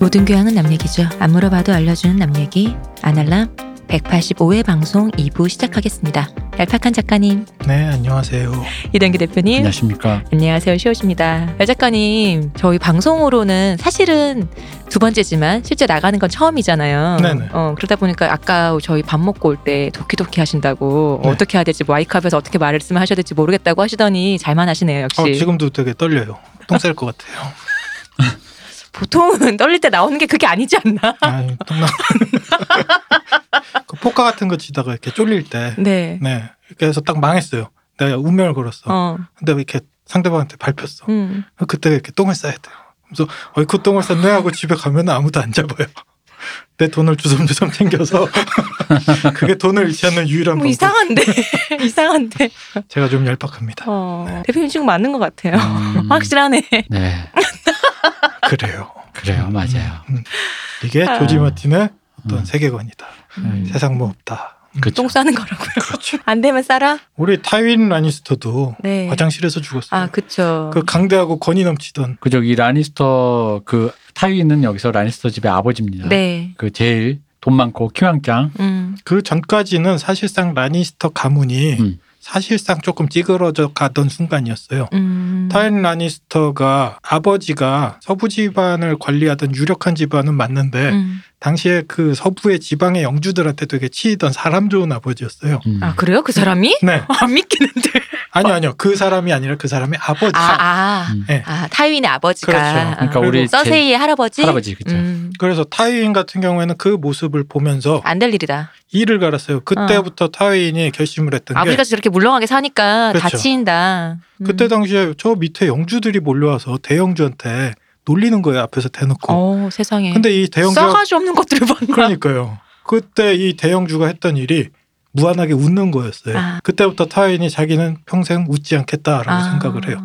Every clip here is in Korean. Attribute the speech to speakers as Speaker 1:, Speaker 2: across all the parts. Speaker 1: 모든 교양은 남 얘기죠. 안 물어봐도 알려주는 남 얘기 아날람 185회 방송 2부 시작하겠습니다. 얄팍한 작가님,
Speaker 2: 네, 안녕하세요. 어,
Speaker 1: 이동기 대표님.
Speaker 3: 안녕하십니까.
Speaker 1: 안녕하세요. 시호십니다. 얄 작가님, 저희 방송으로는 사실은 두 번째지만 실제 나가는 건 처음이잖아요.
Speaker 2: 네네.
Speaker 1: 어, 그러다 보니까 아까 저희 밥 먹고 올 때 도키도키 하신다고
Speaker 2: 네.
Speaker 1: 어떻게 해야 될지 와이캅에서 어떻게 말씀을 하셔야 될지 모르겠다고 하시더니 잘만 하시네요, 역시.
Speaker 2: 어, 지금도 되게 떨려요. 똥 쌀 것 같아요.
Speaker 1: 보통은 떨릴 때 나오는 게 그게 아니지 않나?
Speaker 2: 아, 똥나. 그 포카 같은 거 치다가 이렇게 쫄릴 때,
Speaker 1: 네.
Speaker 2: 네, 이렇게 해서 딱 망했어요. 내가 운명을 걸었어.
Speaker 1: 어.
Speaker 2: 근데 왜 이렇게 상대방한테 밟혔어.
Speaker 1: 음.
Speaker 2: 그때 이렇게 똥을 싸야 돼요. 그래서 어이쿠 똥을 쌌네 하고 집에 가면 아무도 안 잡아요. 내 돈을 주섬주섬 챙겨서 그게 돈을 잃지 않는 유일한
Speaker 1: 뭐
Speaker 2: 방법.
Speaker 1: 이상한데. 이상한데.
Speaker 2: 제가 좀 얄팍합니다.
Speaker 1: 어. 대표님 지금 맞는 것 같아요.
Speaker 3: 음,
Speaker 1: 확실하네.
Speaker 3: 네,
Speaker 2: 그래요.
Speaker 3: 그래요, 맞아요.
Speaker 2: 음, 음. 이게
Speaker 1: 아.
Speaker 2: 조지 마틴의 어떤
Speaker 3: 음.
Speaker 2: 세계관이다.
Speaker 3: 음.
Speaker 2: 세상 뭐 없다. 음.
Speaker 3: 그쵸.
Speaker 1: 똥 싸는 거라고요.
Speaker 2: 그렇죠.
Speaker 1: 안 되면 싸라?
Speaker 2: 우리 타윈 라니스터도
Speaker 1: 네.
Speaker 2: 화장실에서 죽었어요.
Speaker 1: 아, 그쵸.
Speaker 2: 그 강대하고 권위 넘치던
Speaker 3: 그 저기 라니스터 그 타위는 여기서 라니스터 집의 아버지입니다.
Speaker 1: 네.
Speaker 3: 그 제일 돈 많고 키왕짱.
Speaker 1: 음.
Speaker 2: 그 전까지는 사실상 라니스터 가문이
Speaker 3: 음.
Speaker 2: 사실상 조금 찌그러져 가던 순간이었어요.
Speaker 1: 음.
Speaker 2: 타인 라니스터가 아버지가 서부 집안을 관리하던 유력한 집안은 맞는데
Speaker 1: 음.
Speaker 2: 당시에 그 서부의 지방의 영주들한테 되게 치이던 사람 좋은 아버지였어요.
Speaker 3: 음.
Speaker 1: 아, 그래요? 그 사람이?
Speaker 2: 네,
Speaker 1: 안 믿기는데.
Speaker 2: 아니요, 아니요, 그 사람이 아니라 그 사람의 아버지.
Speaker 1: 어. 아, 아.
Speaker 3: 음.
Speaker 2: 네.
Speaker 1: 아, 타윈의 아버지가.
Speaker 2: 그렇죠.
Speaker 3: 그러니까
Speaker 1: 아.
Speaker 3: 우리 제
Speaker 1: 서세이의 할아버지?
Speaker 3: 할아버지 그죠.
Speaker 1: 음.
Speaker 2: 그래서 타인 같은 경우에는 그 모습을 보면서
Speaker 1: 안될 일이다.
Speaker 2: 이를 갈았어요. 그때부터 타인이 결심을 했던 게
Speaker 1: 아버지가 저렇게 물렁하게 사니까
Speaker 2: 그렇죠.
Speaker 1: 다치인다. 음.
Speaker 2: 그때 당시에 저 밑에 영주들이 몰려와서 대영주한테 놀리는 거예요 앞에서 대놓고.
Speaker 1: 어, 세상에.
Speaker 2: 근데 이 대영주
Speaker 1: 싸가지 없는 것들을 봤나?
Speaker 2: 그러니까요. 그때 이 대영주가 했던 일이 무한하게 웃는 거였어요.
Speaker 1: 아.
Speaker 2: 그때부터 타인이 자기는 평생 웃지 않겠다라고
Speaker 1: 아.
Speaker 2: 생각을 해요.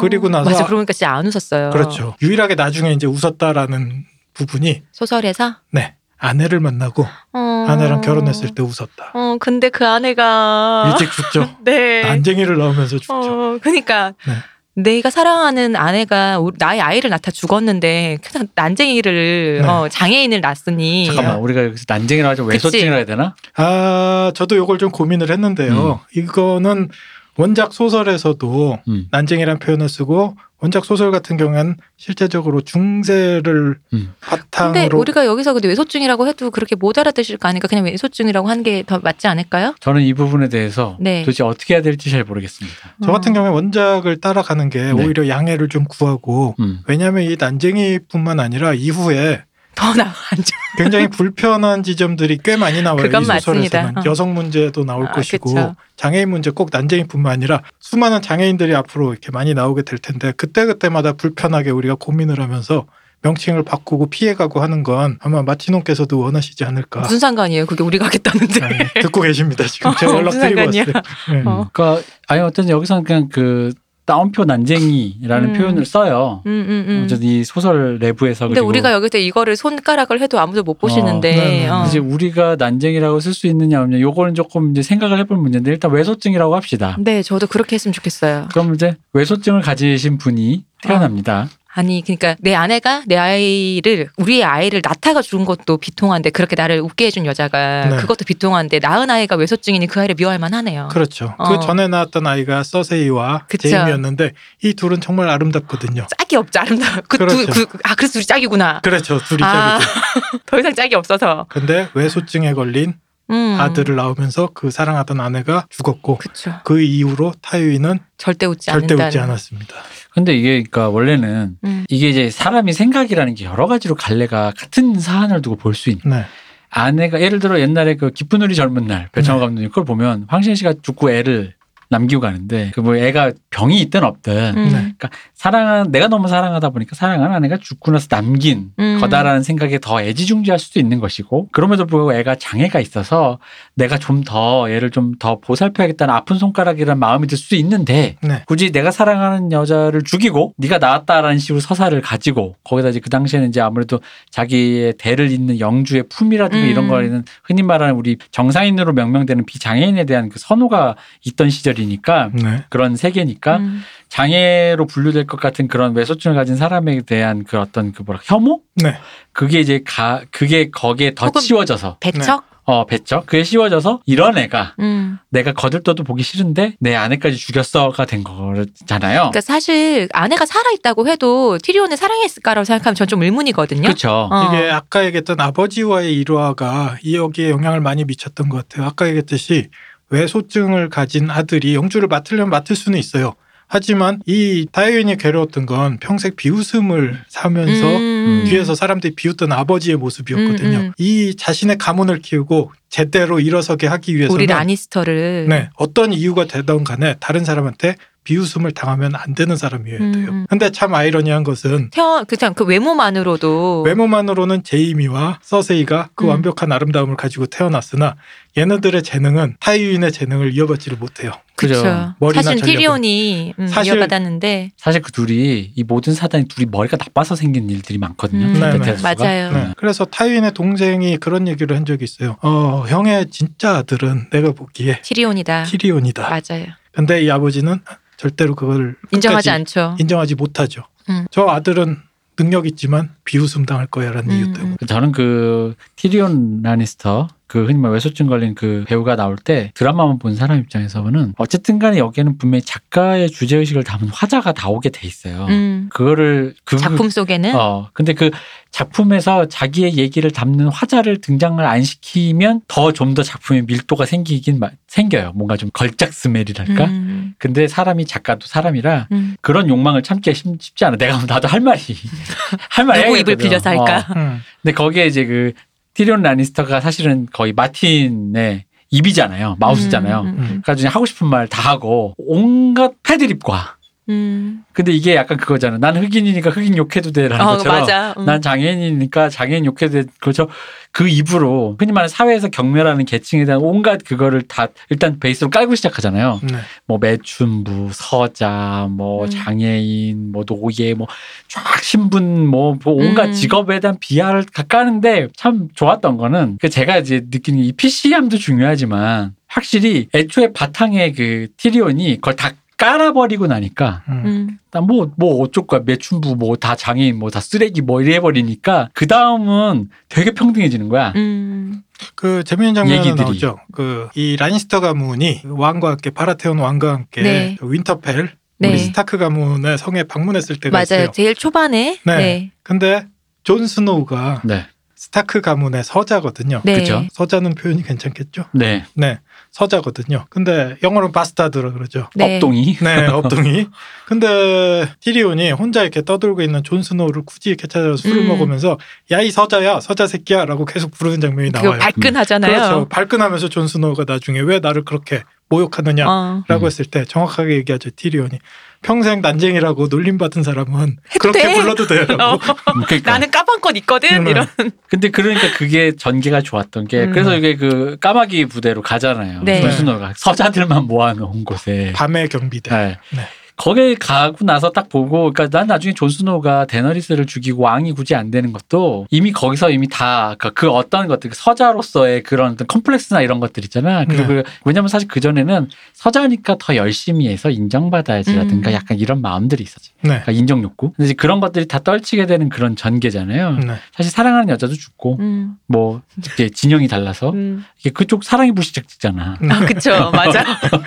Speaker 2: 그리고 나서-
Speaker 1: 맞아 그러니까 진짜 안 웃었어요.
Speaker 2: 그렇죠. 유일하게 나중에 이제 웃었다라는 부분이
Speaker 1: 소설에서
Speaker 2: 네 아내를 만나고
Speaker 1: 어...
Speaker 2: 아내랑 결혼했을 때 웃었다.
Speaker 1: 어 근데 그 아내가
Speaker 2: 일찍 죽죠.
Speaker 1: 네.
Speaker 2: 난쟁이를 낳으면서 죽죠.
Speaker 1: 어 그러니까
Speaker 2: 네.
Speaker 1: 내가 사랑하는 아내가 우- 나의 아이를 낳다 죽었는데 그냥 난쟁이를
Speaker 2: 네.
Speaker 1: 어, 장애인을 낳았으니
Speaker 3: 잠깐만, 우리가 여기서 난쟁이라 하죠.
Speaker 1: 그치.
Speaker 3: 외소증이라 해야 되나?
Speaker 2: 아 저도 요걸 좀 고민을 했는데요. 이거는 원작 소설에서도
Speaker 3: 음.
Speaker 2: 난쟁이란 표현을 쓰고 원작 소설 같은 경우에는 실제적으로 중세를
Speaker 3: 음.
Speaker 1: 근데
Speaker 2: 바탕으로
Speaker 1: 우리가 여기서 근데 외소증이라고 해도 그렇게 못 알아들을 거 아니까 그냥 외소증이라고 한 게 더 맞지 않을까요?
Speaker 3: 저는 이 부분에 대해서
Speaker 1: 네.
Speaker 3: 도대체 어떻게 해야 될지 잘 모르겠습니다.
Speaker 2: 저 같은
Speaker 1: 어.
Speaker 2: 경우에 원작을 따라가는 게 오히려 양해를 좀 구하고
Speaker 3: 음.
Speaker 2: 왜냐하면 이 난쟁이뿐만 아니라 이후에
Speaker 1: 더 나아앉아.
Speaker 2: 굉장히 불편한 지점들이 꽤 많이 나와요.
Speaker 1: 그건
Speaker 2: 이 소설에서는
Speaker 1: 맞습니다. 어.
Speaker 2: 여성 문제도 나올
Speaker 1: 아,
Speaker 2: 것이고
Speaker 1: 그쵸.
Speaker 2: 장애인 문제 꼭 난쟁이뿐만 아니라 수많은 장애인들이 앞으로 이렇게 많이 나오게 될 텐데 그때 그때마다 불편하게 우리가 고민을 하면서 명칭을 바꾸고 피해가고 하는 건 아마 마티노께서도 원하시지 않을까.
Speaker 1: 무슨 상관이에요? 그게 우리가 하겠다는데.
Speaker 2: 아. 아니, 듣고 계십니다 지금 제가
Speaker 1: 어,
Speaker 2: 연락
Speaker 1: 무슨
Speaker 2: 드리고
Speaker 1: 상관이야.
Speaker 2: 왔어요. 네.
Speaker 1: 어.
Speaker 3: 그러니까 아니 어떤 여기서는 그냥 그 따옴표 난쟁이라는
Speaker 1: 음.
Speaker 3: 표현을 써요.
Speaker 1: 음, 음, 음.
Speaker 3: 어쨌든 이 소설
Speaker 2: 아,
Speaker 3: 내부에서
Speaker 1: 근데
Speaker 3: 그리고
Speaker 1: 우리가 여기서 이거를 손가락을 해도 아무도 못 보시는데
Speaker 2: 네네.
Speaker 1: 어.
Speaker 3: 이제 우리가 난쟁이라고 쓸 수 있느냐 없느냐 요거는 조금 이제 생각을 해볼 문제인데 일단 외소증이라고 합시다.
Speaker 1: 네, 저도 그렇게 했으면 좋겠어요.
Speaker 3: 그럼 이제 외소증을 가지신 분이 태어납니다.
Speaker 1: 아니, 그러니까 내 아내가 내 아이를 우리의 아이를 낳다가 죽은 것도 비통한데 그렇게 나를 웃게 해준 여자가
Speaker 2: 네.
Speaker 1: 그것도 비통한데 낳은 아이가 외소증이니 그 아이를 미워할 만하네요.
Speaker 2: 그렇죠.
Speaker 1: 어.
Speaker 2: 그 전에 나왔던 아이가 서세이와
Speaker 1: 그쵸.
Speaker 2: 제임이었는데 이 둘은 정말 아름답거든요.
Speaker 1: 짝이 없죠, 아름다워. 그
Speaker 2: 그렇죠.
Speaker 1: 두, 그, 아, 그래서 둘이 짝이구나.
Speaker 2: 그렇죠. 둘이
Speaker 1: 아,
Speaker 2: 짝이죠.
Speaker 1: 더 이상 짝이 없어서.
Speaker 2: 근데 외소증에 걸린
Speaker 1: 음.
Speaker 2: 아들을 낳으면서 그 사랑하던 아내가 죽었고 그,
Speaker 1: 그쵸. 이후로
Speaker 2: 이후로 타유이는
Speaker 1: 절대 웃지
Speaker 2: 절대
Speaker 1: 않는다.
Speaker 2: 웃지 않았습니다.
Speaker 3: 근데 이게 그러니까 원래는
Speaker 1: 음.
Speaker 3: 이게 이제 사람이 생각이라는 게 여러 가지로 갈래가 같은 사안을 두고 볼 수 있는
Speaker 2: 네.
Speaker 3: 아내가 예를 들어 옛날에 그 기쁜 우리 젊은 날 배창호
Speaker 1: 음.
Speaker 2: 네.
Speaker 3: 감독님 그걸 보면 황신 씨가 죽고 애를 남기고 가는데 그 뭐 애가 병이 있든 없든
Speaker 1: 음.
Speaker 2: 네.
Speaker 3: 사랑한 내가 너무 사랑하다 보니까 사랑한 아내가 죽고 나서 남긴
Speaker 1: 음.
Speaker 3: 거다라는 생각에 더 애지중지할 수도 있는 것이고 그럼에도 불구하고 애가 장애가 있어서 내가 좀 더 얘를 좀 더 보살펴야겠다는 아픈 손가락이라는 마음이 들 수도 있는데
Speaker 2: 네.
Speaker 3: 굳이 내가 사랑하는 여자를 죽이고 네가 나왔다라는 식으로 서사를 가지고 거기다 이제 그 당시에는 이제 아무래도 자기의 대를 잇는 영주의 품이라든가
Speaker 1: 음.
Speaker 3: 이런 거에는 흔히 말하는 우리 정상인으로 명명되는 비장애인에 대한 그 선호가 있던 계열이니까
Speaker 2: 네.
Speaker 3: 그런 세계니까
Speaker 2: 그러니까?
Speaker 4: 음,
Speaker 3: 장애로 분류될 것 같은 그런 외소증을 가진 사람에 대한 그 어떤 그 뭐라 혐오?
Speaker 2: 네.
Speaker 3: 그게 이제 가 그게 거기에 더
Speaker 4: 혹은-
Speaker 3: 씌워져서
Speaker 2: 네.
Speaker 4: 배척?
Speaker 3: 어 뱉죠. 그게 씌워져서 이런 애가
Speaker 4: 음.
Speaker 3: 내가 거들떠도 보기 싫은데 내 아내까지 죽였어가 된 거잖아요.
Speaker 4: 그러니까 사실 아내가 살아있다고 해도 티리온을 사랑했을까라고 생각하면 전 좀 의문이거든요.
Speaker 3: 그렇죠.
Speaker 4: 어.
Speaker 2: 이게 아까 얘기했던 아버지와의 일화가 이 여기에 영향을 많이 미쳤던 것 같아요. 아까 얘기했듯이 외소증을 가진 아들이 영주를 맡으려면 맡을 수는 있어요. 하지만 이 다이앤이 괴로웠던 건 평생 비웃음을 사면서
Speaker 4: 음.
Speaker 2: 뒤에서 사람들이 비웃던 아버지의 모습이었거든요.
Speaker 4: 음, 음.
Speaker 2: 이 자신의 가문을 키우고 제대로 일어서게 하기
Speaker 4: 우리
Speaker 2: 위해서는
Speaker 4: 라니스터를
Speaker 2: 네, 어떤 이유가 되던 간에 다른 사람한테 비웃음을 당하면 안 되는 사람이어야 돼요.
Speaker 4: 음.
Speaker 2: 근데 참 아이러니한 것은
Speaker 4: 태어 그냥 그 외모만으로도
Speaker 2: 외모만으로는 제이미와 서세이가 그
Speaker 4: 음.
Speaker 2: 완벽한 아름다움을 가지고 태어났으나 얘네들의 재능은 타이윈의 재능을 이어받지를 못해요.
Speaker 4: 그렇죠.
Speaker 2: 머리나
Speaker 4: 사실
Speaker 2: 전력은.
Speaker 4: 티리온이 음,
Speaker 2: 사실-
Speaker 4: 이어받았는데
Speaker 3: 사실 그 둘이 이 모든 사단이 둘이 머리가 나빠서 생긴 일들이 많거든요. 그
Speaker 4: 음,
Speaker 2: 네, 네.
Speaker 3: 베테스가.
Speaker 4: 맞아요.
Speaker 3: 네.
Speaker 2: 네. 그래서 타이윈의 동생이 그런 얘기를 한 적이 있어요. 어, 형의 진짜 아들은 내가 보기에
Speaker 4: 티리온이다.
Speaker 2: 티리온이다.
Speaker 4: 아. 맞아요.
Speaker 2: 근데 이 아버지는 절대로 그걸
Speaker 4: 인정하지
Speaker 2: 끝까지
Speaker 4: 않죠.
Speaker 2: 인정하지 못하죠.
Speaker 4: 음.
Speaker 2: 저 아들은 능력 있지만 비웃음 당할 거야라는
Speaker 4: 음,
Speaker 2: 이유 때문에.
Speaker 4: 음.
Speaker 3: 저는 그 티리온 라니스터 그 흔히 말 외소증 걸린 그 배우가 나올 때 드라마만 본 사람 입장에서는 어쨌든 간에 여기에는 분명히 작가의 주제 의식을 담은 화자가 나오게 돼 있어요.
Speaker 4: 음.
Speaker 3: 그거를 그
Speaker 4: 작품 속에는
Speaker 3: 어 근데 그 작품에서 자기의 얘기를 담는 화자를 등장을 안 시키면 더 좀 더 작품의 밀도가 생기긴 마- 생겨요. 뭔가 좀 걸작 스멜이랄까.
Speaker 4: 음,
Speaker 3: 근데 사람이 작가도 사람이라
Speaker 4: 음.
Speaker 3: 그런 욕망을 참기가 쉽- 쉽지 않아. 내가 뭐 나도 할 말이 할
Speaker 2: 아,
Speaker 3: 말이
Speaker 4: 누구
Speaker 3: 해야겠거든. 어,
Speaker 4: 입을 빌려서 할까?
Speaker 2: 음.
Speaker 3: 근데 거기에 이제 그 티리온 라니스터가 사실은 거의 마틴의 입이잖아요. 마우스잖아요.
Speaker 4: 음, 음,
Speaker 3: 그러니까 그냥 하고 싶은 말 다 하고 온갖 패드립과.
Speaker 4: 음.
Speaker 3: 근데 이게 약간 그거잖아. 난 흑인이니까 흑인 욕해도 돼라는
Speaker 4: 어,
Speaker 3: 것처럼.
Speaker 4: 맞아. 음.
Speaker 3: 난 장애인이니까 장애인 욕해도 돼. 그렇죠. 그 입으로 흔히 말하는 사회에서 경멸하는 계층에 대한 온갖 그거를 다 일단 베이스로 깔고 시작하잖아요.
Speaker 2: 네.
Speaker 3: 뭐 매춘부, 서자, 뭐
Speaker 4: 음.
Speaker 3: 장애인, 뭐 노예, 뭐 쫙 신분, 뭐, 뭐 온갖
Speaker 4: 음.
Speaker 3: 직업에 대한 비하를 다 까는데 참 좋았던 거는 그 제가 이제 느끼는 이 PC함도 중요하지만 확실히 애초에 바탕에 그 티리온이 그걸 다 깔아버리고 나니까
Speaker 2: 음.
Speaker 4: 음.
Speaker 3: 뭐뭐 어쩔 거야 매춘부 뭐 다 장애인 뭐 다 쓰레기 뭐 이래 버리니까 그 다음은 되게 평등해지는 거야.
Speaker 4: 음.
Speaker 2: 그 재미있는 장면이 하나
Speaker 3: 얘기들이.
Speaker 2: 나오죠. 그 이 라니스터 가문이 왕과 함께 파라테온 왕과 함께
Speaker 4: 네.
Speaker 2: 그 윈터펠 우리
Speaker 4: 네.
Speaker 2: 스타크 가문의 성에 방문했을 때가
Speaker 4: 맞아요.
Speaker 2: 있어요.
Speaker 4: 제일 초반에
Speaker 2: 네.
Speaker 4: 네.
Speaker 2: 근데 존 스노우가
Speaker 3: 네,
Speaker 2: 스타크 가문의 서자거든요.
Speaker 4: 네.
Speaker 3: 그쵸?
Speaker 2: 서자는 표현이 괜찮겠죠?
Speaker 3: 네,
Speaker 2: 네, 서자거든요. 근데 영어로는 바스타드라 그러죠.
Speaker 4: 네.
Speaker 3: 업동이
Speaker 2: 네, 업둥이. 근데 티리온이 혼자 이렇게 떠돌고 있는 존 스노우를 굳이 이렇게 찾아서 술을
Speaker 4: 음. 먹으면서
Speaker 2: 먹으면서 야 이 서자야, 서자 새끼야라고 계속 부르는 장면이
Speaker 4: 그거
Speaker 2: 나와요.
Speaker 4: 발끈하잖아요.
Speaker 2: 그렇죠. 발끈하면서 존 스노우가 나중에 왜 나를 그렇게 모욕하느냐
Speaker 4: 어.
Speaker 2: 라고
Speaker 3: 음.
Speaker 2: 했을 때 정확하게 얘기하죠 티리온이 평생 난쟁이라고 놀림받은 사람은 그렇게
Speaker 4: 돼.
Speaker 2: 불러도 돼요
Speaker 4: 어,
Speaker 3: 그러니까.
Speaker 4: 나는 까방권 있거든
Speaker 3: 음.
Speaker 2: 네.
Speaker 4: 이런.
Speaker 3: 근데 그러니까 그게 전개가 좋았던 게
Speaker 4: 음.
Speaker 3: 그래서 이게 그 까마귀 부대로 가잖아요.
Speaker 4: 네.
Speaker 3: 무슨어가 서자들만 모아놓은 곳에.
Speaker 2: 밤의 경비대
Speaker 3: 네.
Speaker 2: 네.
Speaker 3: 거기에 가고 나서 딱 보고, 그러니까 난 나중에 존스노가 데너리스를 죽이고 왕이 굳이 안 되는 것도 이미 거기서 이미 다 그 어떤 것들, 그 서자로서의 그런 어떤 컴플렉스나 이런 것들 있잖아. 그리고
Speaker 4: 네.
Speaker 3: 왜냐면 사실 그 전에는 서자니까 더 열심히 해서 인정받아야지라든가
Speaker 4: 음.
Speaker 3: 약간 이런 마음들이 있었지.
Speaker 2: 네.
Speaker 3: 그러니까 인정 욕구. 근데 이제 그런 것들이 다 떨치게 되는 그런 전개잖아요.
Speaker 2: 네.
Speaker 3: 사실 사랑하는 여자도 죽고
Speaker 4: 음.
Speaker 3: 뭐 이렇게 진영이 달라서
Speaker 4: 음.
Speaker 3: 이게 그쪽 사랑의 불시착지잖아.
Speaker 4: 아, 그쵸.
Speaker 3: 음.
Speaker 4: 맞아.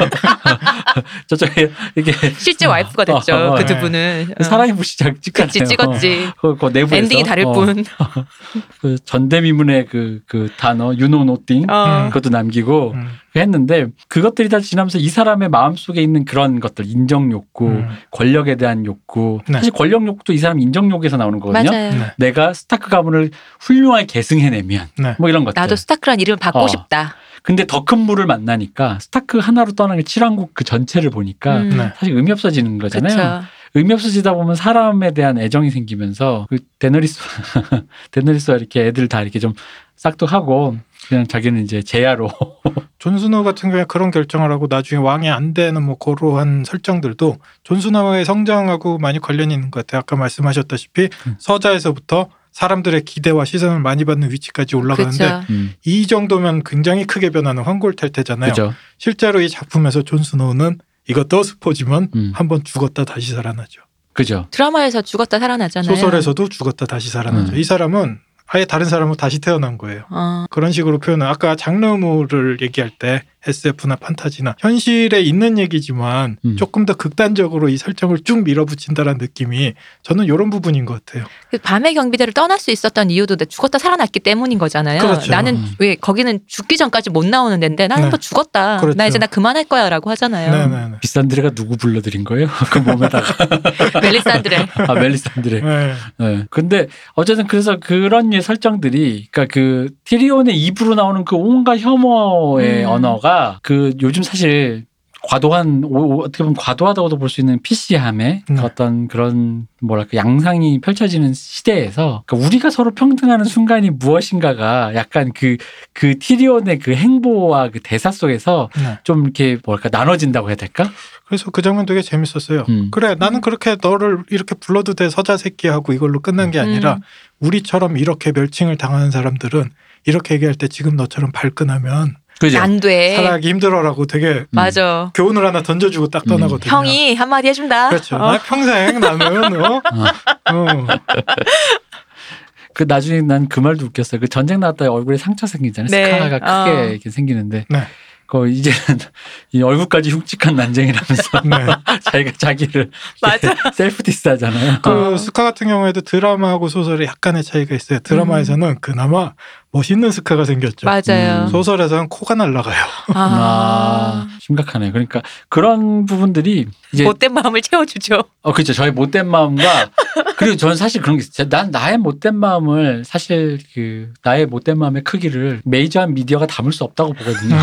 Speaker 3: 저쪽에 이게
Speaker 4: 실제 와이프가 됐죠.
Speaker 3: 어, 어,
Speaker 4: 그
Speaker 2: 네.
Speaker 4: 두 분은. 어.
Speaker 3: 사랑의 불시착지잖아요.
Speaker 4: 그치, 찍었지.
Speaker 3: 그, 그 내부에서
Speaker 4: 엔딩이 다를
Speaker 3: 어,
Speaker 4: 뿐.
Speaker 3: 그 전대미문의 그, 그 단어 you know nothing
Speaker 4: 어.
Speaker 3: 그것도 남기고
Speaker 2: 음,
Speaker 3: 했는데 그것들이 다 지나면서 이 사람의 마음 속에 있는 그런 것들 인정 욕구,
Speaker 2: 음,
Speaker 3: 권력에 대한 욕구.
Speaker 2: 네.
Speaker 3: 사실 권력 욕구도 이 사람 인정 욕에서 나오는 거거든요. 음.
Speaker 4: 맞아요.
Speaker 2: 네.
Speaker 3: 내가 스타크 가문을 훌륭하게 계승해내면
Speaker 2: 네.
Speaker 3: 뭐 이런 것들.
Speaker 4: 나도 스타크란 이름을 받고
Speaker 3: 어.
Speaker 4: 싶다.
Speaker 3: 근데 더 큰 물을 만나니까 스타크 하나로 떠난 게 칠왕국 그 전체를 보니까
Speaker 4: 음.
Speaker 2: 네.
Speaker 3: 사실 의미 없어지는 거잖아요.
Speaker 4: 그쵸.
Speaker 3: 의미 없어지다 보면 사람에 대한 애정이 생기면서 그 데너리스 데너리스와 이렇게 애들 다 이렇게 좀 싹둑 하고 그냥 자기는 이제 제야로
Speaker 2: 존 스노우 같은 경우에 그런 결정을 하고 나중에 왕이 안 되는 뭐 고러한 설정들도 존 스노우의 성장하고 많이 관련이 있는 것 같아요 아까 말씀하셨다시피
Speaker 3: 음.
Speaker 2: 서자에서부터 사람들의 기대와 시선을 많이 받는 위치까지 올라가는데
Speaker 4: 그렇죠.
Speaker 3: 음,
Speaker 2: 이 정도면 굉장히 크게 변하는 환골탈태잖아요.
Speaker 3: 그죠.
Speaker 2: 실제로 이 작품에서 존 스노우는 이것도 스포지만
Speaker 3: 음,
Speaker 2: 한번 죽었다 다시 살아나죠.
Speaker 3: 그죠.
Speaker 4: 드라마에서 죽었다 살아나잖아요.
Speaker 2: 소설에서도 죽었다 다시 살아나죠.
Speaker 3: 음.
Speaker 2: 이 사람은 아예 다른 사람으로 다시 태어난 거예요.
Speaker 4: 어,
Speaker 2: 그런 식으로 표현을 아까 장르물을 얘기할 때 SF나 판타지나 현실에 있는 얘기지만
Speaker 3: 음.
Speaker 2: 조금 더 극단적으로 이 설정을 쭉 밀어붙인다는 느낌이 저는 이런 부분인 것 같아요.
Speaker 4: 그 밤의 경비대를 떠날 수 있었던 이유도 내 죽었다 살아났기 때문인 거잖아요.
Speaker 2: 그렇죠.
Speaker 4: 나는
Speaker 3: 음.
Speaker 4: 왜 거기는 죽기 전까지 못 나오는 데인데 나는
Speaker 2: 네.
Speaker 4: 뭐 죽었다.
Speaker 2: 그렇죠.
Speaker 4: 나 이제 나 그만할 거야라고 하잖아요.
Speaker 2: 네네네.
Speaker 3: 비싼 드레가 누구 불러드린 거예요? 그 몸에다가
Speaker 4: 멜리산드레.
Speaker 3: 아 멜리산 드레.
Speaker 2: 네.
Speaker 3: 예. 근데 어쨌든 그래서 그런 류의 설정들이 그러니까 그 티리온의 입으로 나오는 그 온갖 혐오의
Speaker 4: 음.
Speaker 3: 언어가 그 요즘 사실 과도한 오- 오- 어떻게 보면 과도하다고도 볼 수 있는 PC함의
Speaker 2: 네.
Speaker 3: 어떤 그런 뭐랄까 양상이 펼쳐지는 시대에서 그러니까 우리가 서로 평등하는 순간이 무엇인가가 약간 그 그 티리온의 그 행보와 그 대사 속에서
Speaker 2: 네.
Speaker 3: 좀 이렇게 뭐랄까 나눠진다고 해야 될까?
Speaker 2: 그래서 그 장면 되게 재밌었어요.
Speaker 3: 음.
Speaker 2: 그래 나는 그렇게 너를 이렇게 불러도 돼 서자 새끼 하고 이걸로 끝난 게 아니라
Speaker 4: 음.
Speaker 2: 우리처럼 이렇게 멸칭을 당하는 사람들은 이렇게 얘기할 때 지금 너처럼 발끈하면
Speaker 3: 그죠?
Speaker 4: 안 돼.
Speaker 2: 살아가기 힘들어라고 되게
Speaker 4: 맞아.
Speaker 2: 교훈을 하나 던져주고 딱
Speaker 3: 음.
Speaker 2: 떠나거든요.
Speaker 4: 형이 한마디 해준다.
Speaker 2: 그렇죠.
Speaker 4: 어. 아.
Speaker 2: 나 평생 나는 어? 어.
Speaker 3: 그 나중에 난 그 말도 웃겼어요. 그 전쟁 나왔다 얼굴에 상처 생기잖아요.
Speaker 4: 네.
Speaker 3: 스카가 크게
Speaker 4: 어.
Speaker 3: 이렇게 생기는데.
Speaker 2: 네.
Speaker 3: 그 이제는 이 얼굴까지 흉측한 난쟁이라면서
Speaker 2: 네.
Speaker 3: 자기가 자기를
Speaker 4: 맞아.
Speaker 3: 셀프 디스하잖아요.
Speaker 2: 그
Speaker 4: 어.
Speaker 2: 스카 같은 경우에도 드라마하고 소설에 약간의 차이가 있어요. 드라마에서는 그나마 멋있는 스카가 생겼죠.
Speaker 4: 음. 맞아요.
Speaker 3: 음.
Speaker 2: 소설에서는 코가 날라가요.
Speaker 4: 아.
Speaker 3: 아, 심각하네. 그러니까 그런 부분들이 이제
Speaker 4: 못된 마음을 채워주죠.
Speaker 3: 어 그렇죠. 저의 못된 마음과 그리고 저는 사실 그런 게 있어요. 난 나의 못된 마음을 사실 그 나의 못된 마음의 크기를 메이저한 미디어가 담을 수 없다고
Speaker 4: 음.
Speaker 3: 보거든요.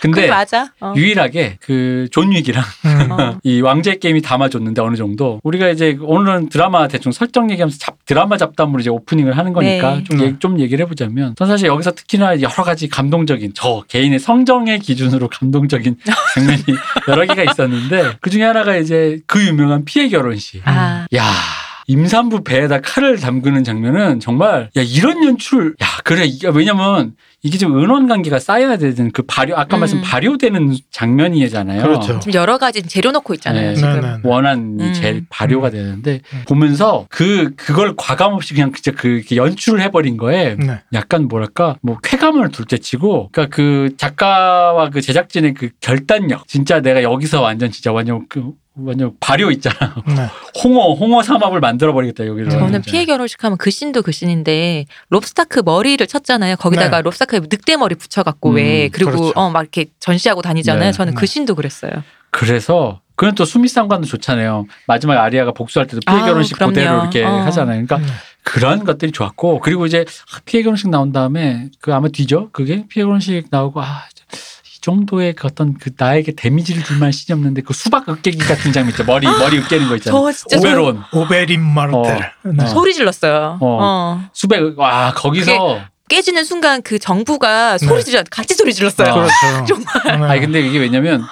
Speaker 4: 그건
Speaker 3: 근데
Speaker 4: 맞아. 어.
Speaker 3: 유일하게 그 존 윅이랑
Speaker 2: 음.
Speaker 4: 어.
Speaker 3: 이 왕좌의 게임이 담아줬는데 어느 정도 우리가 이제 오늘은 드라마 대충 설정 얘기하면서 잡- 드라마 잡담으로 이제 오프닝을 하는 거니까
Speaker 4: 네.
Speaker 3: 좀, 얘기, 좀 얘기를 해보자면 전 사실 여기서 특히나 여러 가지 감동적인 저 개인의 성정의 기준으로 감동적인 장면이 여러 개가 있었는데 그 중에 하나가 이제 그 유명한 피해 결혼식
Speaker 4: 아.
Speaker 3: 야 임산부 배에다 칼을 담그는 장면은 정말 야 이런 연출 야 그래 이게 왜냐면 이게 지금 은원 관계가 쌓여야 되는 그 발효 아까 말씀
Speaker 4: 음.
Speaker 3: 발효되는 장면이잖아요.
Speaker 2: 그렇죠.
Speaker 4: 어. 지금 여러 가지 재료 놓고 있잖아요.
Speaker 3: 네.
Speaker 4: 지금.
Speaker 2: 네네네.
Speaker 3: 원한이
Speaker 4: 음.
Speaker 3: 제일 발효가 되는데
Speaker 2: 음.
Speaker 3: 보면서 그 그걸 과감 없이 그냥 진짜 그 이렇게 연출을 해버린 거에
Speaker 2: 네.
Speaker 3: 약간 뭐랄까 뭐 쾌감을 둘째치고 그러니까 그 작가와 그 제작진의 그 결단력 진짜 내가 여기서 완전 진짜 완전 그 완전 발효 있잖아
Speaker 2: 네.
Speaker 3: 홍어 홍어 삼합을 만들어 버리겠다 여기를
Speaker 4: 저는
Speaker 3: 완전.
Speaker 4: 피해 결혼식 하면 그 씬도 그 씬인데 롭스타크 머리를 쳤잖아요. 거기다가 롭스타크 늑대 머리 붙여갖고
Speaker 3: 음,
Speaker 4: 왜 그리고
Speaker 2: 그렇죠.
Speaker 4: 어, 막 이렇게 전시하고 다니잖아요.
Speaker 3: 네,
Speaker 4: 저는
Speaker 2: 네.
Speaker 4: 그 씬도 그랬어요.
Speaker 3: 그래서 그건 또 수미상관도 좋잖아요 마지막 아리아가 복수할 때도 피해
Speaker 4: 아우,
Speaker 3: 결혼식
Speaker 4: 그럼요.
Speaker 3: 그대로 이렇게
Speaker 4: 어.
Speaker 3: 하잖아요 그러니까
Speaker 2: 네.
Speaker 3: 그런 것들이 좋았고 그리고 이제 아, 피해 결혼식 나온 다음에 그 아마 뒤죠 그게 피해 결혼식 나오고 아. 이 정도의 그 어떤 그 나에게 데미지를 줄 만한 시이 없는데 그 수박 으깨기 같은 장면 있죠 머리 머리 으깨는 거
Speaker 4: 저
Speaker 3: 있잖아요
Speaker 4: 진짜 소-
Speaker 3: 오베론
Speaker 2: 오베린 마르텔. 네.
Speaker 4: 소리 질렀어요.
Speaker 3: 어.
Speaker 4: 어.
Speaker 3: 수백 와 거기서
Speaker 4: 깨지는 순간 그 정부가 소리
Speaker 2: 네.
Speaker 4: 질렀 같이 소리 질렀어요.
Speaker 3: 어.
Speaker 2: 그렇죠. 네.
Speaker 3: 아니 근데 이게 왜냐면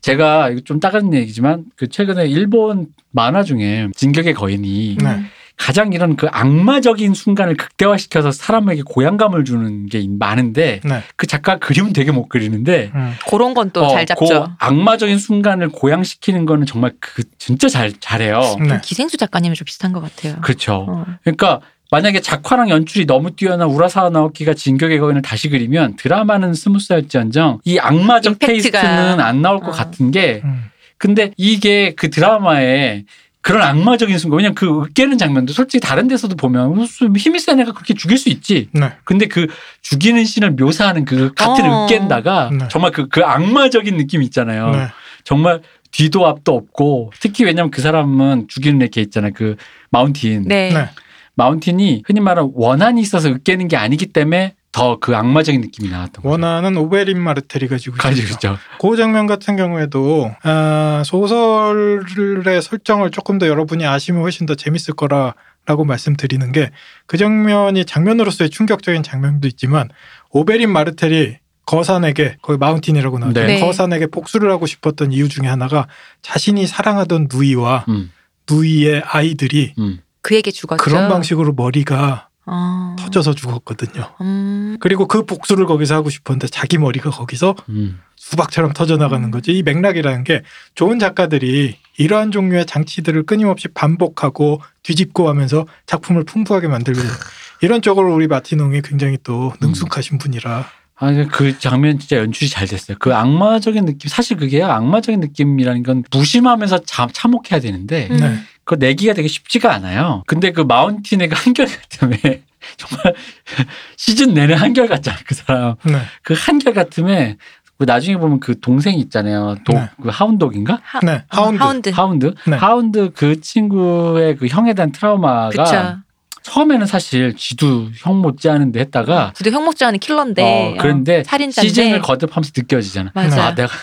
Speaker 3: 제가 이거 좀 따가운 얘기지만 그 최근에 일본 만화 중에 진격의 거인이
Speaker 2: 네.
Speaker 4: 음.
Speaker 3: 가장 이런 그 악마적인 순간을 극대화시켜서 사람에게 고향감을 주는 게 많은데
Speaker 2: 네.
Speaker 3: 그 작가 그림은 되게 못 그리는데
Speaker 2: 음.
Speaker 4: 그런 건 또
Speaker 3: 어,
Speaker 4: 잘 잡죠.
Speaker 3: 그 악마적인 순간을 고양시키는 거는 정말 그 진짜 잘 잘해요.
Speaker 1: 그
Speaker 2: 네. 음.
Speaker 4: 기생수 작가님이 좀 비슷한 것 같아요.
Speaker 3: 그렇죠.
Speaker 4: 어.
Speaker 3: 그러니까 만약에 작화랑 연출이 너무 뛰어난 우라사와 나오키가 진격의 거인을 다시 그리면 드라마는 스무스할지언정 이 악마적
Speaker 4: 임팩트가-
Speaker 3: 테이스트는 안 나올 것
Speaker 4: 어.
Speaker 3: 같은 게
Speaker 2: 음.
Speaker 3: 근데 이게 그 드라마에 그런 악마적인 순간 왜냐면 그 으깨는 장면도 솔직히 다른 데서도 보면 무슨 힘이 센 애가 그렇게 죽일 수 있지
Speaker 2: 네.
Speaker 3: 근데 그 죽이는 씬을 묘사하는 그 같은
Speaker 4: 어.
Speaker 3: 으깬다가
Speaker 2: 네.
Speaker 3: 정말 그, 그 악마적인 느낌 있잖아요.
Speaker 2: 네.
Speaker 3: 정말 뒤도 앞도 없고 특히 왜냐면 그 사람은 죽이는 애걔 있잖아요. 그 마운틴.
Speaker 4: 네.
Speaker 2: 네.
Speaker 3: 마운틴이 흔히 말하는 원한이 있어서 으깨는 게 아니기 때문에 더 그 악마적인 느낌이 나왔던 거죠.
Speaker 2: 원하는 오베린 마르텔이 가지고
Speaker 3: 가지고
Speaker 2: 있죠.
Speaker 3: 있죠.
Speaker 2: 그 장면 같은 경우에도 아, 소설의 설정을 조금 더 여러분이 아시면 훨씬 더 재밌을 거라라고 말씀드리는 게 그 장면이 장면으로서의 충격적인 장면도 있지만 오베린 마르텔이 거산에게 거기 마운틴이라고 나오죠.
Speaker 3: 네.
Speaker 4: 네.
Speaker 2: 거산에게 복수를 하고 싶었던 이유 중에 하나가 자신이 사랑하던 누이와
Speaker 3: 음,
Speaker 2: 누이의 아이들이
Speaker 3: 음.
Speaker 1: 그에게 죽었죠.
Speaker 2: 그런 방식으로 머리가
Speaker 1: 어.
Speaker 2: 터져서 죽었거든요.
Speaker 1: 음.
Speaker 2: 그리고 그 복수를 거기서 하고 싶었는데 자기 머리가 거기서
Speaker 3: 음.
Speaker 2: 수박처럼 터져나가는 거지. 이 맥락이라는 게 좋은 작가들이 이러한 종류의 장치들을 끊임없이 반복하고 뒤집고 하면서 작품을 풍부하게 만들고 이런 쪽으로 우리 마티농이 굉장히 또 능숙하신 분이라
Speaker 3: 아, 그 장면 진짜 연출이 잘 됐어요. 그 악마적인 느낌, 사실 그게 악마적인 느낌이라는 건 무심하면서 참, 참혹해야 되는데,
Speaker 1: 음.
Speaker 2: 네.
Speaker 3: 그거 내기가 되게 쉽지가 않아요. 근데 그 마운틴의 그 한결같음에, 정말 시즌 내내 한결같잖아, 그 사람.
Speaker 2: 네.
Speaker 3: 그 한결같음에, 그 나중에 보면 그 동생 있잖아요. 독,
Speaker 2: 네.
Speaker 3: 그 하운독인가?
Speaker 1: 하,
Speaker 2: 네. 하운드.
Speaker 1: 어, 하운드.
Speaker 3: 하운드?
Speaker 2: 네.
Speaker 3: 하운드 그 친구의 그 형에 대한 트라우마가
Speaker 1: 그쵸.
Speaker 3: 처음에는 사실 지도 형 못지않은데 했다가
Speaker 1: 그도 어, 형목자하는 킬러인데.
Speaker 3: 어, 그런데
Speaker 1: 음. 어, 살인자인데.
Speaker 3: 시즌을 거듭하면서 느껴지잖아.
Speaker 1: 맞아.
Speaker 3: 아, 네. 내가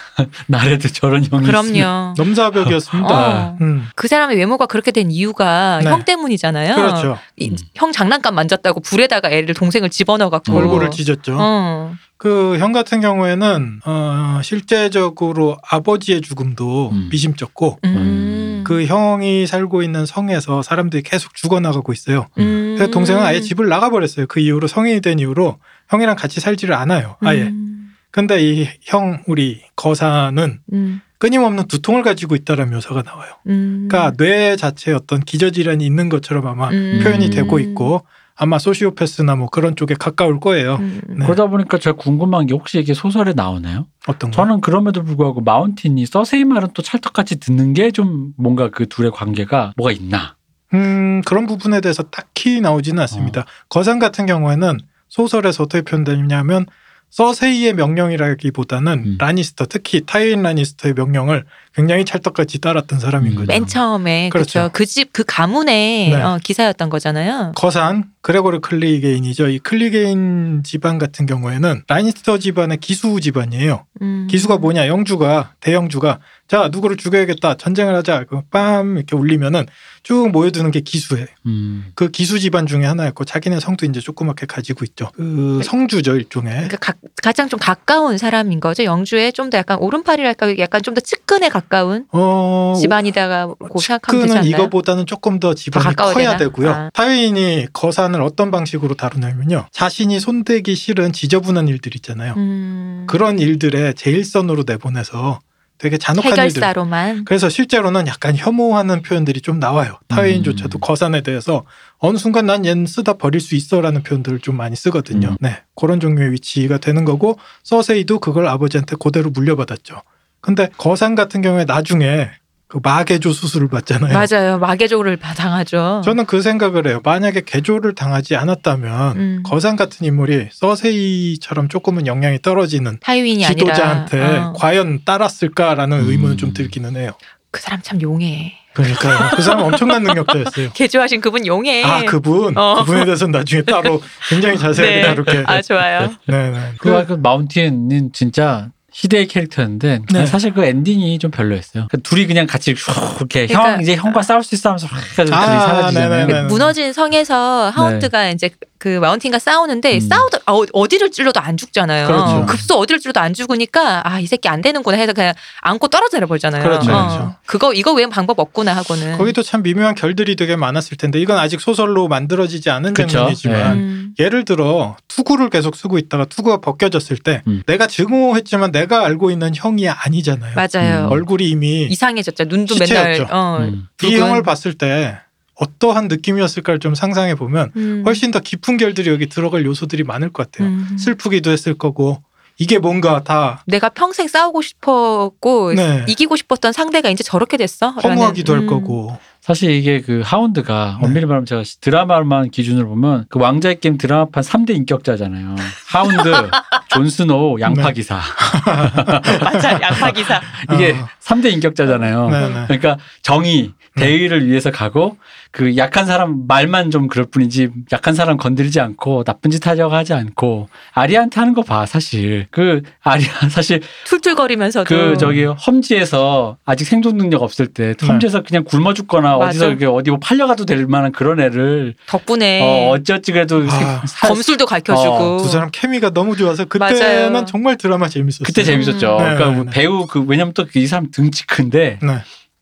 Speaker 3: 나래도 저런 형이 있으면
Speaker 1: 그럼요.
Speaker 2: 넘사벽이었습니다.
Speaker 1: 어.
Speaker 2: 음.
Speaker 1: 그 사람의 외모가 그렇게 된 이유가
Speaker 2: 네.
Speaker 1: 형 때문이잖아요.
Speaker 2: 그렇죠.
Speaker 1: 이-
Speaker 3: 음.
Speaker 1: 형 장난감 만졌다고 불에다가 애를 동생을 집어넣어갖고.
Speaker 2: 얼굴을 찢었죠.
Speaker 1: 어.
Speaker 2: 그 형 같은 경우에는 어, 실제적으로 아버지의 죽음도
Speaker 3: 음.
Speaker 2: 미심쩍고
Speaker 1: 음.
Speaker 2: 그 형이 살고 있는 성에서 사람들이 계속 죽어나가고 있어요.
Speaker 1: 음.
Speaker 2: 그래서 동생은 아예 집을 나가버렸어요. 그 이후로 성인이 된 이후로 형이랑 같이 살지를 않아요. 아예.
Speaker 1: 음.
Speaker 2: 근데 이 형 우리 거사는
Speaker 1: 음.
Speaker 2: 끊임없는 두통을 가지고 있다라는 묘사가 나와요.
Speaker 1: 음.
Speaker 2: 그러니까 뇌 자체에 어떤 기저질환이 있는 것처럼 아마
Speaker 1: 음.
Speaker 2: 표현이 되고 있고 아마 소시오패스나 뭐 그런 쪽에 가까울 거예요.
Speaker 1: 음.
Speaker 2: 네.
Speaker 3: 그러다 보니까 제가 궁금한 게 혹시 이게 소설에 나오나요?
Speaker 2: 어떤 거?
Speaker 3: 저는 그럼에도 불구하고 마운틴이 서세이 말은 또 찰떡같이 듣는 게 좀 뭔가 그 둘의 관계가 뭐가 있나?
Speaker 2: 음, 그런 부분에 대해서 딱히 나오지는 않습니다.
Speaker 3: 어.
Speaker 2: 거상 같은 경우에는 소설에서 어떻게 표현되냐면 서세이의 명령이라기보다는
Speaker 3: 음.
Speaker 2: 라니스터 특히 타이린 라니스터의 명령을 굉장히 찰떡같이 따랐던 사람인
Speaker 3: 음.
Speaker 2: 거죠.
Speaker 1: 맨 처음에
Speaker 2: 그렇죠.
Speaker 1: 그렇죠. 그 집 그 가문의
Speaker 2: 네.
Speaker 1: 어, 기사였던 거잖아요.
Speaker 2: 거산 그레고르 클리게인이죠. 이 클리게인 집안 같은 경우에는 라니스터 집안의 기수 집안이에요.
Speaker 1: 음.
Speaker 2: 기수가 뭐냐? 영주가 대영주가 자 누구를 죽여야겠다 전쟁을 하자 그빰 이렇게 울리면은 쭉 모여드는 게 기수예요.
Speaker 3: 음.
Speaker 2: 그 기수 집안 중에 하나였고 자기네 성도 이제 조그맣게 가지고 있죠. 그 성주죠 일종의.
Speaker 1: 그러니까 가, 가장 좀 가까운 사람인 거죠. 영주에 좀 더 약간 오른팔이랄까 약간 좀 더 측근에 가까운
Speaker 2: 어,
Speaker 1: 집안이다고 생각하면 되지
Speaker 2: 측근은
Speaker 1: 않나요?
Speaker 2: 이거보다는 뭐 조금 더
Speaker 1: 더
Speaker 2: 집안이
Speaker 1: 가까워야
Speaker 2: 커야
Speaker 1: 되나?
Speaker 2: 되고요.
Speaker 1: 아.
Speaker 2: 타인이 거산을 어떤 방식으로 다루냐면요. 자신이 손대기 싫은 지저분한 일들 있잖아요.
Speaker 1: 음,
Speaker 2: 그런 일들에 제일선으로 내보내서 되게 잔혹한 일들.
Speaker 1: 해결사로만
Speaker 2: 그래서 실제로는 약간 혐오하는 표현들이 좀 나와요. 타인조차도
Speaker 3: 음.
Speaker 2: 거산에 대해서 어느 순간 난 얘는 쓰다 버릴 수 있어라는 표현들을 좀 많이 쓰거든요.
Speaker 3: 음.
Speaker 2: 네, 그런 종류의 위치가 되는 거고 서세이도 그걸 아버지한테 그대로 물려받았죠. 근데 거산 같은 경우에 나중에 그 마개조 수술을 받잖아요.
Speaker 1: 맞아요. 마개조를 당하죠.
Speaker 2: 네. 저는 그 생각을 해요. 만약에 개조를 당하지 않았다면
Speaker 1: 음.
Speaker 2: 거산 같은 인물이 서세이처럼 조금은 영향이 떨어지는
Speaker 1: 타이윈이
Speaker 2: 지도자한테
Speaker 1: 아니라 어,
Speaker 2: 과연 따랐을까라는
Speaker 3: 음.
Speaker 2: 의문은 좀 들기는 해요.
Speaker 1: 그 사람 참 용해.
Speaker 2: 그러니까요. 그 사람 엄청난 능력자였어요.
Speaker 1: 개조하신 그분 용해.
Speaker 2: 아 그분
Speaker 1: 어.
Speaker 2: 그분에 대해서는 나중에 따로 굉장히 자세하게
Speaker 1: 네.
Speaker 2: 다룰게.
Speaker 1: 아, 좋아요.
Speaker 2: 네네.
Speaker 3: 그,
Speaker 2: 그,
Speaker 3: 그 마운틴은 진짜 희대의 캐릭터였는데
Speaker 2: 네.
Speaker 3: 사실 그 엔딩이 좀 별로였어요. 그 둘이 그냥 같이 슉 이렇게 형
Speaker 1: 그러니까-
Speaker 3: 이제 형과 싸울 수 있어 하면서 확 해가지고
Speaker 2: 아,
Speaker 3: 둘이 사라지잖아요.
Speaker 2: 네네네. 네.
Speaker 1: 무너진 성에서 하운드가 이제 그 마운틴과 싸우는데
Speaker 3: 음.
Speaker 1: 싸우다 어, 어디를 찔러도 안 죽잖아요.
Speaker 2: 그렇죠.
Speaker 1: 급수 어디를 찔러도 안 죽으니까 아 이 새끼 안 되는구나 해서 그냥 안고 떨어져 버리잖아요.
Speaker 2: 그렇죠,
Speaker 1: 어.
Speaker 2: 그렇죠.
Speaker 1: 그거 이거 외엔 방법 없구나 하고는.
Speaker 2: 거기도 참 미묘한 결들이 되게 많았을 텐데 이건 아직 소설로 만들어지지 않은
Speaker 3: 그쵸? 네.
Speaker 2: 장면이지만
Speaker 1: 음.
Speaker 2: 예를 들어 투구를 계속 쓰고 있다가 투구가 벗겨졌을 때
Speaker 3: 음.
Speaker 2: 내가 증오했지만 내가 알고 있는 형이 아니잖아요.
Speaker 1: 맞아요.
Speaker 3: 음.
Speaker 2: 얼굴이 이미
Speaker 1: 이상해졌죠. 눈도
Speaker 2: 시체였죠.
Speaker 1: 맨날 어.
Speaker 3: 음.
Speaker 2: 이
Speaker 1: 붉은.
Speaker 2: 형을 봤을 때 어떠한 느낌이었을까를 좀 상상해 보면
Speaker 1: 음.
Speaker 2: 훨씬 더 깊은 결들이 여기 들어갈 요소들이 많을 것 같아요.
Speaker 1: 음.
Speaker 2: 슬프기도 했을 거고 이게 뭔가 다
Speaker 1: 내가 평생 싸우고 싶었고
Speaker 2: 네.
Speaker 1: 이기고 싶었던 상대가 이제 저렇게 됐어? 라는,
Speaker 2: 허무하기도 할
Speaker 1: 음.
Speaker 2: 거고
Speaker 3: 사실 이게 그 하운드가
Speaker 2: 네.
Speaker 3: 엄밀히 말하면 제가 드라마만 기준으로 보면 그 왕자의 게임 드라마판 3대 인격자잖아요. 하운드, 존스노, 양파
Speaker 2: 네.
Speaker 3: 기사.
Speaker 1: 맞아 양파 기사.
Speaker 3: 이게
Speaker 2: 아.
Speaker 3: 3대 인격자잖아요.
Speaker 2: 네네.
Speaker 3: 그러니까 정의, 대의를 위해서 가고 그 약한 사람 말만 좀 그럴 뿐이지 약한 사람 건드리지 않고 나쁜 짓 하려고 하지 않고 아리한테 하는 거 봐, 사실. 그 아리아 사실
Speaker 1: 툴툴거리면서도
Speaker 3: 그 저기 험지에서 아직 생존 능력 없을 때
Speaker 2: 네.
Speaker 3: 험지에서 그냥 굶어 죽거나
Speaker 1: 맞아.
Speaker 3: 어디서 이렇게 어디 뭐 팔려가도 될 만한 그런 애를
Speaker 1: 덕분에
Speaker 3: 어, 어찌어찌 그래도
Speaker 2: 네. 아,
Speaker 3: 사-
Speaker 1: 검술도 가르쳐주고
Speaker 2: 어, 두 사람 케미가 너무 좋아서 그때는
Speaker 1: 맞아요.
Speaker 2: 정말 드라마 재밌었어요.
Speaker 3: 그때 재밌었죠.
Speaker 1: 음.
Speaker 2: 네,
Speaker 3: 그러니까
Speaker 2: 네,
Speaker 3: 뭐
Speaker 2: 네.
Speaker 3: 배우 그 왜냐면 또 이 사람 등치 큰데
Speaker 2: 네.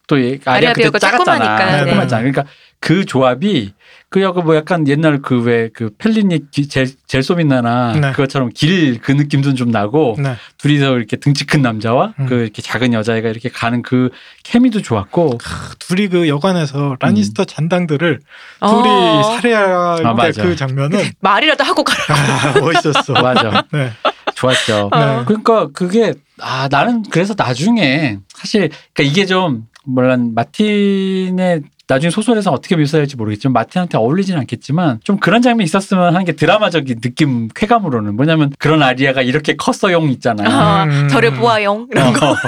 Speaker 3: 또얘 아리아
Speaker 1: 아리아
Speaker 3: 그때
Speaker 1: 배우가
Speaker 3: 작았잖아.
Speaker 1: 조그마니까,
Speaker 2: 네.
Speaker 3: 조그맣잖아. 그러니까 그 조합이 그 약간 뭐 약간 옛날 그 왜 그 펠리니 기- 젤, 젤소민나나
Speaker 2: 네.
Speaker 3: 그것처럼 길 그 느낌도 좀 나고
Speaker 2: 네.
Speaker 3: 둘이서 이렇게 등치 큰 남자와
Speaker 2: 음.
Speaker 3: 그 이렇게 작은 여자애가 이렇게 가는 그 케미도 좋았고
Speaker 2: 그 둘이 그 여관에서 라니스터 잔당들을
Speaker 1: 어.
Speaker 2: 둘이 살해할
Speaker 3: 음. 아,
Speaker 2: 때
Speaker 3: 맞아.
Speaker 2: 그 장면은
Speaker 4: 어, 말이라도 하고 가라.
Speaker 2: 아, 멋있었어.
Speaker 3: 맞아
Speaker 2: 네.
Speaker 3: 좋았죠.
Speaker 4: 어.
Speaker 2: 네.
Speaker 3: 그러니까 그게 아 나는 그래서 나중에 사실 그러니까 이게 좀 물론 마틴의 나중에 소설에서 어떻게 묘사할지 모르겠지만 마틴한테 어울리진 않겠지만 좀 그런 장면이 있었으면 하는 게 드라마적인 느낌 쾌감으로는 뭐냐면 그런 아리아가 이렇게 컸어용 있잖아요.
Speaker 4: 아,
Speaker 2: 음.
Speaker 4: 저를 보아용. 이런 거.
Speaker 3: 어.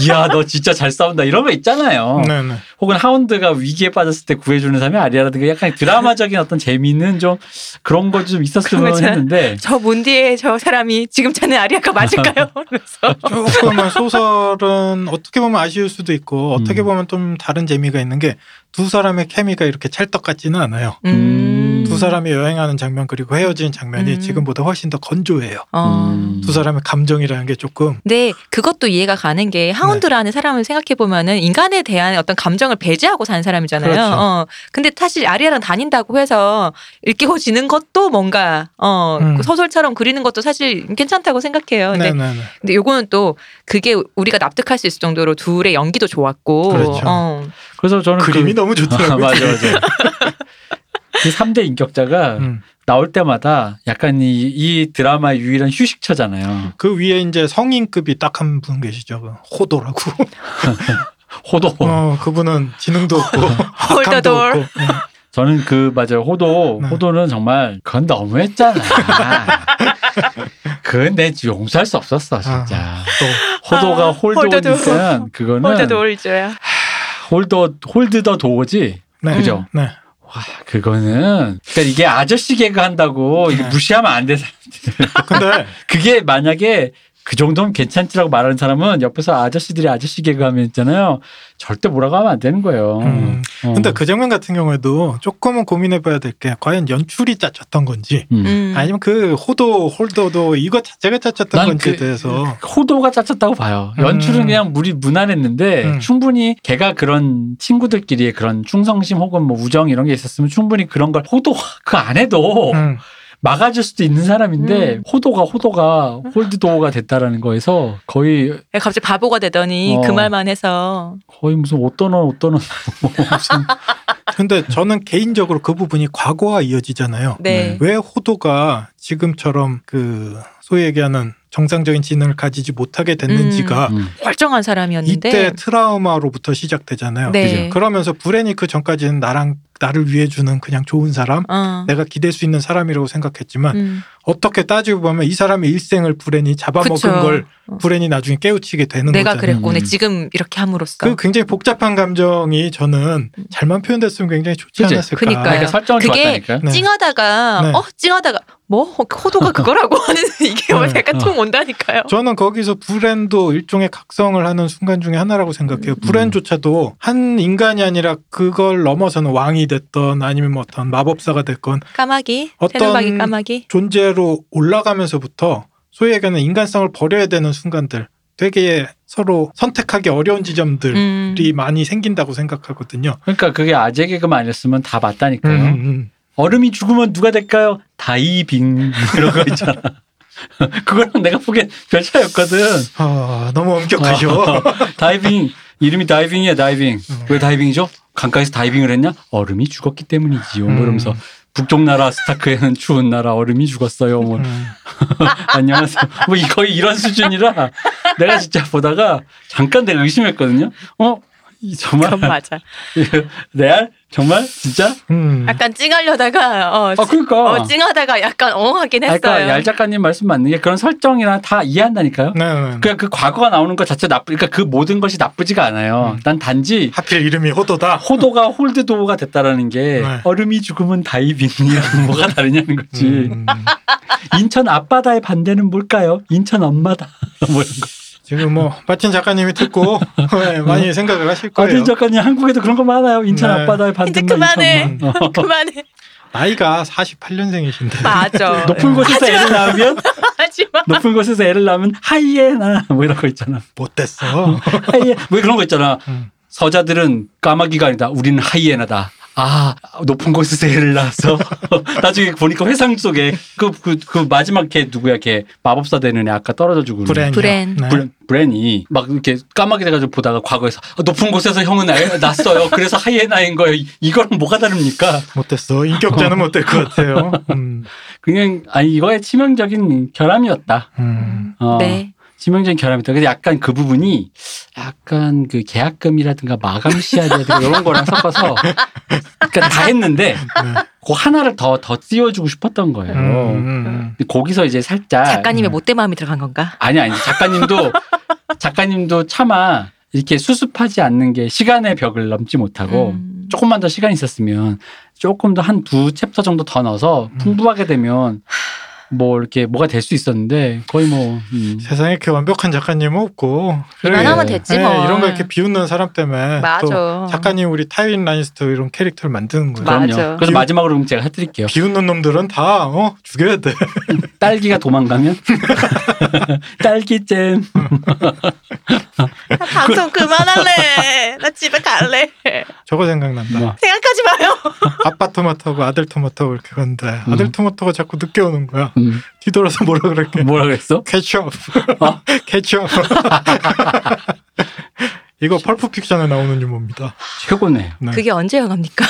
Speaker 3: 이야 너 진짜 잘 싸운다 이런 거 있잖아요.
Speaker 2: 네, 네.
Speaker 3: 혹은 하운드가 위기에 빠졌을 때 구해주는 사람이 아리아라든가 약간 드라마적인 어떤 재미는 좀 그런 거 좀
Speaker 4: 그런
Speaker 3: 있었으면
Speaker 4: 거잖아.
Speaker 3: 했는데
Speaker 4: 저 문디의 저 사람이 지금 자네 아리아가 맞을까요? 그래서
Speaker 2: 조금은 소설은 어떻게 보면 아쉬울 수도 있고 어떻게
Speaker 3: 음.
Speaker 2: 보면 좀 다른 재미가 있는 게 두 사람의 케미가 이렇게 찰떡 같지는 않아요.
Speaker 4: 음.
Speaker 2: 두 사람이 여행하는 장면 그리고 헤어진 장면이
Speaker 4: 음.
Speaker 2: 지금보다 훨씬 더 건조해요.
Speaker 4: 어.
Speaker 3: 음.
Speaker 2: 두 사람의 감정이라는 게 조금
Speaker 4: 근데 그것도 이해가 가는 게
Speaker 2: 네.
Speaker 4: 하운드라는 사람을 생각해 보면은 인간에 대한 어떤 감정을 배제하고 사는 사람이잖아요.
Speaker 2: 그렇죠.
Speaker 4: 어. 근데 사실 아리아랑 다닌다고 해서 일깨워지는 것도 뭔가 어
Speaker 2: 음.
Speaker 4: 소설처럼 그리는 것도 사실 괜찮다고 생각해요. 근데
Speaker 2: 네네네
Speaker 4: 근데 요거는 또 그게 우리가 납득할 수 있을 정도로 둘의 연기도 좋았고
Speaker 2: 그렇죠.
Speaker 4: 어.
Speaker 3: 그래서 저는
Speaker 2: 그림이 너무
Speaker 3: 아,
Speaker 2: 좋더라고요.
Speaker 3: 맞아, 맞아. 그 3대 인격자가
Speaker 2: 음.
Speaker 3: 나올 때마다 약간 이, 이 드라마의 유일한 휴식처잖아요.
Speaker 2: 그 위에 이제 성인급이 딱 한 분 계시죠. 그 호도라고.
Speaker 3: 호도.
Speaker 2: 어, 그분은 지능도 없고 감도
Speaker 4: 홀더돌.
Speaker 2: 없고. 네.
Speaker 3: 저는 그, 맞아요. 호도.
Speaker 2: 네.
Speaker 3: 호도는 정말 그건 너무했잖아. 그건 내 용서할 수 없었어, 진짜.
Speaker 2: 또
Speaker 3: 호도가
Speaker 4: 아, 홀더도.
Speaker 3: 홀도니까 그거는 홀드더,
Speaker 4: 홀더돌이죠야.
Speaker 3: 홀더, 홀드더 도어지.
Speaker 2: 네.
Speaker 3: 그죠?
Speaker 2: 네.
Speaker 3: 와, 그거는. 그러니까 이게 아저씨 개그 한다고 이게
Speaker 2: 네.
Speaker 3: 무시하면 안 돼.
Speaker 2: 근데
Speaker 3: 그게 만약에 그 정도면 괜찮지라고 말하는 사람은 옆에서 아저씨들이 아저씨 개그하면 있잖아요. 절대 뭐라고 하면 안 되는 거예요.
Speaker 2: 음.
Speaker 3: 어.
Speaker 2: 근데 그 장면 같은 경우에도 조금은 고민해봐야 될 게 과연 연출이 짜쳤던 건지
Speaker 3: 음.
Speaker 2: 아니면 그 호도 홀더도 이거 자체가 짜쳤던
Speaker 3: 난
Speaker 2: 건지에
Speaker 3: 그-
Speaker 2: 대해서
Speaker 3: 호도가 짜쳤다고 봐요.
Speaker 2: 음.
Speaker 3: 연출은 그냥 무리 무난했는데
Speaker 2: 음.
Speaker 3: 충분히 걔가 그런 친구들끼리의 그런 충성심 혹은 뭐 우정 이런 게 있었으면 충분히 그런 걸 호도 그 안 해도
Speaker 2: 음,
Speaker 3: 막아줄 수도 있는 사람인데
Speaker 4: 음.
Speaker 3: 호도가 호도가 홀드도어가 됐다라는 거에서 거의
Speaker 4: 네, 갑자기 바보가 되더니
Speaker 3: 어.
Speaker 4: 그 말만 해서
Speaker 3: 거의 무슨 옷도는 옷도는 뭐 무슨
Speaker 2: 근데 저는 개인적으로 그 부분이 과거와 이어지잖아요.
Speaker 4: 네.
Speaker 2: 왜 호도가 지금처럼 그 소위 얘기하는 정상적인 지능을 가지지 못하게 됐는지가
Speaker 3: 음.
Speaker 4: 멀쩡한 사람이었는데
Speaker 2: 이때 트라우마로부터 시작되잖아요.
Speaker 4: 네.
Speaker 2: 그러면서 불행이 그 전까지는 나랑 나를 위해 주는 그냥 좋은 사람,
Speaker 4: 어.
Speaker 2: 내가 기댈 수 있는 사람이라고 생각했지만
Speaker 4: 음.
Speaker 2: 어떻게 따지고 보면 이 사람의 일생을 불행이 잡아먹은
Speaker 4: 그쵸.
Speaker 2: 걸
Speaker 4: 어.
Speaker 2: 불행이 나중에 깨우치게 되는
Speaker 4: 내가
Speaker 2: 거잖아요.
Speaker 4: 그랬고 내
Speaker 3: 음.
Speaker 4: 지금 이렇게 함으로써
Speaker 2: 그 굉장히 복잡한 감정이 저는 잘만 표현됐으면 굉장히 좋지
Speaker 3: 그치?
Speaker 2: 않았을까.
Speaker 4: 그니까요.
Speaker 3: 그러니까 설정은
Speaker 4: 그게
Speaker 3: 좋았다니까.
Speaker 2: 네.
Speaker 4: 찡하다가
Speaker 2: 네.
Speaker 4: 어 찡하다가 뭐 호도가 그거라고 하는 이게 뭐
Speaker 2: 네.
Speaker 4: 약간
Speaker 3: 어.
Speaker 4: 통 온다니까요.
Speaker 2: 저는 거기서 불엔도 일종의 각성을 하는 순간 중에 하나라고 생각해요. 불엔조차도 한 인간이 아니라 그걸 넘어서는 왕이 됐던 아니면 뭐 어떤 마법사가 됐건
Speaker 4: 까마귀
Speaker 2: 어떤-
Speaker 4: 새누박이 까마귀
Speaker 2: 존재로 올라가면서부터 소위 얘기하는 인간성을 버려야 되는 순간들 되게 서로 선택하기 어려운 지점들이
Speaker 4: 음.
Speaker 2: 많이 생긴다고 생각하거든요.
Speaker 3: 그러니까 그게 아재 개그만 아니었으면 다 맞다니까요.
Speaker 2: 음,
Speaker 3: 얼음이 죽으면 누가 될까요? 다이빙 이런 거 있잖아. 그거랑 내가 보기엔 별 차이 없거든. 어,
Speaker 2: 아, 너무 엄격하죠.
Speaker 3: 다이빙 이름이 다이빙이야 다이빙.
Speaker 2: 음.
Speaker 3: 왜 다이빙이죠? 강가에서 다이빙을 했냐? 얼음이 죽었기 때문이지요. 뭐 이러면서
Speaker 2: 음.
Speaker 3: 북쪽 나라 스타크에는 추운 나라 얼음이 죽었어요. 뭐
Speaker 2: 음.
Speaker 3: 안녕하세요. 뭐 이거 이런 수준이라 내가 진짜 보다가 잠깐 내가 의심했거든요. 어? 이
Speaker 4: 그건
Speaker 3: 정말
Speaker 4: 맞아.
Speaker 3: 레알 정말 진짜?
Speaker 2: 음.
Speaker 4: 약간 찡하려다가 어,
Speaker 3: 아 그러니까.
Speaker 4: 어, 찡하다가 약간 엉하긴
Speaker 3: 아,
Speaker 4: 했어요.
Speaker 3: 그러니까 얄 작가님 말씀 맞는 게 그런 설정이나 다 이해한다니까요.
Speaker 2: 네, 네, 네.
Speaker 3: 그냥 그 과거가 나오는 것 자체 나쁘, 그러니까 그 모든 것이 나쁘지가 않아요.
Speaker 2: 음.
Speaker 3: 난 단지
Speaker 2: 하필 이름이 호도다.
Speaker 3: 호도가 홀드도어가 됐다라는 게
Speaker 2: 네.
Speaker 3: 얼음이 죽으면 다이빙이랑 뭐가 다르냐는 거지.
Speaker 2: 음.
Speaker 3: 인천 앞바다의 반대는 뭘까요? 인천 엄마다. 뭐 이런 거.
Speaker 2: 지금 뭐 마틴 작가님이 듣고 네, 많이 생각을 하실 거예요.
Speaker 3: 어떤 작가님 한국에도 그런 거 많아요. 인천
Speaker 2: 네.
Speaker 3: 앞바다의
Speaker 4: 이제
Speaker 3: 반대는
Speaker 4: 그만해
Speaker 3: 인천 엄마.
Speaker 4: 그만해
Speaker 2: 나이가 48년생이신데
Speaker 4: 맞아.
Speaker 3: 높은
Speaker 2: 네.
Speaker 3: 곳에서 애를 낳으면
Speaker 4: 하지마.
Speaker 3: 높은 곳에서 애를 낳으면 하이에나 뭐 이런 거 있잖아.
Speaker 2: 못됐어.
Speaker 3: 하이에 왜 그런 거 있잖아.
Speaker 2: 음.
Speaker 3: 서자들은 까마귀가 아니다. 우리는 하이에나다. 아 높은 곳에서 새를 낳았어. 나중에 보니까 회상 속에 그 그 그 마지막 걔 누구야 걔 마법사 되는 애 아까 떨어져 죽은
Speaker 2: 브랜.
Speaker 4: 브랜.
Speaker 2: 네.
Speaker 3: 브랜, 브랜이 막 이렇게 까마귀 돼가지고 보다가 과거에서 아, 높은 곳에서 형은 날- 났어요. 그래서 하이에나인 거예요. 이거랑 뭐가 다릅니까?
Speaker 2: 못됐어. 인격자는 못될 것 같아요. 음.
Speaker 3: 그냥 아니 이거의 치명적인 결함이었다.
Speaker 2: 음.
Speaker 3: 어,
Speaker 4: 네.
Speaker 3: 치명적인 결함이었다. 그래서 약간 그 부분이 약간 그 계약금이라든가 마감 시한이라든가 이런 거랑 섞어서 그러니까 다 했는데
Speaker 2: 네.
Speaker 3: 그 하나를 더 더 띄워주고 싶었던 거예요.
Speaker 2: 음, 음, 음.
Speaker 3: 근데 거기서 이제
Speaker 1: 아,
Speaker 3: 살짝
Speaker 4: 작가님의
Speaker 2: 음.
Speaker 4: 못된 마음이 들어간 건가?
Speaker 3: 아니 아니 작가님도 작가님도 차마 이렇게 수습하지 않는 게 시간의 벽을 넘지 못하고
Speaker 4: 음.
Speaker 3: 조금만 더 시간이 있었으면 조금 더 한 두 챕터 정도 더 넣어서
Speaker 2: 음.
Speaker 3: 풍부하게 되면 뭐 이렇게 뭐가 될 수 있었는데 거의 뭐 음.
Speaker 2: 세상에 이렇게 완벽한 작가님은 없고. 그래.
Speaker 4: 이만하면
Speaker 3: 예.
Speaker 4: 됐지
Speaker 2: 네,
Speaker 4: 뭐.
Speaker 2: 이런 거 이렇게 비웃는 사람 때문에 또
Speaker 4: 맞아.
Speaker 2: 작가님 우리 타인 라니스터 이런 캐릭터를 만드는 거예요.
Speaker 4: 맞아.
Speaker 3: 그럼요. 그래서
Speaker 2: 비웃-
Speaker 3: 마지막으로 그럼 제가 해드릴게요.
Speaker 2: 비웃는 놈들은 다 어, 죽여야 돼.
Speaker 3: 딸기가 도망가면 딸기잼.
Speaker 1: 나 방송 그만할래. 나 집에 갈래.
Speaker 2: 저거 생각난다.
Speaker 3: 뭐.
Speaker 1: 생각하지 마요.
Speaker 2: 아빠 토마토하고 아들 토마토하고 이렇게 갔는데 아들
Speaker 3: 음.
Speaker 2: 토마토가 자꾸 늦게 오는 거야.
Speaker 3: 음.
Speaker 2: 뒤돌아서 뭐라 그랬게.
Speaker 3: 뭐라 그랬어?
Speaker 2: 캐치업. 캐치업. 이거 펄프 픽션에 나오는 유머입니다.
Speaker 3: 최고네.
Speaker 2: 네.
Speaker 4: 그게 언제 영화입니까?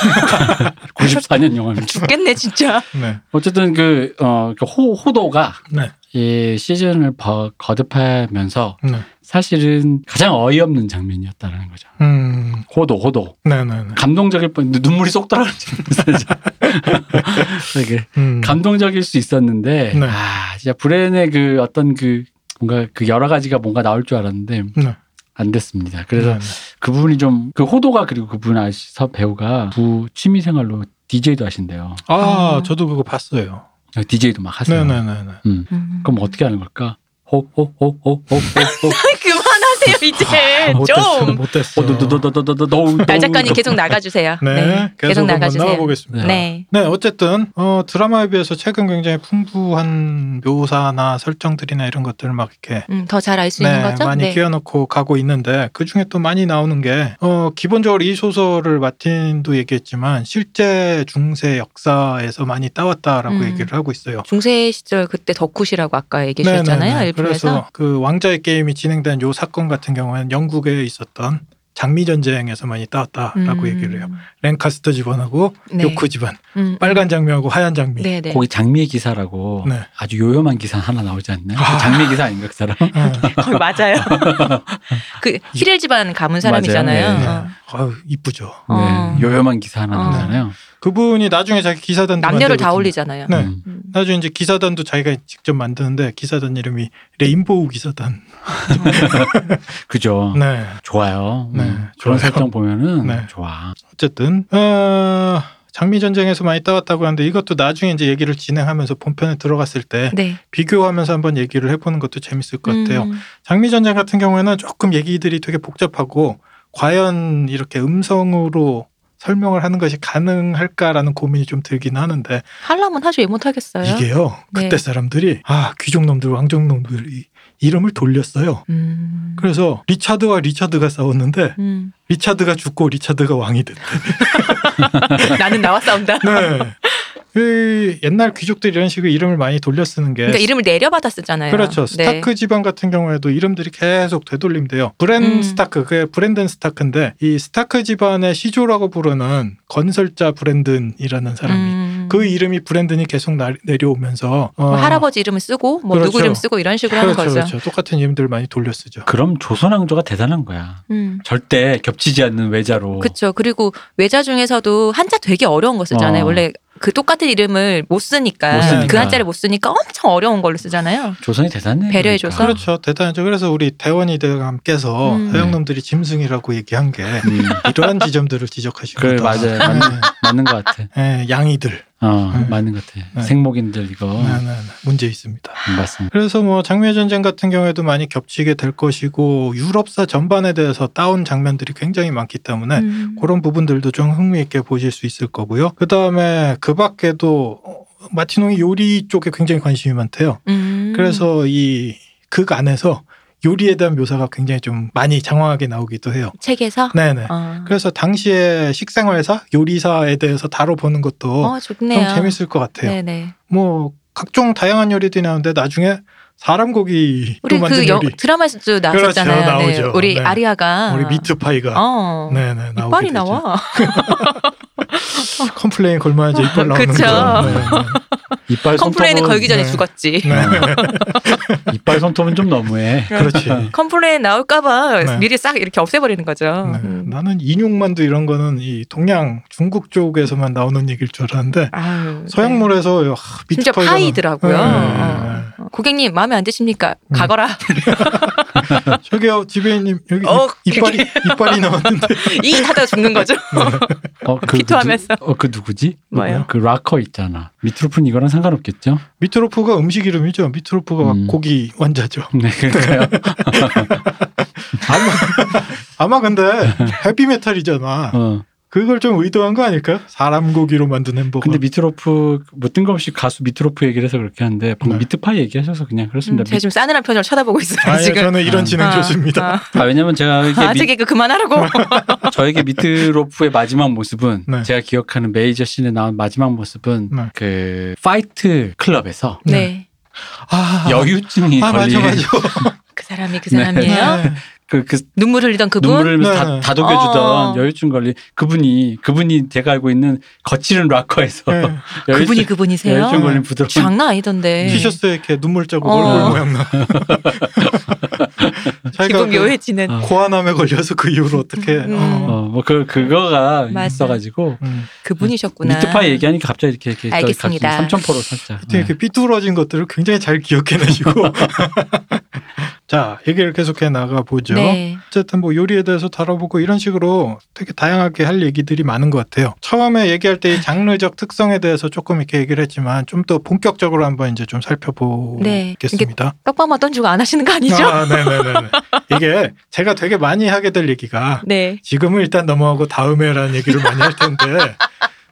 Speaker 3: 94년 영화입니다.
Speaker 4: 죽겠네 진짜.
Speaker 2: 네.
Speaker 3: 어쨌든 그, 어, 그 호, 호도가
Speaker 2: 네.
Speaker 3: 이 시즌을 버- 거듭하면서
Speaker 2: 네.
Speaker 3: 사실은 가장 어이없는 장면이었다는 거죠.
Speaker 2: 음.
Speaker 3: 호도, 호도.
Speaker 2: 네, 네, 네.
Speaker 3: 감동적일 뻔, 눈물이 쏙 떨어지는 되게
Speaker 2: 음.
Speaker 3: 감동적일 수 있었는데,
Speaker 2: 네.
Speaker 3: 아, 진짜 브랜의 그 어떤 그 뭔가 그 여러 가지가 뭔가 나올 줄 알았는데,
Speaker 2: 네.
Speaker 3: 안 됐습니다. 그래서
Speaker 2: 네, 네.
Speaker 3: 그 부분이 좀 그 호도가 그리고 그분 아시사 배우가 부 취미 생활로 DJ도 하신대요.
Speaker 2: 아,
Speaker 4: 아.
Speaker 2: 저도 그거 봤어요.
Speaker 3: DJ도 막 하세요.
Speaker 2: 네, 네, 네, 네.
Speaker 4: 음.
Speaker 3: 그럼 어떻게 하는 걸까? 호호호호호호호.
Speaker 1: 그만하세요 이제
Speaker 2: 아, 못 됐어.
Speaker 1: 아, 좀.
Speaker 2: 못 됐어.
Speaker 3: 호도도도도도도도.
Speaker 4: 날 아, 작가님 계속 나가주세요.
Speaker 2: 네. 계속 한번
Speaker 4: 나가주세요.
Speaker 2: 나와 보겠습니다.
Speaker 4: 네.
Speaker 2: 네, 어쨌든 어, 드라마에 비해서 최근 굉장히 풍부한 묘사나 설정들이나 이런 것들을 막 이렇게
Speaker 4: 음, 더 잘 알 수 있는 거죠?
Speaker 2: 네,
Speaker 4: 네.
Speaker 2: 많이 끼워넣고 가고 있는데 그 중에 또 많이 나오는 게 어, 기본적으로 이 소설을 마틴도 얘기했지만 실제 중세 역사에서 많이 따왔다라고
Speaker 4: 음.
Speaker 2: 얘기를 하고 있어요.
Speaker 4: 중세 시절 그때 덕후시라고 아까
Speaker 2: 네네네.
Speaker 4: 얘기하셨잖아요. 일부에서.
Speaker 2: 그래서 그 왕자의 게임이 진행된 요 사건 같은 경우에는 영국에 있었던 장미 전쟁에서 많이 따왔다라고 얘기를 해요. 랭카스터 집안하고
Speaker 4: 음. 네.
Speaker 2: 요크 집안,
Speaker 4: 음,
Speaker 2: 빨간 장미하고 하얀 장미.
Speaker 4: 네, 네.
Speaker 3: 그 거기 장미의 기사라고
Speaker 2: 네.
Speaker 3: 아주 요염한 기사 하나 나오지 않나요?
Speaker 2: 아.
Speaker 3: 장미의 기사 아닌가 그 사람?
Speaker 2: 어.
Speaker 1: 헐 맞아요.
Speaker 4: 그 히렐 집안 가문 사람이잖아요.
Speaker 3: 맞아요.
Speaker 2: 네.
Speaker 4: 어.
Speaker 2: 아유, 이쁘죠.
Speaker 4: 어.
Speaker 3: 네. 요염한 기사 하나
Speaker 4: 어.
Speaker 3: 나오잖아요.
Speaker 2: 그분이 나중에 자기 기사단
Speaker 4: 남녀를 다 올리잖아요.
Speaker 2: 네.
Speaker 3: 음.
Speaker 4: 음.
Speaker 2: 나중에 이제 기사단도 자기가 직접 만드는데 기사단 이름이 레인보우 기사단.
Speaker 3: 그죠.
Speaker 2: 네.
Speaker 3: 좋아요.
Speaker 2: 네,
Speaker 3: 음.
Speaker 2: 좋아요.
Speaker 3: 그런 설정 보면은
Speaker 2: 네.
Speaker 3: 좋아.
Speaker 2: 어쨌든 어, 장미 전쟁에서 많이 따왔다고 하는데 이것도 나중에 이제 얘기를 진행하면서 본편에 들어갔을 때
Speaker 4: 네.
Speaker 2: 비교하면서 한번 얘기를 해보는 것도 재밌을 것 같아요.
Speaker 4: 음,
Speaker 2: 장미 전쟁 같은 경우에는 조금 얘기들이 되게 복잡하고 과연 이렇게 음성으로 설명을 하는 것이 가능할까라는 고민이 좀 들긴 하는데
Speaker 4: 하려면 하지 왜 못하겠어요?
Speaker 2: 이게요
Speaker 4: 네.
Speaker 2: 그때 사람들이 아 귀족놈들 왕족놈들이 이름을 돌렸어요.
Speaker 4: 음.
Speaker 2: 그래서 리차드와 리차드가 싸웠는데
Speaker 4: 음.
Speaker 2: 리차드가 죽고 리차드가 왕이 됐대.
Speaker 4: 음. 나는 나와 싸운다. 그러니까
Speaker 2: 네. 그 옛날 귀족들이 이런 식으로 이름을 많이 돌려 쓰는 게
Speaker 4: 그러니까 이름을 내려받아 쓰잖아요.
Speaker 2: 그렇죠.
Speaker 4: 네.
Speaker 2: 스타크 집안 같은 경우에도 이름들이 계속 되돌림돼요. 브랜
Speaker 4: 음.
Speaker 2: 스타크, 그게 브랜든 스타크인데 이 스타크 집안의 시조라고 부르는 건설자 브랜든이라는 사람이
Speaker 4: 음.
Speaker 2: 그 이름이 브랜든이 계속 나- 내려오면서 어,
Speaker 4: 뭐 할아버지 이름을 쓰고 뭐 누구
Speaker 2: 그렇죠.
Speaker 4: 이름 쓰고 이런 식으로
Speaker 2: 그렇죠,
Speaker 4: 하는 거죠.
Speaker 2: 그렇죠. 똑같은 이름들을 많이 돌려 쓰죠.
Speaker 3: 그럼 조선왕조가 대단한 거야.
Speaker 4: 음.
Speaker 3: 절대 겹치지 않는
Speaker 2: 어.
Speaker 3: 외자로.
Speaker 4: 그렇죠. 그리고 외자 중에서도 한자 되게 어려운 거 쓰잖아요.
Speaker 3: 어.
Speaker 4: 원래 그 똑같은 이름을 못 쓰니까,
Speaker 3: 못
Speaker 2: 쓰니까.
Speaker 4: 그 한자를 못 쓰니까 엄청 어려운 걸로 쓰잖아요.
Speaker 3: 조선이 대단해.
Speaker 4: 배려해줘서?
Speaker 3: 그러니까.
Speaker 2: 그렇죠. 대단하죠. 그래서 우리 대원이 대감께서
Speaker 4: 음.
Speaker 2: 서양놈들이 짐승이라고 얘기한 게
Speaker 3: 음.
Speaker 2: 이러한 지점들을 지적하신
Speaker 3: 그래,
Speaker 2: 거다. 네.
Speaker 3: 맞아요. 맞는, 맞는 것 같아.
Speaker 2: 예, 양이들.
Speaker 3: 어,
Speaker 2: 네.
Speaker 3: 맞는 것 같아.
Speaker 2: 네.
Speaker 3: 생목인들 이거
Speaker 2: 네, 네, 네. 문제 있습니다.
Speaker 3: 맞습니다.
Speaker 2: 그래서 뭐 장미의 전쟁 같은 경우에도 많이 겹치게 될 것이고 유럽사 전반에 대해서 따온 장면들이 굉장히 많기 때문에
Speaker 4: 음.
Speaker 2: 그런 부분들도 좀 흥미있게 보실 수 있을 거고요. 그 다음에 그 밖에도 어, 마티노이 요리 쪽에 굉장히 관심이 많대요.
Speaker 4: 음.
Speaker 2: 그래서 이 극 안에서 요리에 대한 묘사가 굉장히 좀 많이 장황하게 나오기도 해요.
Speaker 4: 음. 책에서
Speaker 2: 네네.
Speaker 4: 어.
Speaker 2: 그래서 당시에 식생활사, 요리사에 대해서 다뤄보는 것도
Speaker 4: 어,
Speaker 2: 뭐 좀
Speaker 4: 좋네요.
Speaker 2: 재밌을 것 같아요.
Speaker 4: 네네.
Speaker 2: 뭐 각종 다양한 요리들이 나오는데 나중에 사람 고기로
Speaker 4: 우리
Speaker 2: 만든
Speaker 4: 그 여-
Speaker 2: 요리, 그렇죠.
Speaker 4: 드라마에서도 나왔었잖아요.
Speaker 2: 나오죠.
Speaker 4: 네. 우리
Speaker 2: 네.
Speaker 4: 아리아가
Speaker 2: 우리 미트파이가
Speaker 4: 어.
Speaker 2: 네네 나오게
Speaker 4: 이빨이
Speaker 2: 되죠.
Speaker 4: 나와.
Speaker 2: 컴플레인 걸면 이제 이빨 나오는
Speaker 1: 그쵸.
Speaker 2: 거. 네, 네.
Speaker 3: 이빨
Speaker 1: 컴플레인은
Speaker 3: 그 손톱은-
Speaker 1: 걸기 전에
Speaker 2: 네.
Speaker 1: 죽었지.
Speaker 3: 어. 이빨 손톱은 좀 너무해.
Speaker 2: 그렇지.
Speaker 3: 네.
Speaker 1: 컴플레인 나올까봐
Speaker 2: 네.
Speaker 1: 미리 싹 이렇게 없애버리는 거죠.
Speaker 2: 네.
Speaker 1: 음.
Speaker 2: 나는 인육만두 이런 거는 이 동양 중국 쪽에서만 나오는 얘기일 줄 알았는데
Speaker 1: 아유,
Speaker 2: 서양물에서 네.
Speaker 1: 네. 진짜
Speaker 2: 미트파이가
Speaker 1: 파이더라고요.
Speaker 2: 네,
Speaker 1: 어.
Speaker 2: 네,
Speaker 1: 어. 고객님 마음에 안 드십니까?
Speaker 2: 음.
Speaker 1: 가거라.
Speaker 2: 나- 네. 저기요 어, 지배인님 여기 이-
Speaker 1: 어,
Speaker 2: 이빨이 이빨이 나왔는데
Speaker 1: 이 하다가 죽는 거죠.
Speaker 2: 네,
Speaker 3: 어, 그
Speaker 1: 피토하면서.
Speaker 3: 누구- 어, 그 누구지?
Speaker 1: 뭐예요?
Speaker 3: 그 락커 있잖아. 미트로프는 이거랑 상관없겠죠?
Speaker 2: 미트로프가 음식 이름이죠. 미트로프가
Speaker 3: 음.
Speaker 2: 고기 원자죠.
Speaker 3: 네, 그러니까요.
Speaker 2: 아마 근데 헤비메탈이잖아.
Speaker 3: 어.
Speaker 2: 그걸 좀 의도한 거 아닐까요? 사람 고기로 만든 햄버거.
Speaker 3: 근데 미트로프 뭐 뜬금없이 가수 미트로프 얘기를 해서 그렇게 하는데 방금
Speaker 2: 네.
Speaker 3: 미트파이 얘기하셔서 그냥
Speaker 1: 음,
Speaker 3: 그렇습니다.
Speaker 1: 제가 지금 싸늘한 표정을 쳐다보고 있어요.
Speaker 2: 아니,
Speaker 1: 지금.
Speaker 2: 저는 이런 진행
Speaker 1: 아,
Speaker 2: 좋습니다.
Speaker 1: 아,
Speaker 3: 아, 왜냐면 제가 이게
Speaker 1: 아,
Speaker 3: 미-
Speaker 1: 제 개그 그만하라고.
Speaker 3: 저에게 미트로프의 마지막 모습은
Speaker 2: 네.
Speaker 3: 제가 기억하는 메이저 씬에 나온 마지막 모습은
Speaker 2: 네.
Speaker 3: 그 파이트 클럽에서
Speaker 1: 네.
Speaker 2: 아,
Speaker 3: 여유증이
Speaker 2: 아,
Speaker 3: 걸린
Speaker 2: 맞아, 맞아.
Speaker 1: 그 사람이 그
Speaker 3: 네.
Speaker 1: 사람이에요.
Speaker 2: 네.
Speaker 3: 그, 그
Speaker 1: 눈물 흘리던 그분.
Speaker 3: 눈물을
Speaker 2: 네. 아.
Speaker 3: 다, 다독여주던
Speaker 1: 어.
Speaker 3: 여유증 걸린 그분이 그분이 제가 알고 있는 거칠은 락커에서
Speaker 2: 네.
Speaker 3: 여유증,
Speaker 4: 그분이 그분이세요?
Speaker 3: 여유증 걸린 부드러운
Speaker 4: 장난
Speaker 1: 네.
Speaker 4: 아니던데.
Speaker 2: 티셔츠에 이렇게 눈물 자국
Speaker 4: 어.
Speaker 2: 얼굴 모양 나. 자기가
Speaker 1: 기분
Speaker 2: 그
Speaker 1: 묘해지는.
Speaker 3: 어.
Speaker 2: 고아남에 걸려서 그 이후로 어떻게
Speaker 1: 음.
Speaker 2: 어.
Speaker 3: 어, 뭐 그 그거가
Speaker 1: 맞아.
Speaker 3: 있어가지고
Speaker 2: 음.
Speaker 1: 그분이셨구나.
Speaker 3: 미트파이 얘기하니까 갑자기 이렇게 이렇게
Speaker 4: 알겠습니다.
Speaker 3: 삼천포로 살짝 네.
Speaker 2: 하여튼 이렇게 삐뚤어진 것들을 굉장히 잘 기억해내시고 자 얘기를 계속해 나가 보죠.
Speaker 4: 네.
Speaker 2: 어쨌든 뭐 요리에 대해서 다뤄보고 이런 식으로 되게 다양하게 할 얘기들이 많은 것 같아요. 처음에 얘기할 때 이 장르적 특성에 대해서 조금 이렇게 얘기를 했지만 좀 더 본격적으로 한번 이제 좀
Speaker 4: 네.
Speaker 2: 살펴보겠습니다.
Speaker 4: 떡밥만 던지고 안 하시는 거 아니죠?
Speaker 2: 아, 네네네. 이게 제가 되게 많이 하게 될 얘기가
Speaker 1: 네.
Speaker 2: 지금은 일단 넘어가고 다음에라는 얘기를 많이 할 텐데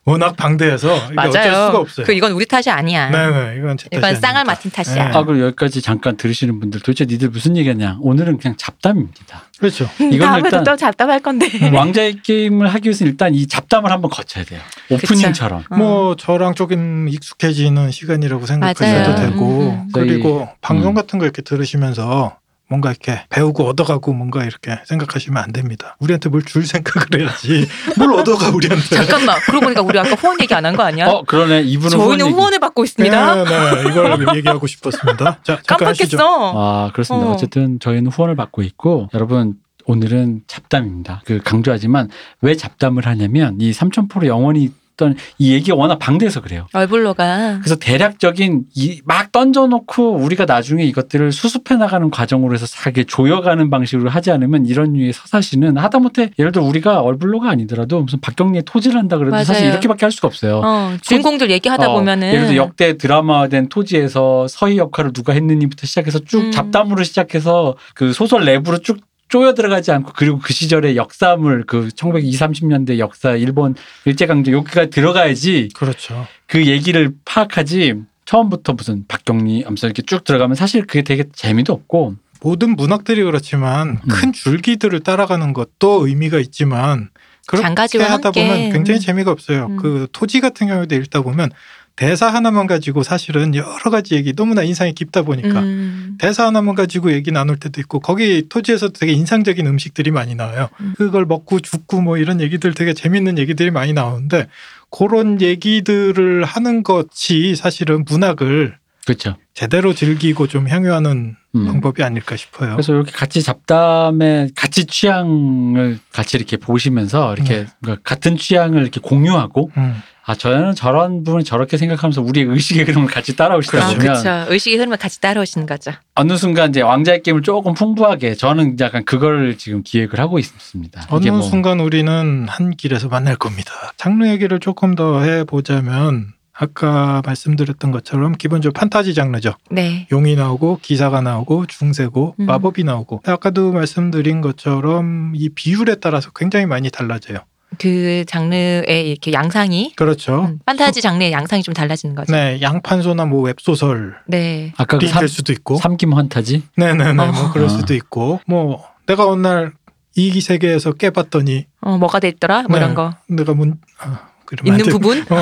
Speaker 2: 워낙 방대해서 이게
Speaker 1: 맞아요.
Speaker 2: 어쩔 수가 없어요.
Speaker 4: 그 이건 우리 탓이 아니야.
Speaker 2: 네네 이건 제
Speaker 4: 이건
Speaker 2: 탓이
Speaker 4: 쌍알
Speaker 2: 아닙니다.
Speaker 4: 마틴 탓이야.
Speaker 2: 네.
Speaker 3: 아 그리고 여기까지 잠깐 들으시는 분들 도대체 니들 무슨 얘기하냐 오늘은 그냥 잡담입니다.
Speaker 2: 그렇죠.
Speaker 3: 이건
Speaker 1: 다음에도
Speaker 3: 일단-
Speaker 1: 또 잡담할 건데.
Speaker 3: 왕자의 게임을 하기 위해서는 일단 이 잡담을 한번 거쳐야 돼요. 오프닝처럼.
Speaker 1: 어.
Speaker 2: 뭐 저랑 조금 익숙해지는 시간이라고 생각하셔도
Speaker 3: 맞아요.
Speaker 2: 되고
Speaker 4: 음, 음.
Speaker 2: 그리고 방송
Speaker 3: 음.
Speaker 2: 같은 거 이렇게 들으시면서 뭔가 이렇게 배우고 얻어가고 뭔가 이렇게 생각하시면 안 됩니다. 우리한테 뭘 줄 생각을 해야지 뭘 얻어가 우리한테.
Speaker 1: 잠깐만. 그러고 보니까 우리 아까 후원 얘기 안 한 거 아니야?
Speaker 3: 어 그러네 이분은
Speaker 1: 저희는
Speaker 3: 후원 얘기.
Speaker 1: 후원을 받고 있습니다.
Speaker 2: 네, 이걸 얘기하고 싶었습니다. 자, 잠깐 하시죠.
Speaker 1: 깜빡했어.
Speaker 3: 아 그렇습니다.
Speaker 1: 어.
Speaker 3: 어. 쨌든 저희는 후원을 받고 있고 여러분 오늘은 잡담입니다. 그 강조하지만 왜 잡담을 하냐면 이 삼천포로 영원히 있던 이 얘기가 워낙 방대해서 그래요.
Speaker 4: 얼블로가
Speaker 3: 그래서 대략적인 이 막 던져놓고 우리가 나중에 이것들을 수습해 나가는 과정으로 해서 자기 조여가는 방식으로 하지 않으면 이런 류의 서사시는 하다못해 예를 들어 우리가 얼블로가 아니더라도 무슨 박경리의 토지를 한다 그래도 사실
Speaker 4: 맞아요.
Speaker 3: 이렇게밖에 할 수가 없어요.
Speaker 4: 어, 주인공들 얘기하다
Speaker 3: 어,
Speaker 4: 보면은
Speaker 3: 예를 들어 역대 드라마화된 토지에서 서희 역할을 누가 했느니부터 시작해서 쭉
Speaker 4: 음.
Speaker 3: 잡담으로 시작해서 그 소설 랩으로 쭉 쪼여 들어가지 않고 그리고 그 시절의 역사물 그 1920, 30년대 역사 일본 일제강점 여기가 들어가야지
Speaker 2: 그렇죠.
Speaker 3: 그 얘기를 파악하지 처음부터 무슨 박경리 하면서 이렇게 쭉 들어가면 사실 그게 되게 재미도 없고
Speaker 2: 모든 문학들이 그렇지만
Speaker 3: 음.
Speaker 2: 큰 줄기들을 따라가는 것도 의미가 있지만 그렇게
Speaker 4: 장가지와
Speaker 2: 하다
Speaker 4: 함께.
Speaker 2: 보면 굉장히
Speaker 4: 음.
Speaker 2: 재미가 없어요.
Speaker 4: 음.
Speaker 2: 그 토지 같은 경우에도 읽다 보면 대사 하나만 가지고 사실은 여러 가지 얘기 너무나 인상이 깊다 보니까
Speaker 4: 음,
Speaker 2: 대사 하나만 가지고 얘기 나눌 때도 있고 거기 토지에서 되게 인상적인 음식들이 많이 나와요.
Speaker 4: 음.
Speaker 2: 그걸 먹고 죽고 뭐 이런 얘기들 되게 재밌는 얘기들이 많이 나오는데 그런 얘기들을 하는 것이 사실은 문학을
Speaker 3: 그렇죠.
Speaker 2: 제대로 즐기고 좀 향유하는
Speaker 3: 음.
Speaker 2: 방법이 아닐까 싶어요.
Speaker 3: 그래서 이렇게 같이 잡담에 같이 취향을 같이 이렇게 보시면서 이렇게
Speaker 4: 음.
Speaker 2: 네.
Speaker 3: 그러니까 같은 취향을 이렇게 공유하고
Speaker 2: 음.
Speaker 3: 아 저는 저런 부분 저렇게 생각하면서 우리의 의식의 흐름을 같이
Speaker 4: 아,
Speaker 3: 따라오시다 보면
Speaker 4: 그렇죠. 의식의 흐름을 같이 따라오시는 거죠.
Speaker 3: 어느 순간 이제 왕자의 게임을 조금 풍부하게 저는 약간 그걸 지금 기획을 하고 있습니다.
Speaker 2: 어느
Speaker 3: 이게 뭐
Speaker 2: 순간 우리는 한 길에서 만날 겁니다. 장르 얘기를 조금 더 해보자면 아까 말씀드렸던 것처럼 기본적으로 판타지 장르죠.
Speaker 4: 네.
Speaker 2: 용이 나오고 기사가 나오고 중세고
Speaker 4: 음.
Speaker 2: 마법이 나오고 아까도 말씀드린 것처럼 이 비율에 따라서 굉장히 많이 달라져요.
Speaker 1: 그 장르의 이렇게 양상이
Speaker 2: 그렇죠.
Speaker 1: 음, 판타지 장르의 양상이 좀 달라지는 거죠.
Speaker 2: 네, 양판소나 뭐 웹소설
Speaker 1: 네.
Speaker 3: 아까 그 삼,
Speaker 2: 일 수도 있고.
Speaker 3: 삼김 환타지?
Speaker 2: 네네네. 뭐
Speaker 1: 어.
Speaker 2: 그럴 수도 있고. 뭐 내가 어느 날이 세계에서 깨봤더니
Speaker 1: 어, 뭐가 돼 있더라? 뭐
Speaker 2: 네.
Speaker 1: 이런 거.
Speaker 2: 내가 문 아, 그러면 안
Speaker 1: 있는
Speaker 2: 돼.
Speaker 1: 부분?
Speaker 2: 어.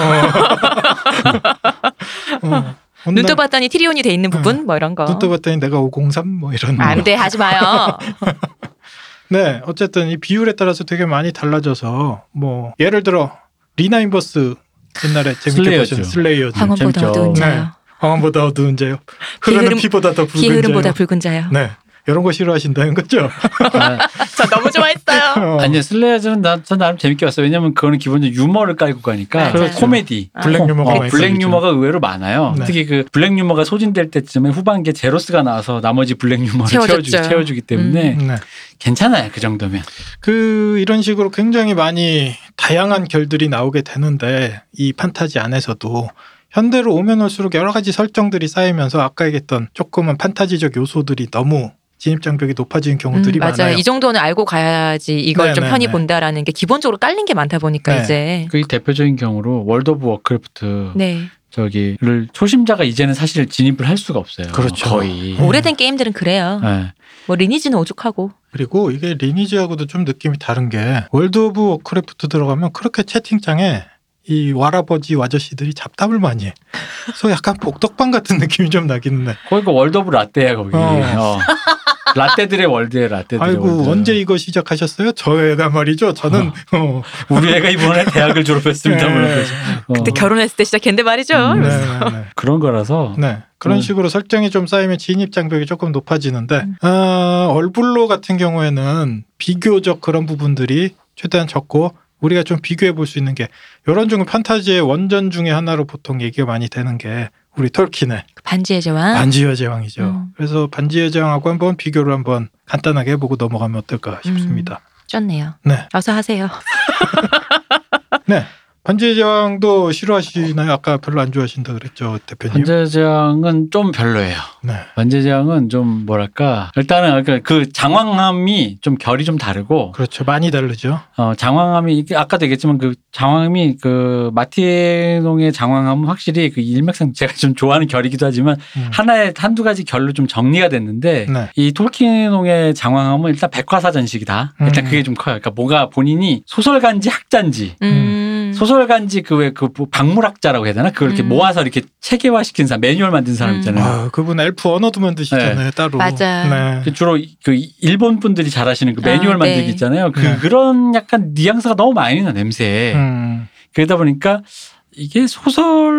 Speaker 2: 어.
Speaker 1: 눈
Speaker 2: 어느 날
Speaker 1: 떠봤더니 티리온이 돼 있는 부분? 뭐 이런 거.
Speaker 2: 음. 눈 떠봤더니 내가 503 뭐 이런. 거.
Speaker 1: 안 돼, 하지 마요.
Speaker 2: 네, 어쨌든 이 비율에 따라서 되게 많이 달라져서 뭐 예를 들어 리나 인버스 옛날에 재밌게
Speaker 3: 슬레이어죠.
Speaker 2: 보신 슬레이어죠.
Speaker 1: 황혼보다
Speaker 3: 황혼- 재밌죠.
Speaker 1: 어두운 자요.
Speaker 2: 황혼보다 어두운 자요. 흐르는
Speaker 1: 기흐름-
Speaker 2: 피보다 더 붉은
Speaker 1: 기흐름보다
Speaker 2: 자요.
Speaker 1: 붉은 자요.
Speaker 2: 네, 이런 거 싫어하신다는 거죠.
Speaker 3: 아,
Speaker 1: 저 너무 좋아했어요.
Speaker 2: 어.
Speaker 3: 아니요 슬레이어즈는 나, 전 나름 재밌게 봤어요. 왜냐면 그거는 기본적으로 유머를 깔고 가니까
Speaker 1: 네, 맞아요.
Speaker 3: 코미디.
Speaker 2: 블랙
Speaker 3: 어,
Speaker 2: 유머가
Speaker 3: 어,
Speaker 2: 많이
Speaker 3: 블랙
Speaker 2: 깔리죠.
Speaker 3: 유머가 의외로 많아요.
Speaker 2: 네.
Speaker 3: 특히 그 블랙 유머가 소진될 때쯤에 후반기에 제로스가 나와서 나머지 블랙 유머를
Speaker 1: 채워줬죠. 음.
Speaker 3: 채워주기, 채워주기 때문에
Speaker 2: 네.
Speaker 3: 괜찮아요 그 정도면.
Speaker 2: 그 이런 식으로 굉장히 많이 다양한 결들이 나오게 되는데 이 판타지 안에서도 현대로 오면 올수록 여러 가지 설정들이 쌓이면서 아까 얘기했던 조금은 판타지적 요소들이 너무 진입 장벽이 높아지는
Speaker 1: 음,
Speaker 2: 경우들이
Speaker 1: 맞아요.
Speaker 2: 많아요.
Speaker 1: 이 정도는 알고 가야지 이걸
Speaker 2: 네,
Speaker 1: 좀
Speaker 2: 네,
Speaker 1: 편히
Speaker 2: 네.
Speaker 1: 본다라는 게 기본적으로 깔린 게 많다 보니까
Speaker 2: 네. 그
Speaker 1: 이제
Speaker 3: 그 대표적인 경우로 월드 오브 워크래프트
Speaker 1: 네
Speaker 3: 저기를 초심자가 이제는 사실 진입을 할 수가 없어요.
Speaker 2: 그렇죠.
Speaker 3: 거의.
Speaker 2: 음.
Speaker 1: 오래된 게임들은 그래요.
Speaker 3: 네.
Speaker 1: 뭐 리니지는 오죽하고
Speaker 2: 그리고 이게 리니지하고도 좀 느낌이 다른 게 월드 오브 워크래프트 들어가면 그렇게 채팅창에 이 와라버지 와저씨들이 잡담을 많이 해. 그래서 약간 복덕방 같은 느낌이 좀 나기는 해.
Speaker 3: 거기 그 월드 오브 라떼야 거기.
Speaker 2: 어.
Speaker 3: 어. 라떼들의 월드에 라떼들의
Speaker 2: 아이고
Speaker 3: 월드.
Speaker 2: 언제 이거 시작하셨어요? 저 애가 말이죠. 저는 어.
Speaker 3: 우리 애가 이번에 대학을 졸업했습니다. 물론.
Speaker 2: 네.
Speaker 3: 어.
Speaker 1: 그때 결혼했을 때 시작했는데 말이죠.
Speaker 3: 음,
Speaker 2: 네, 네, 네.
Speaker 3: 그런 거라서
Speaker 2: 네. 그런
Speaker 3: 음.
Speaker 2: 식으로 설정이 좀 쌓이면 진입 장벽이 조금 높아지는데
Speaker 1: 음.
Speaker 2: 아, 얼불로 같은 경우에는 비교적 그런 부분들이 최대한 적고 우리가 좀 비교해 볼 수 있는 게 이런 종의 판타지의 원전 중에 하나로 보통 얘기가 많이 되는 게 우리 톨킨의
Speaker 1: 그 반지의
Speaker 3: 아.
Speaker 1: 제왕.
Speaker 2: 반지의 제왕이죠.
Speaker 1: 음.
Speaker 2: 그래서 반지의 제왕하고 한번 비교를 한번 간단하게 해보고 넘어가면
Speaker 3: 음.
Speaker 2: 어떨까 싶습니다.
Speaker 1: 쪘네요.
Speaker 2: 네.
Speaker 1: 어서 하세요.
Speaker 2: 네. 반지의 제왕도 싫어하시나요? 아까 별로 안 좋아하신다 그랬죠, 대표님.
Speaker 3: 반제장은 좀 별로예요.
Speaker 2: 네.
Speaker 3: 반제장은 좀 뭐랄까 일단은 아까 그 장황함이 좀 결이 좀 다르고
Speaker 2: 그렇죠. 많이 다르죠.
Speaker 3: 어, 장황함이 이게 아까도 얘기했지만 그 장황함이 그 마티농의 장황함은 확실히 그 일맥상 제가 좀 좋아하는 결이기도 하지만
Speaker 2: 음.
Speaker 3: 하나의 한두 가지 결로 좀 정리가 됐는데
Speaker 2: 네.
Speaker 3: 이 톨킨농의 장황함은 일단 백과사전식이다.
Speaker 2: 음.
Speaker 3: 일단 그게 좀 커요. 그러니까 뭐가 본인이 소설가인지 학자인지
Speaker 1: 음.
Speaker 3: 소설가인지 그 왜 그 박물학자라고 해야 되나? 그걸 이렇게
Speaker 1: 음.
Speaker 3: 모아서 이렇게 체계화시킨 사람, 매뉴얼 만든 사람
Speaker 1: 음.
Speaker 3: 있잖아요.
Speaker 2: 아, 그분 엘프 언어도만 드시잖아요, 따로.
Speaker 1: 맞아요.
Speaker 2: 네.
Speaker 3: 네. 그 주로 이- 그 일본 분들이 잘하시는 그
Speaker 1: 아,
Speaker 3: 매뉴얼
Speaker 1: 네.
Speaker 3: 만들기 있잖아요. 그
Speaker 2: 네.
Speaker 3: 그런 약간 뉘앙스가 너무 많이 나 냄새에.
Speaker 2: 음,
Speaker 3: 그러다 보니까 이게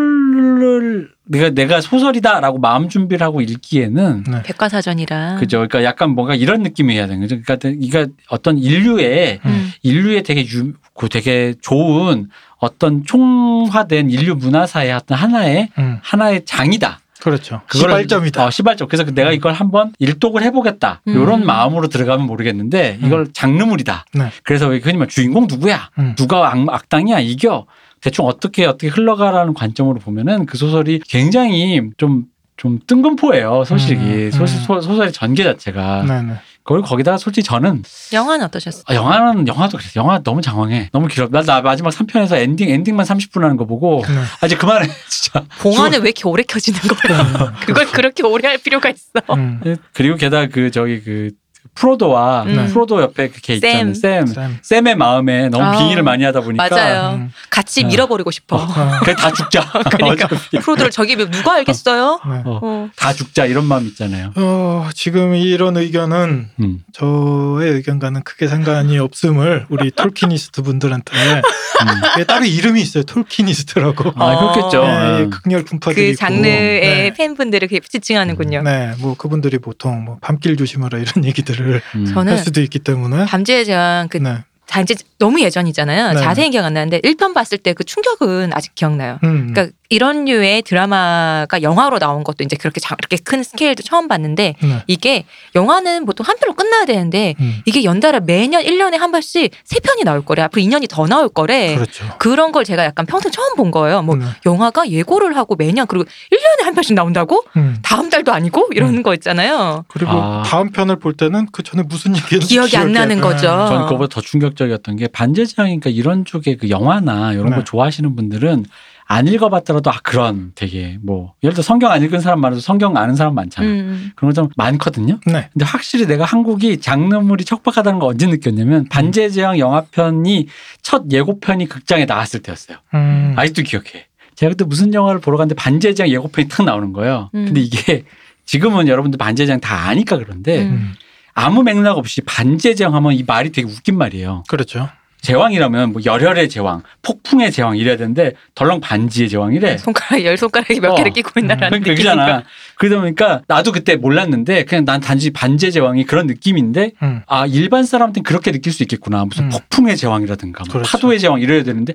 Speaker 3: 소설을 내가 내가 소설이다라고 마음 준비를 하고 읽기에는
Speaker 1: 백과사전이라.
Speaker 3: 그죠. 그러니까 약간 뭔가 이런 느낌이어야 되는 거죠. 그러니까 이게 어떤 인류의
Speaker 1: 음.
Speaker 3: 인류의 되게 유, 그 되게 좋은 어떤 총화된 인류 문화사의 어떤 하나의
Speaker 2: 음,
Speaker 3: 하나의 장이다.
Speaker 2: 그렇죠.
Speaker 3: 그거를-
Speaker 2: 시발점이다.
Speaker 3: 어, 시발점. 그래서 내가 이걸 한번 일독을 해보겠다.
Speaker 1: 음.
Speaker 3: 이런 마음으로 들어가면 모르겠는데 이걸 장르물이다.
Speaker 2: 음. 네.
Speaker 3: 그래서 왜 흔히 말 주인공 누구야?
Speaker 2: 음.
Speaker 3: 누가 악, 악당이야? 이겨? 대충 어떻게 어떻게 흘러가라는 관점으로 보면은 그 소설이 굉장히 좀 좀 뜬금포예요 소식이
Speaker 2: 음, 음.
Speaker 3: 소시, 소, 소설의 전개 자체가
Speaker 2: 네, 네.
Speaker 3: 그걸 거기다가 솔직히 저는
Speaker 1: 영화는 어떠셨어요?
Speaker 3: 아, 영화는 영화도 그래 영화 너무 장황해 너무 길어 나, 나 마지막 3편에서 엔딩 엔딩만 30분 하는 거 보고
Speaker 2: 네.
Speaker 3: 아 이제 그만해 진짜
Speaker 1: 봉화는 왜 이렇게 오래 켜지는 거야? 그걸 그렇게 오래 할 필요가 있어.
Speaker 2: 음,
Speaker 3: 그리고 게다가 그 저기 그 프로도와
Speaker 1: 음.
Speaker 3: 프로도 옆에 그걔
Speaker 1: 샘.
Speaker 3: 있잖아요. 샘.
Speaker 2: 쌤.
Speaker 3: 샘의 마음에 너무
Speaker 1: 아우,
Speaker 3: 빙의를 많이 하다 보니까
Speaker 1: 맞아요.
Speaker 2: 음,
Speaker 1: 같이
Speaker 3: 아.
Speaker 1: 밀어버리고 싶어.
Speaker 2: 어,
Speaker 3: 그래 다 죽자.
Speaker 1: 그러니까.
Speaker 3: 어차피
Speaker 1: 프로들 저기 누가 알겠어요?
Speaker 2: 네.
Speaker 3: 어.
Speaker 1: 어.
Speaker 3: 다 죽자 이런 마음 있잖아요.
Speaker 2: 어, 지금 이런 의견은
Speaker 3: 음.
Speaker 2: 저의 의견과는 크게 상관이 없음을 우리 톨키니스트 분들한테
Speaker 3: 음.
Speaker 2: 예, 따로 이름이 있어요. 톨키니스트라고.
Speaker 3: 아
Speaker 1: 어.
Speaker 3: 그렇겠죠.
Speaker 2: 예, 예,
Speaker 3: 음.
Speaker 2: 극렬 분파들이
Speaker 1: 그
Speaker 2: 있고.
Speaker 1: 장르의
Speaker 2: 네.
Speaker 1: 팬분들을 그렇게 지칭하는군요.
Speaker 2: 네, 뭐 그분들이 보통 뭐 밤길 조심하라 이런 얘기들을
Speaker 3: 음.
Speaker 1: 저는
Speaker 2: 할 수도 있기 때문에
Speaker 1: 밤지의 제왕 그
Speaker 2: 네.
Speaker 1: 다 이제 너무 예전이잖아요.
Speaker 2: 네.
Speaker 1: 자세히 기억 안 나는데 1편 봤을 때 그 충격은 아직 기억나요.
Speaker 2: 음.
Speaker 1: 그러니까 이런 류의 드라마가 영화로 나온 것도 이제 그렇게 자, 이렇게 큰 스케일도 처음 봤는데
Speaker 2: 네.
Speaker 1: 이게 영화는 보통 한 편으로 끝나야 되는데
Speaker 2: 음,
Speaker 1: 이게 연달아 매년 1년에 한 번씩 세 편이 나올 거래. 앞으로 2년이 더 나올 거래.
Speaker 2: 그렇죠.
Speaker 1: 그런걸 제가 약간 평생 처음 본 거예요. 뭐
Speaker 2: 네.
Speaker 1: 영화가 예고를 하고 매년 그리고 1년에 한 편씩 나온다고?
Speaker 2: 음.
Speaker 1: 다음 달도 아니고 이런 거 있잖아요.
Speaker 2: 그리고
Speaker 3: 아.
Speaker 2: 다음 편을 볼 때는 그 전에 무슨 얘기인지
Speaker 1: 기억이 안 나는 거죠.
Speaker 3: 저는 그거보다 더 충격적이었던 게 반지의제왕이니까 이런 쪽의 그 영화나 이런
Speaker 2: 네.
Speaker 3: 걸 좋아하시는 분들은 안 읽어봤더라도 아 그런 되게 뭐 예를 들어 성경 안 읽은 사람 말해도 성경 아는 사람 많잖아요.
Speaker 1: 음.
Speaker 3: 그런 거 좀 많거든요.
Speaker 2: 네.
Speaker 3: 근데 확실히 내가 한국이 장르물이 척박하다는 걸 언제 느꼈냐면 반지의제왕 영화편이 첫 예고편이 극장에 나왔을 때였어요.
Speaker 2: 음.
Speaker 3: 아직도 기억해. 제가 그때 무슨 영화를 보러 갔는데 반지의제왕 예고편이 탁 나오는 거예요.
Speaker 1: 음.
Speaker 3: 근데 이게 지금은 여러분들 반지의제왕 다 아니까 그런데
Speaker 1: 음.
Speaker 2: 음.
Speaker 3: 아무 맥락 없이 반지의제왕 하면 이 말이 되게 웃긴 말이에요.
Speaker 2: 그렇죠.
Speaker 3: 제왕이라면 뭐 열혈의 제왕, 폭풍의 제왕 이래야 되는데 덜렁 반지의 제왕이래.
Speaker 1: 손가락 열 손가락이 몇
Speaker 3: 네. 어.
Speaker 1: 개를 끼고 있나라는
Speaker 3: 그러니까
Speaker 1: 느낌이니까.
Speaker 3: 그잖아. 그러다 보니까 나도 그때 몰랐는데 그냥 난 단지 반지의 제왕이 그런 느낌인데
Speaker 2: 음.
Speaker 3: 아 일반 사람한테는 그렇게 느낄 수 있겠구나. 무슨
Speaker 2: 음.
Speaker 3: 폭풍의 제왕이라든가 뭐
Speaker 2: 그렇죠.
Speaker 3: 파도의 제왕 이래야 되는데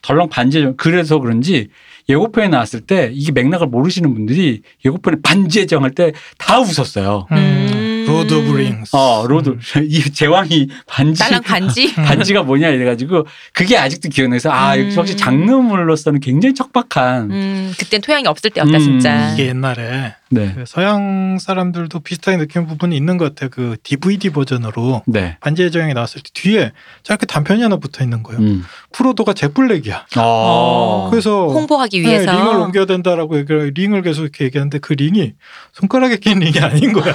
Speaker 3: 덜렁 반지의 제왕 그래서 그런지 예고편에 나왔을 때 이게 맥락을 모르시는 분들이 예고편에 반지의 제왕 할 때 다 웃었어요.
Speaker 2: 음. 로드 오브 링스.
Speaker 3: 어 로드 이 제왕이 반지
Speaker 1: 딸랑 반지.
Speaker 2: 음.
Speaker 3: 반지가 뭐냐 이래가지고 그게 아직도 기억나서 아
Speaker 1: 음.
Speaker 3: 역시 장르물로서는 굉장히 척박한
Speaker 1: 음, 그땐 토양이 없을 때였다
Speaker 3: 음,
Speaker 1: 진짜.
Speaker 2: 이게 옛날에
Speaker 3: 네.
Speaker 2: 그 서양 사람들도 비슷하게 느끼는 부분이 있는 것 같아요. 그 DVD 버전으로
Speaker 3: 네.
Speaker 2: 반지의 제왕이 나왔을 때 뒤에 저렇게 단편이 하나 붙어 있는 거예요.
Speaker 3: 음.
Speaker 2: 프로도가 잭블랙이야.
Speaker 3: 어.
Speaker 1: 어.
Speaker 2: 아. 그래서
Speaker 1: 홍보하기
Speaker 2: 네,
Speaker 1: 위해서.
Speaker 2: 링을 옮겨야 된다라고 얘기를 링을 계속 이렇게 얘기하는데 그 링이 손가락에 낀 링이 아닌 거야.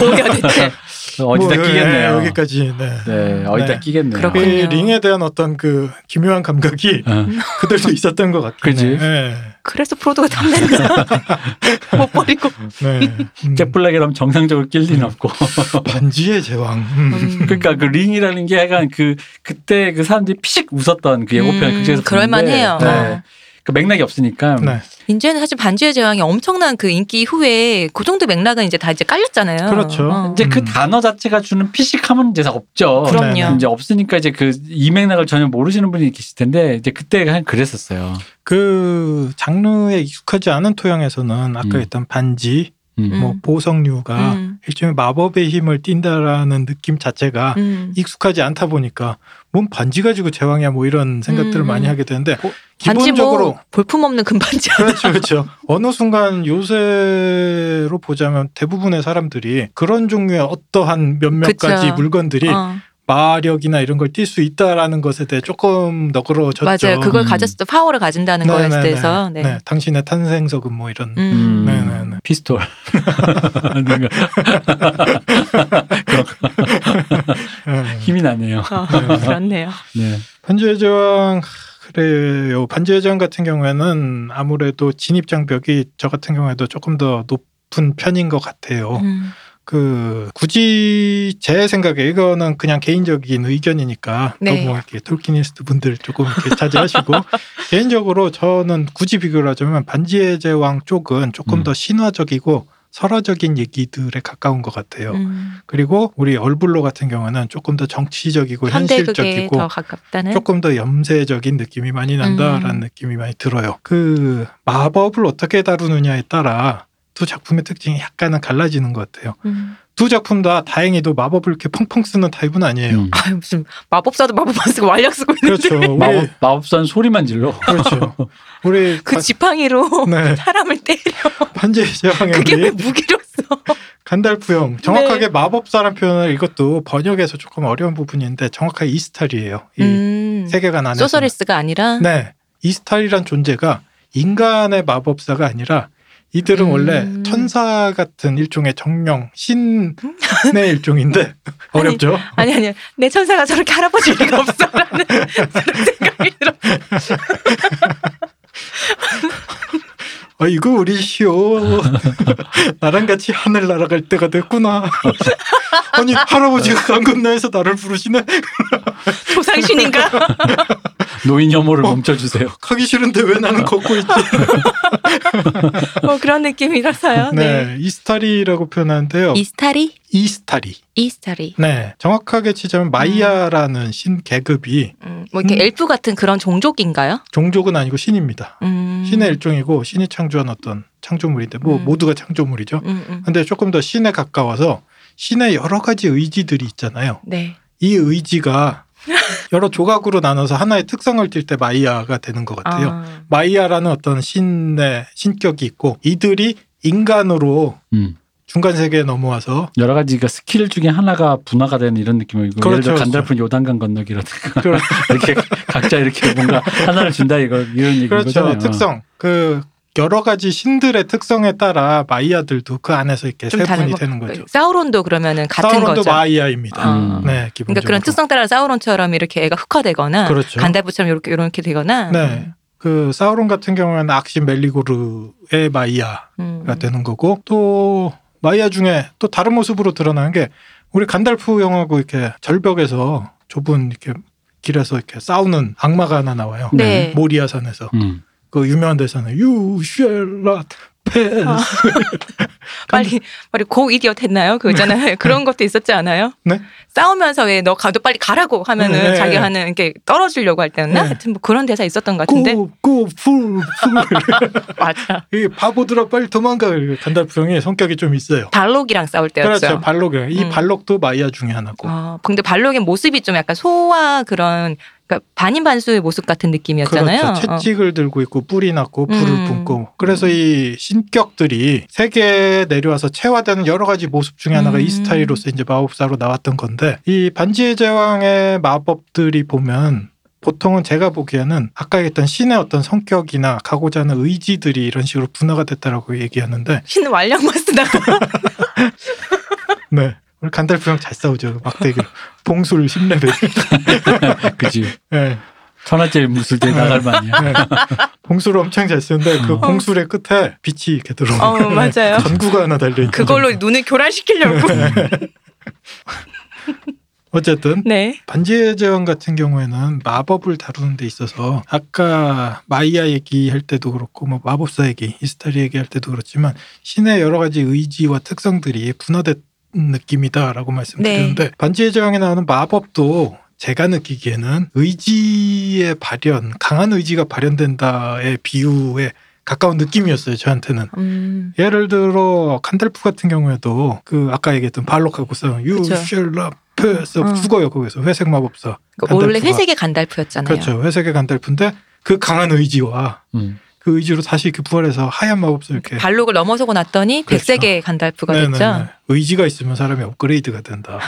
Speaker 1: 뭐야 대체.
Speaker 3: 어디다
Speaker 2: 뭐,
Speaker 3: 끼겠네요.
Speaker 2: 예, 여기까지. 네.
Speaker 3: 네, 어디다
Speaker 2: 네.
Speaker 3: 끼겠네요.
Speaker 2: 그
Speaker 1: 그렇군요.
Speaker 2: 링에 대한 어떤 그 기묘한 감각이
Speaker 3: 어.
Speaker 2: 그들도 있었던 것 같아요.
Speaker 3: 그지?
Speaker 2: 네.
Speaker 1: 그래서 프로도가 탐낸다. 못 버리고.
Speaker 2: 네. 음,
Speaker 3: 잭블랙이라면 정상적으로 낄 리는 없고.
Speaker 2: 반지의 제왕. 음.
Speaker 1: 음.
Speaker 3: 그러니까 그 링이라는 게 약간 그 그때 그 사람들이 피식 웃었던 그 예고편
Speaker 1: 음,
Speaker 3: 극장에서
Speaker 1: 그럴만해요.
Speaker 3: 봤는데,
Speaker 2: 어.
Speaker 3: 네. 그 맥락이 없으니까
Speaker 2: 네.
Speaker 1: 이제는 사실 반지의 제왕이 엄청난 그 인기 후에 그 정도 맥락은 이제 다 이제 깔렸잖아요.
Speaker 2: 그렇죠.
Speaker 3: 이제 그
Speaker 2: 음.
Speaker 3: 단어 자체가 주는 피식함은 이제 다 없죠.
Speaker 2: 그럼-
Speaker 1: 그럼요.
Speaker 3: 네, 이제 없으니까 이제 그 이 맥락을 전혀 모르시는 분이 계실 텐데 이제 그때 한 그랬었어요.
Speaker 2: 그 장르에 익숙하지 않은 토양에서는 아까
Speaker 3: 음.
Speaker 2: 했던 반지,
Speaker 3: 음.
Speaker 2: 뭐
Speaker 1: 음.
Speaker 3: 아.
Speaker 2: 보석류가
Speaker 1: 음,
Speaker 2: 일종의 마법의 힘을 띈다라는 느낌 자체가
Speaker 1: 음.
Speaker 2: 익숙하지 않다 보니까 뭔 반지 가지고 제왕이야 뭐 이런 생각들을
Speaker 1: 음.
Speaker 2: 많이 하게 되는데
Speaker 3: 어,
Speaker 1: 반지
Speaker 2: 기본적으로
Speaker 1: 뭐 볼품 없는 금반지.
Speaker 2: 그렇죠, 그렇죠. 어느 순간 요새로 보자면 대부분의 사람들이 그런 종류의 어떠한 몇몇
Speaker 1: 그쵸.
Speaker 2: 가지 물건들이
Speaker 1: 어,
Speaker 2: 마력이나 이런 걸 띌 수 있다라는 것에 대해 조금 너그러졌죠.
Speaker 1: 맞아요. 그걸
Speaker 3: 음.
Speaker 1: 가졌을 때 파워를 가진다는 거에
Speaker 2: 네네네.
Speaker 1: 대해서. 네.
Speaker 2: 네, 당신의 탄생석은 뭐 이런.
Speaker 1: 음.
Speaker 2: 네, 네, 네.
Speaker 3: 피스톨. 뭔가
Speaker 2: 예.
Speaker 3: 힘이 나네요.
Speaker 1: 어, 그렇네요.
Speaker 3: 네.
Speaker 2: 반지의 제왕 그래요. 반지의 제왕 같은 경우에는 아무래도 진입 장벽이 저 같은 경우에도 조금 더 높은 편인 것 같아요.
Speaker 1: 음.
Speaker 2: 그 굳이 제 생각에 이거는 그냥 개인적인 의견이니까
Speaker 1: 네.
Speaker 2: 또뭐 이렇게 톨키니스트 분들 조금 이렇게 자제하시고 개인적으로 저는 굳이 비교를 하자면 반지의 제왕 쪽은 조금
Speaker 3: 음.
Speaker 2: 더 신화적이고 설화적인 얘기들에 가까운 것 같아요.
Speaker 1: 음.
Speaker 2: 그리고 우리 얼불로 같은 경우는 조금 더 정치적이고
Speaker 1: 현대극에
Speaker 2: 뭐 현실적이고
Speaker 1: 더 가깝다는.
Speaker 2: 조금 더 염세적인 느낌이 많이 난다라는
Speaker 1: 음.
Speaker 2: 느낌이 많이 들어요. 그 마법을 어떻게 다루느냐에 따라 두 작품의 특징이 약간은 갈라지는 것 같아요.
Speaker 1: 음.
Speaker 2: 두 작품 다 다행히도 마법을 이렇게 펑펑 쓰는 타입은 아니에요.
Speaker 3: 음.
Speaker 1: 아유 무슨 마법사도 마법 안 쓰고 완력 쓰고 있는데
Speaker 2: 그렇죠. 우리
Speaker 3: 마법, 마법선 소리만 질러.
Speaker 2: 그렇죠. 우리
Speaker 1: 그
Speaker 2: 바-
Speaker 1: 지팡이로
Speaker 2: 네,
Speaker 1: 사람을 때려.
Speaker 2: 반지의 제왕의
Speaker 1: 그게 뭐- 네. 왜
Speaker 2: 우리
Speaker 1: 무기로 써?
Speaker 2: 간달프 형 정확하게 마법사란 표현을 이것도 번역에서 조금 어려운 부분인데 정확하게 이스탈이에요. 이
Speaker 1: 음.
Speaker 2: 세계관 그 안에서
Speaker 1: 소서리스가 아니라.
Speaker 2: 네. 이스탈이란 존재가 인간의 마법사가 아니라 이들은
Speaker 1: 음.
Speaker 2: 원래 천사 같은 일종의 정령, 신의 일종인데 어렵죠.
Speaker 1: 음. 아니 아니 내 천사가 저렇게 할아버지 리가 없어라는 그런 생각이 들어.
Speaker 2: 아 이거 우리 시오 나랑 같이 하늘 날아갈 때가 됐구나. 아니 할아버지가 강 건너에서 나를 부르시네.
Speaker 1: 조상신인가?
Speaker 3: 노인 혐오를 멈춰주세요.
Speaker 2: 가기 싫은데 왜 나는 걷고 있지?
Speaker 1: 뭐 그런 느낌이라서요. 네.
Speaker 2: 네, 이스타리라고 표현하는데요.
Speaker 4: 이스타리?
Speaker 2: 이스타리.
Speaker 4: 이스타리.
Speaker 2: 네, 정확하게 치자면 마이아라는 신 계급이
Speaker 1: 음, 뭐 이렇게
Speaker 2: 음.
Speaker 1: 엘프 같은 그런 종족인가요?
Speaker 2: 종족은 아니고 신입니다.
Speaker 1: 음.
Speaker 2: 신의 일종이고 신이 창조한 어떤 창조물인데 뭐
Speaker 1: 음.
Speaker 2: 모두가 창조물이죠.
Speaker 1: 음, 음.
Speaker 2: 근데 조금 더 신에 가까워서 신의 여러 가지 의지들이 있잖아요.
Speaker 1: 네.
Speaker 2: 이 의지가 여러 조각으로 나눠서 하나의 특성을 띌 때 마이아가 되는 것 같아요.
Speaker 1: 아,
Speaker 2: 마이아라는 어떤 신의 신격이 있고 이들이 인간으로
Speaker 3: 음.
Speaker 2: 중간 세계에 넘어와서
Speaker 3: 여러 가지 그 스킬 중에 하나가 분화가 되는 이런 느낌이고 예를
Speaker 2: 그렇죠,
Speaker 3: 들어
Speaker 2: 그렇죠.
Speaker 3: 간달프 요단강 건너기라든가
Speaker 2: 그렇-
Speaker 3: 이렇게 각자 이렇게 뭔가 하나를 준다 이거 이런 얘기인
Speaker 2: 그렇죠
Speaker 3: 거잖아요.
Speaker 2: 특성 그 여러 가지 신들의 특성에 따라 마이아들도 그 안에서 이렇게
Speaker 1: 좀
Speaker 2: 세분이
Speaker 1: 다른 거-
Speaker 2: 되는 거죠.
Speaker 1: 사우론도 그러면은 같은
Speaker 2: 사우론도
Speaker 1: 거죠.
Speaker 3: 음.
Speaker 2: 마이아입니다.
Speaker 1: 아.
Speaker 2: 네, 기본적으로.
Speaker 1: 그러니까 그런 특성 따라 사우론처럼 이렇게 애가 흑화되거나
Speaker 2: 그렇죠.
Speaker 1: 간달프처럼 이렇게 이렇게 되거나.
Speaker 2: 네. 그 사우론 같은 경우에는 악신 멜리고르의 마이아가
Speaker 1: 음.
Speaker 2: 되는 거고 또 마이아 중에 또 다른 모습으로 드러나는 게 우리 간달프 영화고 이렇게 절벽에서 좁은 이렇게 길에서 이렇게 싸우는 악마가 하나 나와요.
Speaker 1: 네.
Speaker 2: 모리아 산에서
Speaker 3: 음.
Speaker 2: 그 유명한 대사는 You shall not
Speaker 1: 아,
Speaker 2: pass.
Speaker 1: 빨리 빨리 고 이디엇 했나요? 그 있잖아요. 그런 것도 있었지 않아요?
Speaker 2: 네?
Speaker 1: 싸우면서 왜 너 가도 빨리 가라고 하면은
Speaker 2: 네, 네,
Speaker 1: 자기
Speaker 2: 네.
Speaker 1: 하는 이렇게 떨어지려고 할 때였나?
Speaker 2: 네.
Speaker 1: 하여튼 뭐 그런 대사 있었던 것 같은데.
Speaker 2: Go, go, fool, fool.
Speaker 1: 맞아.
Speaker 2: 이 바보들아 빨리 도망가. 간달프 형이 성격이 좀 있어요.
Speaker 1: 발록이랑 싸울 때였죠.
Speaker 2: 그렇죠. 발록이에요. 이
Speaker 1: 음.
Speaker 2: 발록도 마이아 중에 하나고.
Speaker 1: 아, 근데 발록의 모습이 좀 약간 소와 그런 그러니까 반인반수의 모습 같은 느낌이었잖아요. 어.
Speaker 2: 그렇죠. 채찍을 들고 있고 뿔이 났고 불을
Speaker 1: 음.
Speaker 2: 뿜고 그래서 이 신격들이 세계에 내려와서 체화되는 여러 가지 모습 중에 하나가
Speaker 1: 음.
Speaker 2: 이스타리로서 이제 마법사로 나왔던 건데 이 반지의 제왕의 마법들이 보면 보통은 제가 보기에는 아까 얘기했던 신의 어떤 성격이나 가고자 하는 의지들이 이런 식으로 분화가 됐다라고 얘기하는데
Speaker 1: 신은 완력만 쓰다가
Speaker 2: 네. 오늘 간달프 형 잘 싸우죠. 막대기로. 봉술 10레벨.
Speaker 3: 그지.
Speaker 2: 네.
Speaker 3: 천하제일 무술대 나갈 만이야.
Speaker 2: 네. 봉술을 엄청 잘 쓰는데 그
Speaker 3: 어.
Speaker 2: 봉술의 끝에 빛이 이렇게 들어오는
Speaker 1: 어, 맞아요.
Speaker 2: 전구가 하나 달려있는
Speaker 1: 그걸로
Speaker 2: 정도.
Speaker 1: 눈을 교란시키려고.
Speaker 2: 어쨌든
Speaker 1: 네.
Speaker 2: 반지의 제왕 같은 경우에는 마법을 다루는 데 있어서 아까 마이아 얘기할 때도 그렇고 뭐 마법사 얘기 이스타리 얘기할 때도 그렇지만 신의 여러 가지 의지와 특성들이 분화된 느낌이다라고
Speaker 1: 네.
Speaker 2: 말씀드렸는데 반지의 제왕에 나오는 마법도 제가 느끼기에는 의지의 발현 강한 의지가 발현된다의 비유에 가까운 느낌이었어요 저한테는
Speaker 1: 음.
Speaker 2: 예를 들어 간달프 같은 경우에도 그 아까 얘기했던 발록하고 싸운
Speaker 1: 그쵸.
Speaker 2: 유셜라페스
Speaker 1: 어.
Speaker 2: 죽어요 거기서 회색 마법사
Speaker 1: 그러니까 원래
Speaker 2: 간달프가.
Speaker 1: 회색의 간달프였잖아요.
Speaker 2: 그렇죠 회색의 간달프인데 그 강한 의지와
Speaker 3: 음.
Speaker 2: 그 의지로 다시 그 부활해서 하얀 마법사 이렇게
Speaker 1: 발록을 넘어서고 났더니
Speaker 2: 그렇죠.
Speaker 1: 백색의 간달프가
Speaker 2: 네네네.
Speaker 1: 됐죠.
Speaker 2: 의지가 있으면 사람이 업그레이드가 된다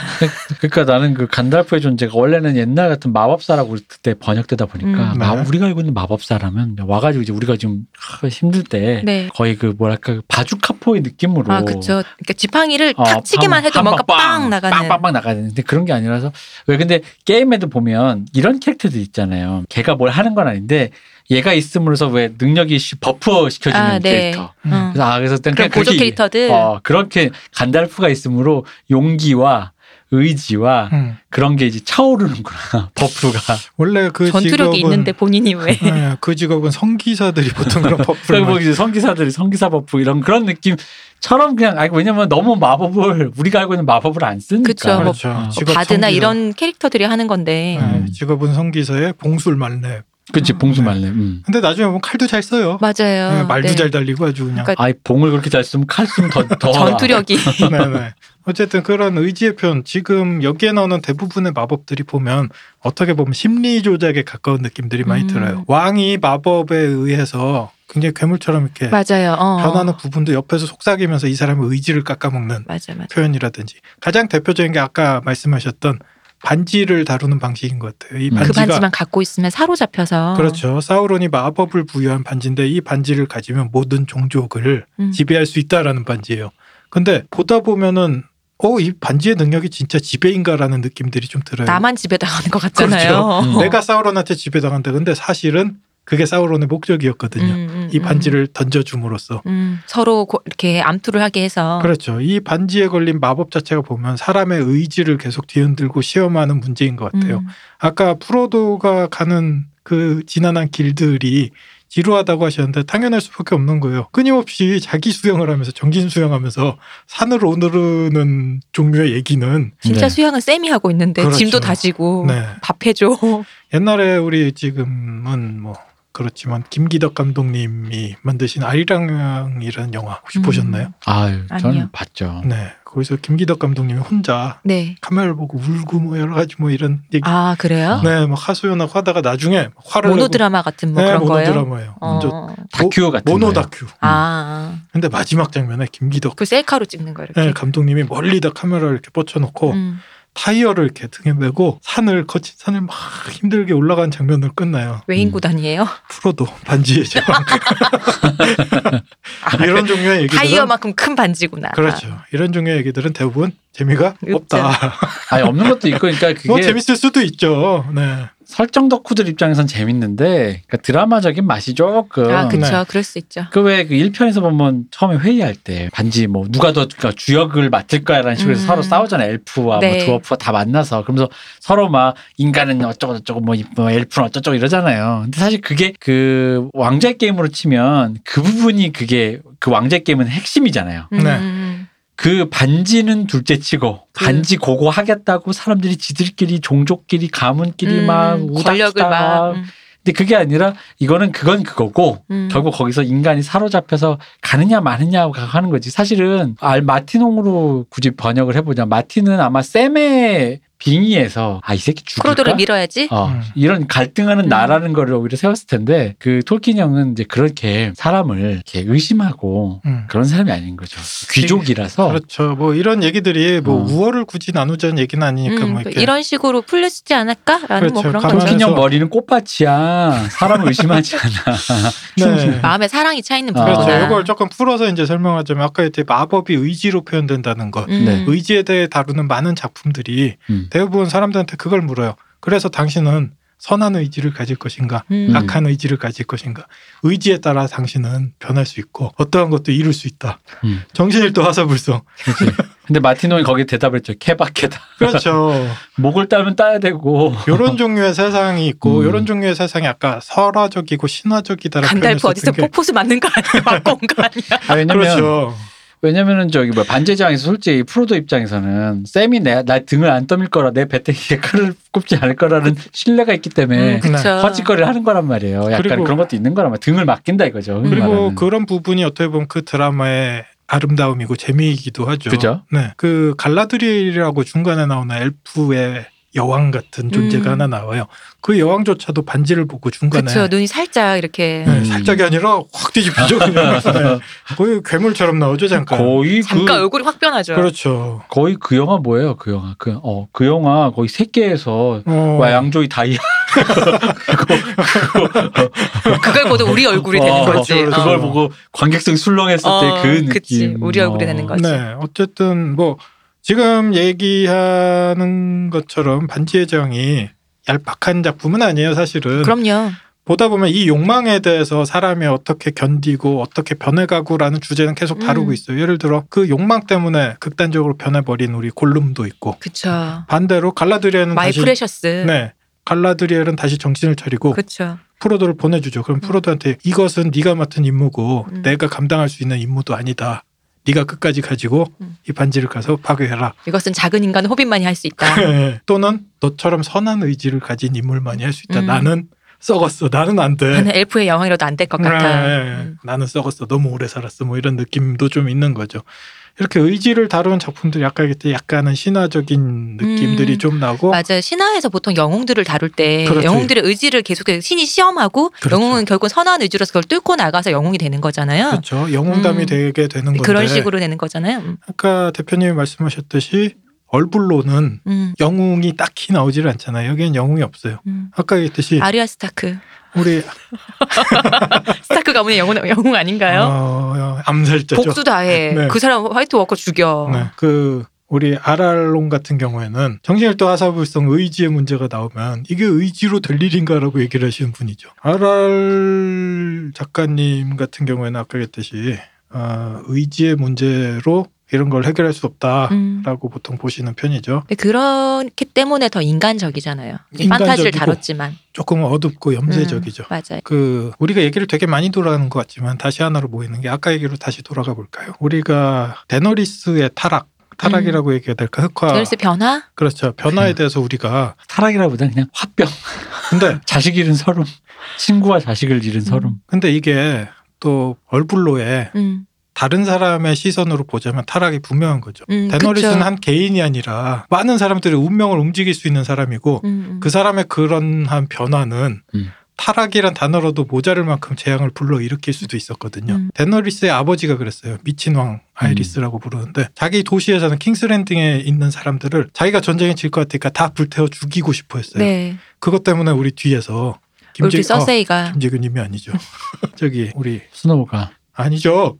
Speaker 3: 그러니까 나는 그 간달프의 존재가 원래는 옛날 같은 마법사라고 그때 번역되다 보니까
Speaker 2: 음.
Speaker 3: 마-
Speaker 2: 네.
Speaker 3: 우리가 알고 있는 마법사라면 와가지고 이제 우리가 지금 하- 힘들 때
Speaker 1: 네.
Speaker 3: 거의 그 뭐랄까 바주카포의 느낌으로
Speaker 1: 아, 그렇죠. 그러니까 지팡이를
Speaker 2: 아,
Speaker 3: 어,
Speaker 1: 탁 치기만
Speaker 3: 한-
Speaker 1: 해도
Speaker 3: 한
Speaker 1: 뭔가
Speaker 3: 방,
Speaker 1: 빵 나가는.
Speaker 3: 빵빵빵 나가는데 그런 게 아니라서 왜 근데 게임에도 보면 이런 캐릭터들 있잖아요. 걔가 뭘 하는 건 아닌데 얘가 있음으로써 왜 능력이 시- 버프 시켜주는
Speaker 1: 아, 네.
Speaker 3: 캐릭터.
Speaker 2: 음.
Speaker 1: 어.
Speaker 3: 그래서 아 그래서
Speaker 1: 그런 보조 캐릭터들.
Speaker 3: 어, 그렇게 간달프가 있으므로 용기와 의지와
Speaker 2: 음.
Speaker 3: 그런 게 이제 차오르는구나 버프가
Speaker 2: 원래 그
Speaker 1: 전투력이
Speaker 2: 직업은
Speaker 1: 있는데 본인이 왜?
Speaker 2: 네, 그 직업은 성기사들이 보통 그런 버프를
Speaker 3: 그러니까 뭐
Speaker 2: 많이
Speaker 3: 이제 성기사들이 성기사 버프 이런 그런 느낌처럼 그냥 아니 왜냐면 너무 마법을 우리가 알고 있는 마법을 안 쓰니까
Speaker 1: 그쵸, 뭐
Speaker 2: 그렇죠.
Speaker 3: 어.
Speaker 2: 직업
Speaker 1: 바드나
Speaker 2: 성기사.
Speaker 1: 이런 캐릭터들이 하는 건데.
Speaker 2: 네, 직업은 성기사의 봉술 말렙
Speaker 3: 그치 봉수
Speaker 2: 네.
Speaker 3: 말래 음.
Speaker 2: 근데 나중에 보면 칼도 잘 써요
Speaker 1: 맞아요.
Speaker 2: 네, 말도
Speaker 1: 네.
Speaker 2: 잘 달리고 아주 그냥
Speaker 1: 그러니까
Speaker 3: 아이 봉을 그렇게 잘 쓰면 칼 쓰면 더더
Speaker 1: 전투력이.
Speaker 2: 네네. 어쨌든 그런 의지의 표현, 지금 여기에 나오는 대부분의 마법들이 보면 어떻게 보면 심리 조작에 가까운 느낌들이 많이
Speaker 1: 음.
Speaker 2: 들어요. 왕이 마법에 의해서 굉장히 괴물처럼 이렇게
Speaker 1: 맞아요. 어.
Speaker 2: 변하는 부분도 옆에서 속삭이면서 이 사람의 의지를 깎아먹는
Speaker 1: 맞아, 맞아.
Speaker 2: 표현이라든지 가장 대표적인 게 아까 말씀하셨던 반지를 다루는 방식인 것 같아요. 이
Speaker 3: 음. 그
Speaker 1: 그
Speaker 2: 반지가
Speaker 1: 반지만 갖고 있으면 사로잡혀서.
Speaker 2: 그렇죠. 사우론이 마법을 부여한 반지인데 이 반지를 가지면 모든 종족을
Speaker 1: 음.
Speaker 2: 지배할 수 있다라는 반지예요. 근데 보다 보면은 어, 이 반지의 능력이 진짜 지배인가라는 느낌들이 좀 들어요.
Speaker 1: 나만 지배당하는 것 같잖아요.
Speaker 3: 그렇죠. 음.
Speaker 1: 어.
Speaker 2: 내가 사우론한테 지배당한다. 근데 사실은 그게 사우론의 목적이었거든요.
Speaker 1: 음, 음,
Speaker 2: 이
Speaker 1: 음.
Speaker 2: 반지를 던져줌으로써.
Speaker 1: 음, 서로 고- 이렇게 암투를 하게 해서.
Speaker 2: 그렇죠. 이 반지에 걸린 마법 자체가 보면 사람의 의지를 계속 뒤흔들고 시험하는 문제인 것 같아요.
Speaker 1: 음.
Speaker 2: 아까 프로도가 가는 그 지난한 길들이 지루하다고 하셨는데 당연할 수밖에 없는 거예요. 끊임없이 자기 수영을 하면서 정신 수영하면서 산으로 오르는 종류의 얘기는
Speaker 1: 진짜
Speaker 3: 네.
Speaker 1: 수영은 쌤이 하고 있는데
Speaker 2: 그렇죠.
Speaker 1: 짐도 다지고
Speaker 2: 네.
Speaker 1: 밥 해줘.
Speaker 2: 옛날에 우리 지금은 뭐 그렇지만 김기덕 감독님이 만드신 아리랑이라는 영화 혹시
Speaker 1: 음.
Speaker 2: 보셨나요?
Speaker 3: 아유,
Speaker 1: 아니요.
Speaker 3: 저는 봤죠.
Speaker 2: 네. 거기서 김기덕 감독님이 혼자
Speaker 1: 네.
Speaker 2: 카메라를 보고 울고 뭐 여러 가지 뭐 이런 얘기
Speaker 1: 아 그래요?
Speaker 2: 네, 막 하소연하고 하다가 나중에 화를 내고-
Speaker 1: 모노드라마 같은 뭐
Speaker 2: 네,
Speaker 1: 그런 거예요.
Speaker 2: 모노드라마예요. 먼저 음.
Speaker 1: 어.
Speaker 3: 다큐 같은
Speaker 2: 모노
Speaker 3: 거예요.
Speaker 2: 다큐.
Speaker 1: 아,
Speaker 2: 근데 마지막 장면에 김기덕
Speaker 1: 그 셀카로 찍는 거 이렇게.
Speaker 2: 네, 감독님이 멀리다 카메라를 이렇게 뻗쳐놓고
Speaker 1: 음.
Speaker 2: 타이어를 이렇게 등에 메고 산을 거친 산을 막 힘들게 올라간 장면으로 끝나요.
Speaker 1: 외인
Speaker 3: 음.
Speaker 1: 구단이에요.
Speaker 2: 프로도 반지의 제왕 이런 종류의 얘기들은
Speaker 1: 타이어만큼 큰 반지구나.
Speaker 2: 그렇죠. 이런 종류의 얘기들은 대부분 재미가 없다.
Speaker 3: 아니, 없는 것도 있고, 그러니까 그게
Speaker 2: 뭐 재밌을 수도 있죠. 네.
Speaker 3: 설정 덕후들 입장에선 재밌는데, 그러니까 드라마적인 맛이 조금.
Speaker 1: 아, 그렇죠.
Speaker 2: 네.
Speaker 1: 그럴 수 있죠.
Speaker 3: 그 왜 그 1편에서 보면 처음에 회의할 때 반지 뭐 누가 더 그러니까 주역을 맡을 거야라는 식으로 해서
Speaker 1: 음.
Speaker 3: 서로 싸우잖아 요 엘프와
Speaker 1: 네.
Speaker 3: 뭐 드워프와 다 만나서 그러면서 서로 막 인간은 어쩌고 저쩌고 뭐, 이- 뭐 엘프는 어쩌고 이러잖아요. 근데 사실 그게 그 왕좌 게임으로 치면 그 부분이 그게 그 왕좌 게임은 핵심이잖아요.
Speaker 1: 음.
Speaker 2: 네.
Speaker 3: 그 반지는 둘째치고
Speaker 1: 그-
Speaker 3: 반지 고고 하겠다고 사람들이 지들끼리 종족끼리 가문끼리
Speaker 1: 음,
Speaker 3: 막
Speaker 1: 권력을
Speaker 3: 우닥다닥
Speaker 1: 막. 음,
Speaker 3: 근데 그게 아니라 이거는 그건 그거고
Speaker 1: 음.
Speaker 3: 결국 거기서 인간이 사로잡혀서 가느냐 마느냐 하는 거지. 사실은 알 마티농으로 굳이 번역을 해보자. 마틴은 아마 쌤의 빙의에서 아 이 새끼
Speaker 1: 크로도를
Speaker 3: 죽일까?
Speaker 1: 밀어야지.
Speaker 3: 어,
Speaker 2: 음.
Speaker 3: 이런 갈등하는
Speaker 1: 음.
Speaker 3: 나라는 거를 오히려 세웠을 텐데 그 톨킨 형은 이제 그렇게 사람을 이렇게 의심하고
Speaker 2: 음.
Speaker 3: 그런 사람이 아닌 거죠. 귀족이라서
Speaker 2: 그렇죠. 뭐 이런 얘기들이 뭐
Speaker 3: 어.
Speaker 2: 우월을 굳이 나누자는 얘기는 아니니까
Speaker 1: 음,
Speaker 2: 뭐
Speaker 1: 그
Speaker 2: 이렇게
Speaker 1: 이런 식으로 풀렸지 않을까라는 뭐
Speaker 2: 그렇죠.
Speaker 1: 그런
Speaker 2: 가만히-
Speaker 1: 거죠.
Speaker 3: 톨킨
Speaker 2: 그래서-
Speaker 3: 형 머리는 꽃밭이야. 사람을 의심하지 않아.
Speaker 2: 네.
Speaker 1: 마음에 사랑이 차 있는
Speaker 3: 아.
Speaker 1: 분이구나.
Speaker 2: 그렇죠. 이걸 조금 풀어서 이제 설명하자면 아까 이제 마법이 의지로 표현된다는 것,
Speaker 1: 음.
Speaker 3: 네.
Speaker 2: 의지에 대해 다루는 많은 작품들이
Speaker 3: 음.
Speaker 2: 대부분 사람들한테 그걸 물어요. 그래서 당신은 선한 의지를 가질 것인가,
Speaker 1: 음.
Speaker 3: 아,
Speaker 2: 악한 의지를 가질 것인가. 의지에 따라 당신은 변할 수 있고 어떠한 것도 이룰 수 있다.
Speaker 3: 음.
Speaker 2: 정신일도 화사불성.
Speaker 3: 근데 마티농이 거기에 대답했죠. 케바케다.
Speaker 2: 그렇죠.
Speaker 3: 목을 따면 따야 되고.
Speaker 2: 이런 종류의 세상이 있고
Speaker 3: 음.
Speaker 2: 이런 종류의 세상이 아까 설화적이고 신화적이다라고
Speaker 1: 간달프 어디서
Speaker 2: 표현했었던 게
Speaker 1: 폭포수 맞는 거 아니야? 맞고 온 거 아니야?
Speaker 3: 아, 왜냐면
Speaker 2: 그렇죠.
Speaker 3: 왜냐면은 저기 뭐 반제장에서 솔직히 프로도 입장에서는 쌤이 내, 나 등을 안 떠밀 거라 내 배때기에 칼을 꼽지 않을 거라는 신뢰가 있기
Speaker 1: 네.
Speaker 3: 때문에
Speaker 2: 그-
Speaker 1: 그쵸.
Speaker 3: 헛짓거리를 하는 거란 말이에요. 약간
Speaker 2: 그리고-
Speaker 3: 그런 것도 있는 거란 말이에요. 등을 맡긴다 이거죠. 흔히
Speaker 2: 그리고
Speaker 3: 말하는.
Speaker 2: 그런 부분이 어떻게 보면 그 드라마의 아름다움이고 재미이기도 하죠.
Speaker 3: 그죠?
Speaker 2: 네. 그 갈라드리엘이라고 중간에 나오는 엘프의 여왕 같은 존재가
Speaker 1: 음.
Speaker 2: 하나 나와요. 그 여왕조차도 반지를 보고 중간에
Speaker 1: 그렇죠. 눈이 살짝 이렇게
Speaker 2: 네,
Speaker 3: 음.
Speaker 2: 살짝이 아니라 확 뒤집히죠. 그냥. 네. 거의 괴물처럼 나오죠 잠깐.
Speaker 3: 거의 그
Speaker 1: 잠깐 얼굴이 확 변하죠.
Speaker 2: 그렇죠.
Speaker 3: 거의 그 영화 뭐예요? 그 영화 그 어 그 영화 거의 새끼에서
Speaker 2: 어,
Speaker 3: 와 양조이 다이아
Speaker 1: 그걸 보고 우리 얼굴이
Speaker 3: 어,
Speaker 1: 되는 거지.
Speaker 2: 그렇죠, 그렇죠.
Speaker 3: 그걸
Speaker 2: 어.
Speaker 3: 보고 관객석 술렁했을
Speaker 1: 어,
Speaker 3: 때 그 느낌. 어.
Speaker 1: 그치. 우리 얼굴이 되는 거지.
Speaker 2: 네, 어쨌든 뭐 지금 얘기하는 것처럼 반지의 제왕이 얄팍한 작품은 아니에요 사실은.
Speaker 1: 그럼요.
Speaker 2: 보다 보면 이 욕망에 대해서 사람이 어떻게 견디고 어떻게 변해가고라는 주제는 계속 다루고
Speaker 1: 음.
Speaker 2: 있어요. 예를 들어 그 욕망 때문에 극단적으로 변해버린 우리 골룸도 있고
Speaker 1: 그쵸.
Speaker 2: 반대로 갈라드리엘은
Speaker 1: 마이
Speaker 2: 다시
Speaker 1: 프레셔스.
Speaker 2: 네 갈라드리엘은 다시 정신을 차리고
Speaker 1: 그쵸.
Speaker 2: 프로도를 보내주죠. 그럼 프로도한테 이것은 네가 맡은 임무고
Speaker 1: 음.
Speaker 2: 내가 감당할 수 있는 임무도 아니다. 네가 끝까지 가지고
Speaker 1: 음.
Speaker 2: 이 반지를 가서 파괴해라.
Speaker 1: 이것은 작은 인간 호빈만이 할 수 있다.
Speaker 2: 네. 또는 너처럼 선한 의지를 가진 인물만이 할 수 있다.
Speaker 1: 음.
Speaker 2: 나는 썩었어. 나는 안 돼.
Speaker 1: 나는 엘프의 여왕이라도 안 될 것 같아.
Speaker 2: 네, 네.
Speaker 1: 음.
Speaker 2: 나는 썩었어. 너무 오래 살았어. 뭐 이런 느낌도 좀 있는 거죠. 이렇게 의지를 다루는 작품들이 아까 얘기했듯이 약간은 신화적인 느낌들이
Speaker 1: 음,
Speaker 2: 좀 나고
Speaker 1: 맞아요. 신화에서 보통 영웅들을 다룰 때
Speaker 2: 그렇죠.
Speaker 1: 영웅들의 의지를 계속해서 신이 시험하고
Speaker 2: 그렇죠.
Speaker 1: 영웅은 결국 선한 의지로서 그걸 뚫고 나가서 영웅이 되는 거잖아요.
Speaker 2: 그렇죠. 영웅담이
Speaker 1: 음.
Speaker 2: 되게 되는 건데
Speaker 1: 그런 식으로 되는 거잖아요. 음.
Speaker 2: 아까 대표님이 말씀하셨듯이 얼굴로는
Speaker 1: 음.
Speaker 2: 영웅이 딱히 나오질 않잖아요. 여기엔 영웅이 없어요.
Speaker 1: 음.
Speaker 2: 아까 얘기했듯이
Speaker 1: 아리아 스타크.
Speaker 2: 우리
Speaker 1: 스타크 가문의 영웅, 영웅 아닌가요?
Speaker 2: 어, 암살자죠.
Speaker 1: 복수 다해.
Speaker 2: 네.
Speaker 1: 그 사람 화이트 워커 죽여.
Speaker 2: 네. 그 우리 아랄론 같은 경우에는 정신일도 하사불성 의지의 문제가 나오면 이게 의지로 될 일인가라고 얘기를 하시는 분이죠. 아랄 작가님 같은 경우에는 아까 얘기했듯이 아, 의지의 어, 문제로 이런 걸 해결할 수 없다라고
Speaker 1: 음.
Speaker 2: 보통 보시는 편이죠.
Speaker 1: 근데 그렇기 때문에 더 인간적이잖아요. 이제
Speaker 2: 인간적이고.
Speaker 1: 판타지를 다뤘지만
Speaker 2: 조금 어둡고 염세적이죠.
Speaker 1: 음, 맞아요.
Speaker 2: 그 우리가 얘기를 되게 많이 돌아가는 것 같지만 다시 하나로 모이는 게 아까 얘기로 다시 돌아가 볼까요? 우리가 데너리스의 타락, 타락이라고 얘기해야 될까? 흑화.
Speaker 1: 음. 데널스 네. 변화?
Speaker 2: 그렇죠. 변화에 대해서 우리가
Speaker 3: 타락이라보다 그냥 화병.
Speaker 2: 근데
Speaker 3: 자식 잃은 서름. 친구와 자식을 잃은 서름.
Speaker 2: 근데 이게 또 얼불로의
Speaker 1: 음,
Speaker 2: 다른 사람의 시선으로 보자면 타락이 분명한 거죠.
Speaker 1: 음,
Speaker 2: 데너리스는
Speaker 1: 그쵸.
Speaker 2: 한 개인이 아니라 많은 사람들이 운명을 움직일 수 있는 사람이고
Speaker 1: 음, 음.
Speaker 2: 그 사람의 그런 한 변화는
Speaker 3: 음.
Speaker 2: 타락이란 단어로도 모자랄 만큼 재앙을 불러일으킬 수도 있었거든요.
Speaker 1: 음.
Speaker 2: 데너리스의 아버지가 그랬어요. 미친 왕 아이리스라고 부르는데 자기 도시에서는 킹스랜딩에 있는 사람들을 자기가 전쟁에 질 것 같으니까 다 불태워 죽이고 싶어 했어요.
Speaker 1: 네.
Speaker 2: 그것 때문에 우리 뒤에서
Speaker 1: 우리
Speaker 2: 김지, 어,
Speaker 1: 서세이가
Speaker 2: 김지근님이 아니죠. 저기 우리
Speaker 3: 스노우가
Speaker 2: 아니죠.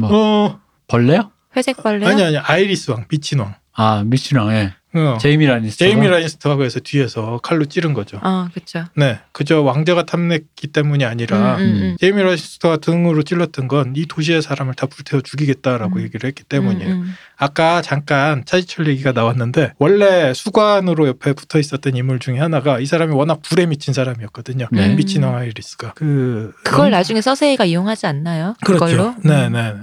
Speaker 3: 뭐.
Speaker 2: 어,
Speaker 3: 벌레요?
Speaker 1: 회색 벌레요?
Speaker 2: 아니 아니 아이리스 왕 미친 왕.
Speaker 3: 아 미친왕 예.
Speaker 2: 어.
Speaker 3: 제이미 라니스터.
Speaker 2: 제이미 라인스터하고 해서 뒤에서 칼로 찌른 거죠.
Speaker 1: 어, 그렇죠.
Speaker 2: 네, 그저 왕자가 탐냈기 때문이 아니라
Speaker 1: 음, 음, 음.
Speaker 2: 제이미 라인스터가 등으로 찔렀던 건 이 도시의 사람을 다 불태워 죽이겠다라고
Speaker 1: 음.
Speaker 2: 얘기를 했기 때문이에요.
Speaker 1: 음, 음.
Speaker 2: 아까 잠깐 차지철 얘기가 나왔는데 원래 수관으로 옆에 붙어 있었던 인물 중에 하나가 이 사람이 워낙 불에 미친 사람이었거든요.
Speaker 3: 네.
Speaker 2: 미친 아이리스가 그
Speaker 1: 그걸
Speaker 2: 연-
Speaker 1: 나중에 서세이가 이용하지 않나요?
Speaker 2: 그렇죠.
Speaker 1: 그걸로? 음.
Speaker 2: 네, 네. 네.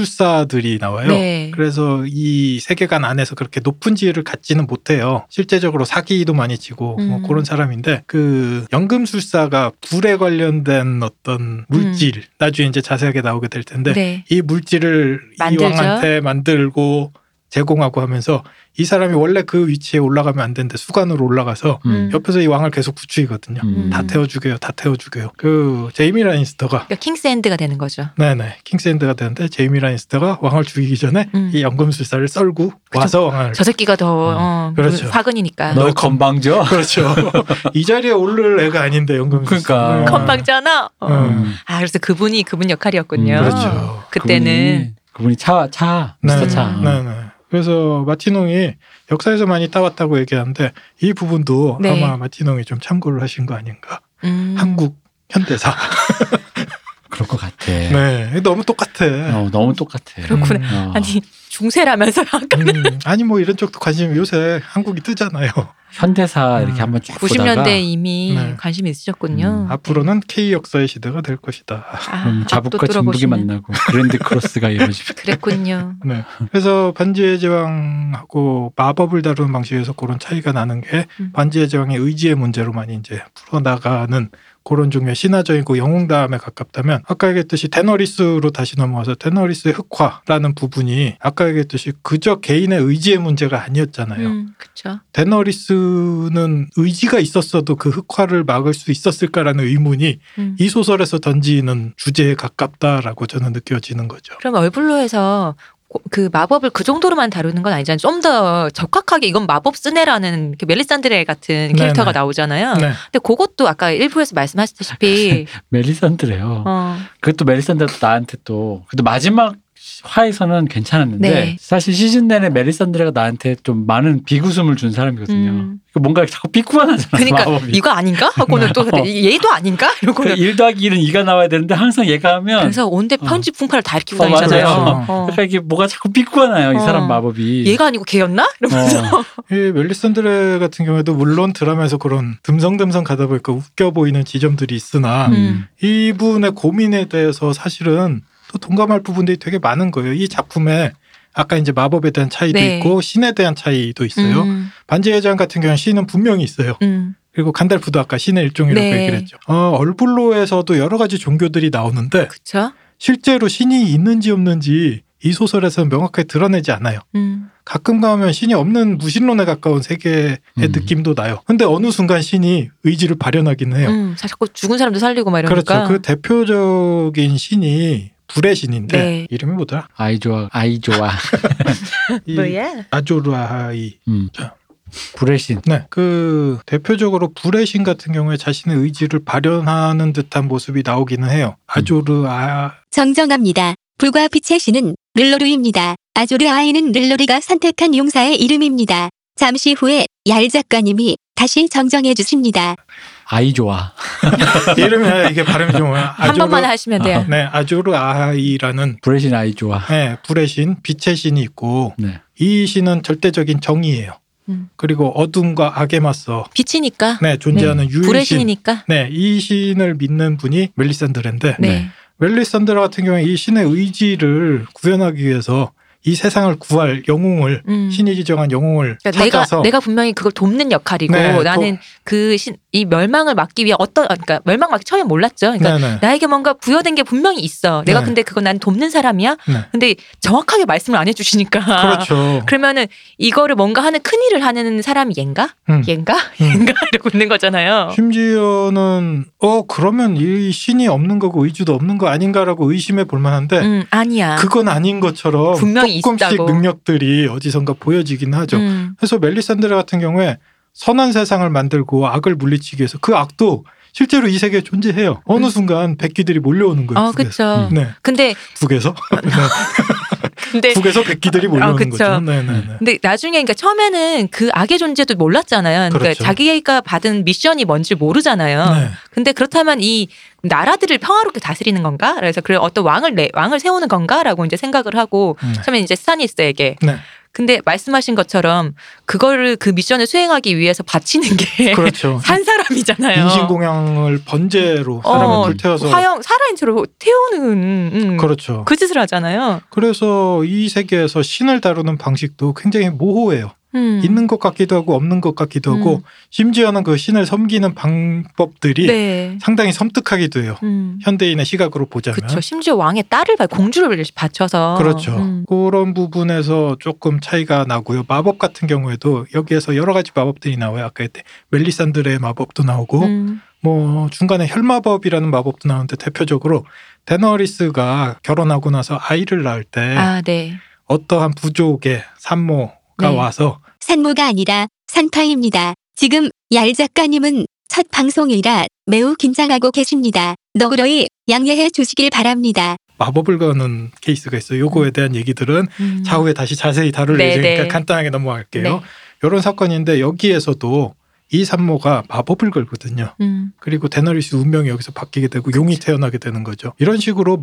Speaker 2: 연금술사들이 나와요.
Speaker 1: 네.
Speaker 2: 그래서 이 세계관 안에서 그렇게 높은 지위를 갖지는 못해요. 실제적으로 사기도 많이 치고 뭐
Speaker 1: 음.
Speaker 2: 그런 사람인데 그 연금술사가 불에 관련된 어떤 물질 나중에 이제 자세하게 나오게 될 텐데
Speaker 1: 음. 네.
Speaker 2: 이 물질을
Speaker 1: 만들죠.
Speaker 2: 이왕한테 만들고 제공하고 하면서 이 사람이 원래 그 위치에 올라가면 안 되는데 수관으로 올라가서
Speaker 3: 음.
Speaker 2: 옆에서 이 왕을 계속 부추기거든요.
Speaker 3: 음.
Speaker 2: 다 태워 죽여요, 다 태워 죽여요. 그 제이미 라니스터가
Speaker 1: 그러니까 킹스앤드가 되는 거죠.
Speaker 2: 네네 킹스랜드가 되는데 제이미 라니스터가 왕을 죽이기 전에
Speaker 1: 음.
Speaker 2: 이 연금술사를 썰고 와서 왕을
Speaker 1: 저 새끼가 더 어,
Speaker 2: 그렇죠.
Speaker 1: 화근이니까.
Speaker 3: 너 건방져.
Speaker 2: 그렇죠 이 자리에 오를 애가 아닌데 연금술사 네.
Speaker 3: 그러니까.
Speaker 1: 건방잖아. 어.
Speaker 2: 음.
Speaker 1: 아 그래서 그분이 그분 역할이었군요.
Speaker 3: 음,
Speaker 2: 그렇죠
Speaker 1: 그때는
Speaker 3: 그분이, 그분이 차, 차, 미스터 차. 어,
Speaker 1: 음.
Speaker 2: 네. 네네 그래서 마티농이 역사에서 많이 따왔다고 얘기하는데 이 부분도
Speaker 1: 네.
Speaker 2: 아마 마티농이 좀 참고를 하신 거 아닌가
Speaker 1: 음.
Speaker 2: 한국 현대사
Speaker 3: 그럴 것 같아.
Speaker 2: 네 너무 똑같아
Speaker 3: 어, 너무 똑같아.
Speaker 1: 그렇구나.
Speaker 2: 음.
Speaker 3: 어.
Speaker 1: 아니 중세라면서 아까
Speaker 2: 음, 아니 뭐 이런 쪽도 관심 요새 한국이 뜨잖아요
Speaker 3: 현대사
Speaker 2: 음.
Speaker 3: 이렇게 한번 쭉 보다가
Speaker 1: 90년대 이미
Speaker 2: 네.
Speaker 1: 관심이 있으셨군요.
Speaker 3: 음,
Speaker 2: 앞으로는 음, K 역사의 시대가 될 것이다
Speaker 1: 아,
Speaker 3: 그럼
Speaker 1: 앞도
Speaker 3: 음, 자북과 진북이
Speaker 1: 뚫어보시는.
Speaker 3: 만나고 그랜드 크로스가 이루어지고
Speaker 1: 그랬군요.
Speaker 2: 네. 그래서 반지의 제왕하고 마법을 다루는 방식에서 그런 차이가 나는 게
Speaker 1: 음.
Speaker 2: 반지의 제왕의 의지의 문제로 많이 이제 풀어나가는 그런 종류의 신화적이고 영웅다움에 가깝다면 아까 얘기했듯이 테너리스로 다시 넘어와서 테너리스의 흑화라는 부분이 아까 얘기했듯이 그저 개인의 의지의 문제가 아니었잖아요.
Speaker 1: 음, 그렇죠.
Speaker 2: 데너리스는 의지가 있었어도 그 흑화를 막을 수 있었을까라는 의문이
Speaker 1: 음.
Speaker 2: 이 소설에서 던지는 주제에 가깝다라고 저는 느껴지는 거죠.
Speaker 1: 그럼 얼블로에서 고- 그 마법을 그 정도로만 다루는 건 아니잖아요. 좀 더 적확하게 이건 마법 쓰네라는 그 멜리산드레 같은 캐릭터가
Speaker 2: 네.
Speaker 1: 나오잖아요.
Speaker 2: 네.
Speaker 1: 근데 그것도 아까 일부에서 말씀하셨다시피
Speaker 3: 멜리산드래요.
Speaker 1: 어,
Speaker 3: 그것도 멜리산드가 나한테 또 그래도 마지막 화에서는 괜찮았는데
Speaker 1: 네.
Speaker 3: 사실 시즌 내내 멜리산드레가 나한테 좀 많은 비웃음을 준 사람이거든요.
Speaker 1: 음.
Speaker 3: 그 뭔가 자꾸 비꾸만 하잖아.
Speaker 1: 그러니까
Speaker 3: 마법이.
Speaker 1: 이거 아닌가 하고는
Speaker 2: 네.
Speaker 1: 또
Speaker 3: 어.
Speaker 1: 얘도 아닌가 이러고
Speaker 2: 그러니까
Speaker 3: 그 1 더하기 1은 2가 나와야 되는데 항상 얘가 하면
Speaker 1: 그러니까 그래서 온데
Speaker 3: 어.
Speaker 1: 편집 풍파를 다 일으키고
Speaker 3: 어, 맞아요.
Speaker 1: 다니잖아요.
Speaker 2: 그렇죠.
Speaker 1: 어.
Speaker 3: 그러니까 이게 뭐가 자꾸 비꾸나요. 이
Speaker 1: 어.
Speaker 3: 사람 마법이.
Speaker 1: 얘가 아니고 걔였나? 이러면서
Speaker 3: 어.
Speaker 2: 이 예, 멜리산드레 같은 경우에도 물론 드라마에서 그런 듬성듬성 가다 보니까 웃겨 보이는 지점들이
Speaker 3: 아,
Speaker 2: 있으나
Speaker 1: 음.
Speaker 2: 이분의 고민에 대해서 사실은 또 동감할 부분들이 되게 많은 거예요. 이 작품에 아까 이제 마법에 대한 차이도
Speaker 1: 네.
Speaker 2: 있고 신에 대한 차이도 있어요.
Speaker 1: 음,
Speaker 2: 반지의 제왕 같은 경우는 신은 분명히 있어요.
Speaker 1: 음.
Speaker 2: 그리고 간달프도 아까 신의 일종이라고
Speaker 1: 네.
Speaker 2: 얘기를 했죠. 어, 얼불로에서도 여러 가지 종교들이 나오는데
Speaker 1: 그쵸?
Speaker 2: 실제로 신이 있는지 없는지 이 소설에서는 명확하게 드러내지 않아요.
Speaker 1: 음.
Speaker 2: 가끔 가면 신이 없는 무신론에 가까운 세계의
Speaker 3: 음.
Speaker 2: 느낌도 나요. 근데 어느 순간 신이 의지를 발현하긴 해요.
Speaker 1: 음. 자- 자꾸 죽은 사람도 살리고 막
Speaker 2: 그렇죠.
Speaker 1: 이러니까.
Speaker 2: 네. 그 대표적인 신이 불의 신인데
Speaker 1: 네.
Speaker 2: 이름이 뭐더라?
Speaker 3: 아이 좋아. 아이 좋아.
Speaker 2: 이
Speaker 1: 뭐야?
Speaker 2: 아조라하이.
Speaker 3: 음.
Speaker 2: 자.
Speaker 3: 불의신.
Speaker 2: 네, 그 대표적으로 불의 신 같은 경우에 자신의 의지를 발현하는 듯한 모습이 나오기는 해요. 아조르아
Speaker 5: 정정합니다. 불과 빛의 신은 르로르입니다. 아조르 아이는 르로르가 선택한 용사의 이름입니다. 잠시 후에 얄 작가님이 다시 정정해 주십니다.
Speaker 3: 아이 좋아.
Speaker 2: 이러면 이게 발음이 좀 어려워요.
Speaker 1: 한
Speaker 2: 아조르-
Speaker 1: 번만 하시면 돼요.
Speaker 2: 네, 아조르 아이라는
Speaker 3: 브레신 아이 좋아.
Speaker 2: 네, 불의 신, 빛의 신이 있고
Speaker 3: 네.
Speaker 2: 이 신은 절대적인 정의예요.
Speaker 4: 음.
Speaker 2: 그리고 어둠과 악에 맞서
Speaker 4: 빛이니까
Speaker 2: 네, 존재하는
Speaker 4: 불의
Speaker 2: 유일신.
Speaker 4: 신이니까
Speaker 2: 네, 이 신을 믿는 분이 멜리산드레인데
Speaker 4: 네.
Speaker 3: 네.
Speaker 2: 멜리산드라 같은 경우에 이 신의 의지를 구현하기 위해서 이 세상을 구할 영웅을
Speaker 4: 음.
Speaker 2: 신이 지정한 영웅을
Speaker 1: 그러니까 내가
Speaker 2: 찾아서
Speaker 1: 내가 분명히 그걸 돕는 역할이고
Speaker 2: 네, 또-
Speaker 1: 나는 그 이 멸망을 막기 위해 어떤 그러니까 멸망 막기 처음에 몰랐죠. 그러니까
Speaker 2: 네네.
Speaker 1: 나에게 뭔가 부여된 게 분명히 있어. 내가
Speaker 2: 네.
Speaker 1: 근데 그거 난 돕는 사람이야.
Speaker 2: 네.
Speaker 1: 근데 정확하게 말씀을 안 해주시니까.
Speaker 2: 그렇죠.
Speaker 1: 러면은 이거를 뭔가 하는 큰 일을 하는 사람이 얘인가?
Speaker 2: 음.
Speaker 1: 얘인가?
Speaker 2: 음.
Speaker 1: 얘인가? 이러고 있는 거잖아요.
Speaker 2: 심지어는 어 그러면 이 신이 없는 거고 의지도 없는 거 아닌가라고 의심해 볼 만한데
Speaker 1: 음, 아니야.
Speaker 2: 그건 아닌 것처럼
Speaker 1: 분명히
Speaker 2: 조금씩
Speaker 1: 있다고.
Speaker 2: 능력들이 어디선가 보여지긴 하죠.
Speaker 1: 음,
Speaker 2: 그래서 멜리산드라 같은 경우에 선한 세상을 만들고 악을 물리치기 위해서 그 악도 실제로 이 세계에 존재해요. 어느
Speaker 1: 음.
Speaker 2: 순간 백기들이 몰려오는 거예요.
Speaker 1: 어, 그쵸.
Speaker 2: 북에서.
Speaker 3: 음.
Speaker 2: 네,
Speaker 1: 근데,
Speaker 2: 북에서
Speaker 1: 근데,
Speaker 2: 북에서 백기들이 몰려오는
Speaker 1: 네. 아, 그쵸.
Speaker 2: 거죠. 네, 네, 네.
Speaker 1: 근데 나중에, 그러니까 처음에는 그 악의 존재도 몰랐잖아요. 그러니까
Speaker 2: 그렇죠.
Speaker 1: 자기가 받은 미션이 뭔지 모르잖아요.
Speaker 2: 네.
Speaker 1: 근데 그렇다면 이 나라들을 평화롭게 다스리는 건가? 그래서 그 어떤 왕을 내, 왕을 세우는 건가라고 이제 생각을 하고
Speaker 2: 네.
Speaker 1: 처음에 이제 스타니스에게
Speaker 2: 네.
Speaker 1: 근데 말씀하신 것처럼 그거를 그 미션을 수행하기 위해서 바치는 게 산
Speaker 2: 그렇죠.
Speaker 1: 사람이잖아요.
Speaker 2: 인신공양을 번제로 사람을
Speaker 1: 네, 어,
Speaker 2: 불태워서
Speaker 1: 화형 살아인 채로 태우는 음,
Speaker 2: 그렇죠.
Speaker 1: 그 짓을 하잖아요.
Speaker 2: 그래서 이 세계에서 신을 다루는 방식도 굉장히 모호해요.
Speaker 1: 음.
Speaker 2: 있는 것 같기도 하고 없는 것 같기도 하고
Speaker 1: 음.
Speaker 2: 심지어는 그 신을 섬기는 방법들이
Speaker 1: 네.
Speaker 2: 상당히 섬뜩하기도 해요.
Speaker 1: 음.
Speaker 2: 현대인의 시각으로 보자면.
Speaker 1: 그렇죠. 심지어 왕의 딸을 바- 공주를 바쳐서
Speaker 2: 그렇죠.
Speaker 1: 음.
Speaker 2: 그런 부분에서 조금 차이가 나고요. 마법 같은 경우에도 여기에서 여러 가지 마법들이 나와요. 아까 했듯 멜리산드레의 마법도 나오고
Speaker 1: 음.
Speaker 2: 뭐 중간에 혈마법이라는 마법도 나오는데 대표적으로 데너리스가 결혼하고 나서 아이를 낳을 때
Speaker 1: 아, 네.
Speaker 2: 어떠한 부족의 산모가
Speaker 1: 네.
Speaker 2: 와서
Speaker 5: 산모가 아니라 산파입니다. 지금 얄 작가님은 첫 방송이라 매우 긴장하고 계십니다. 너그러이 양해해 주시길 바랍니다.
Speaker 2: 마법을 거는 케이스가 있어요. 요거에 대한 얘기들은
Speaker 1: 음.
Speaker 2: 차후에 다시 자세히 다룰
Speaker 1: 네,
Speaker 2: 예정이니까
Speaker 1: 네.
Speaker 2: 간단하게 넘어갈게요.
Speaker 1: 네.
Speaker 2: 이런 사건인데 여기에서도 이 산모가 마법을 걸거든요.
Speaker 1: 음.
Speaker 2: 그리고 데너리스 운명이 여기서 바뀌게 되고 용이
Speaker 1: 그렇죠.
Speaker 2: 태어나게 되는 거죠. 이런 식으로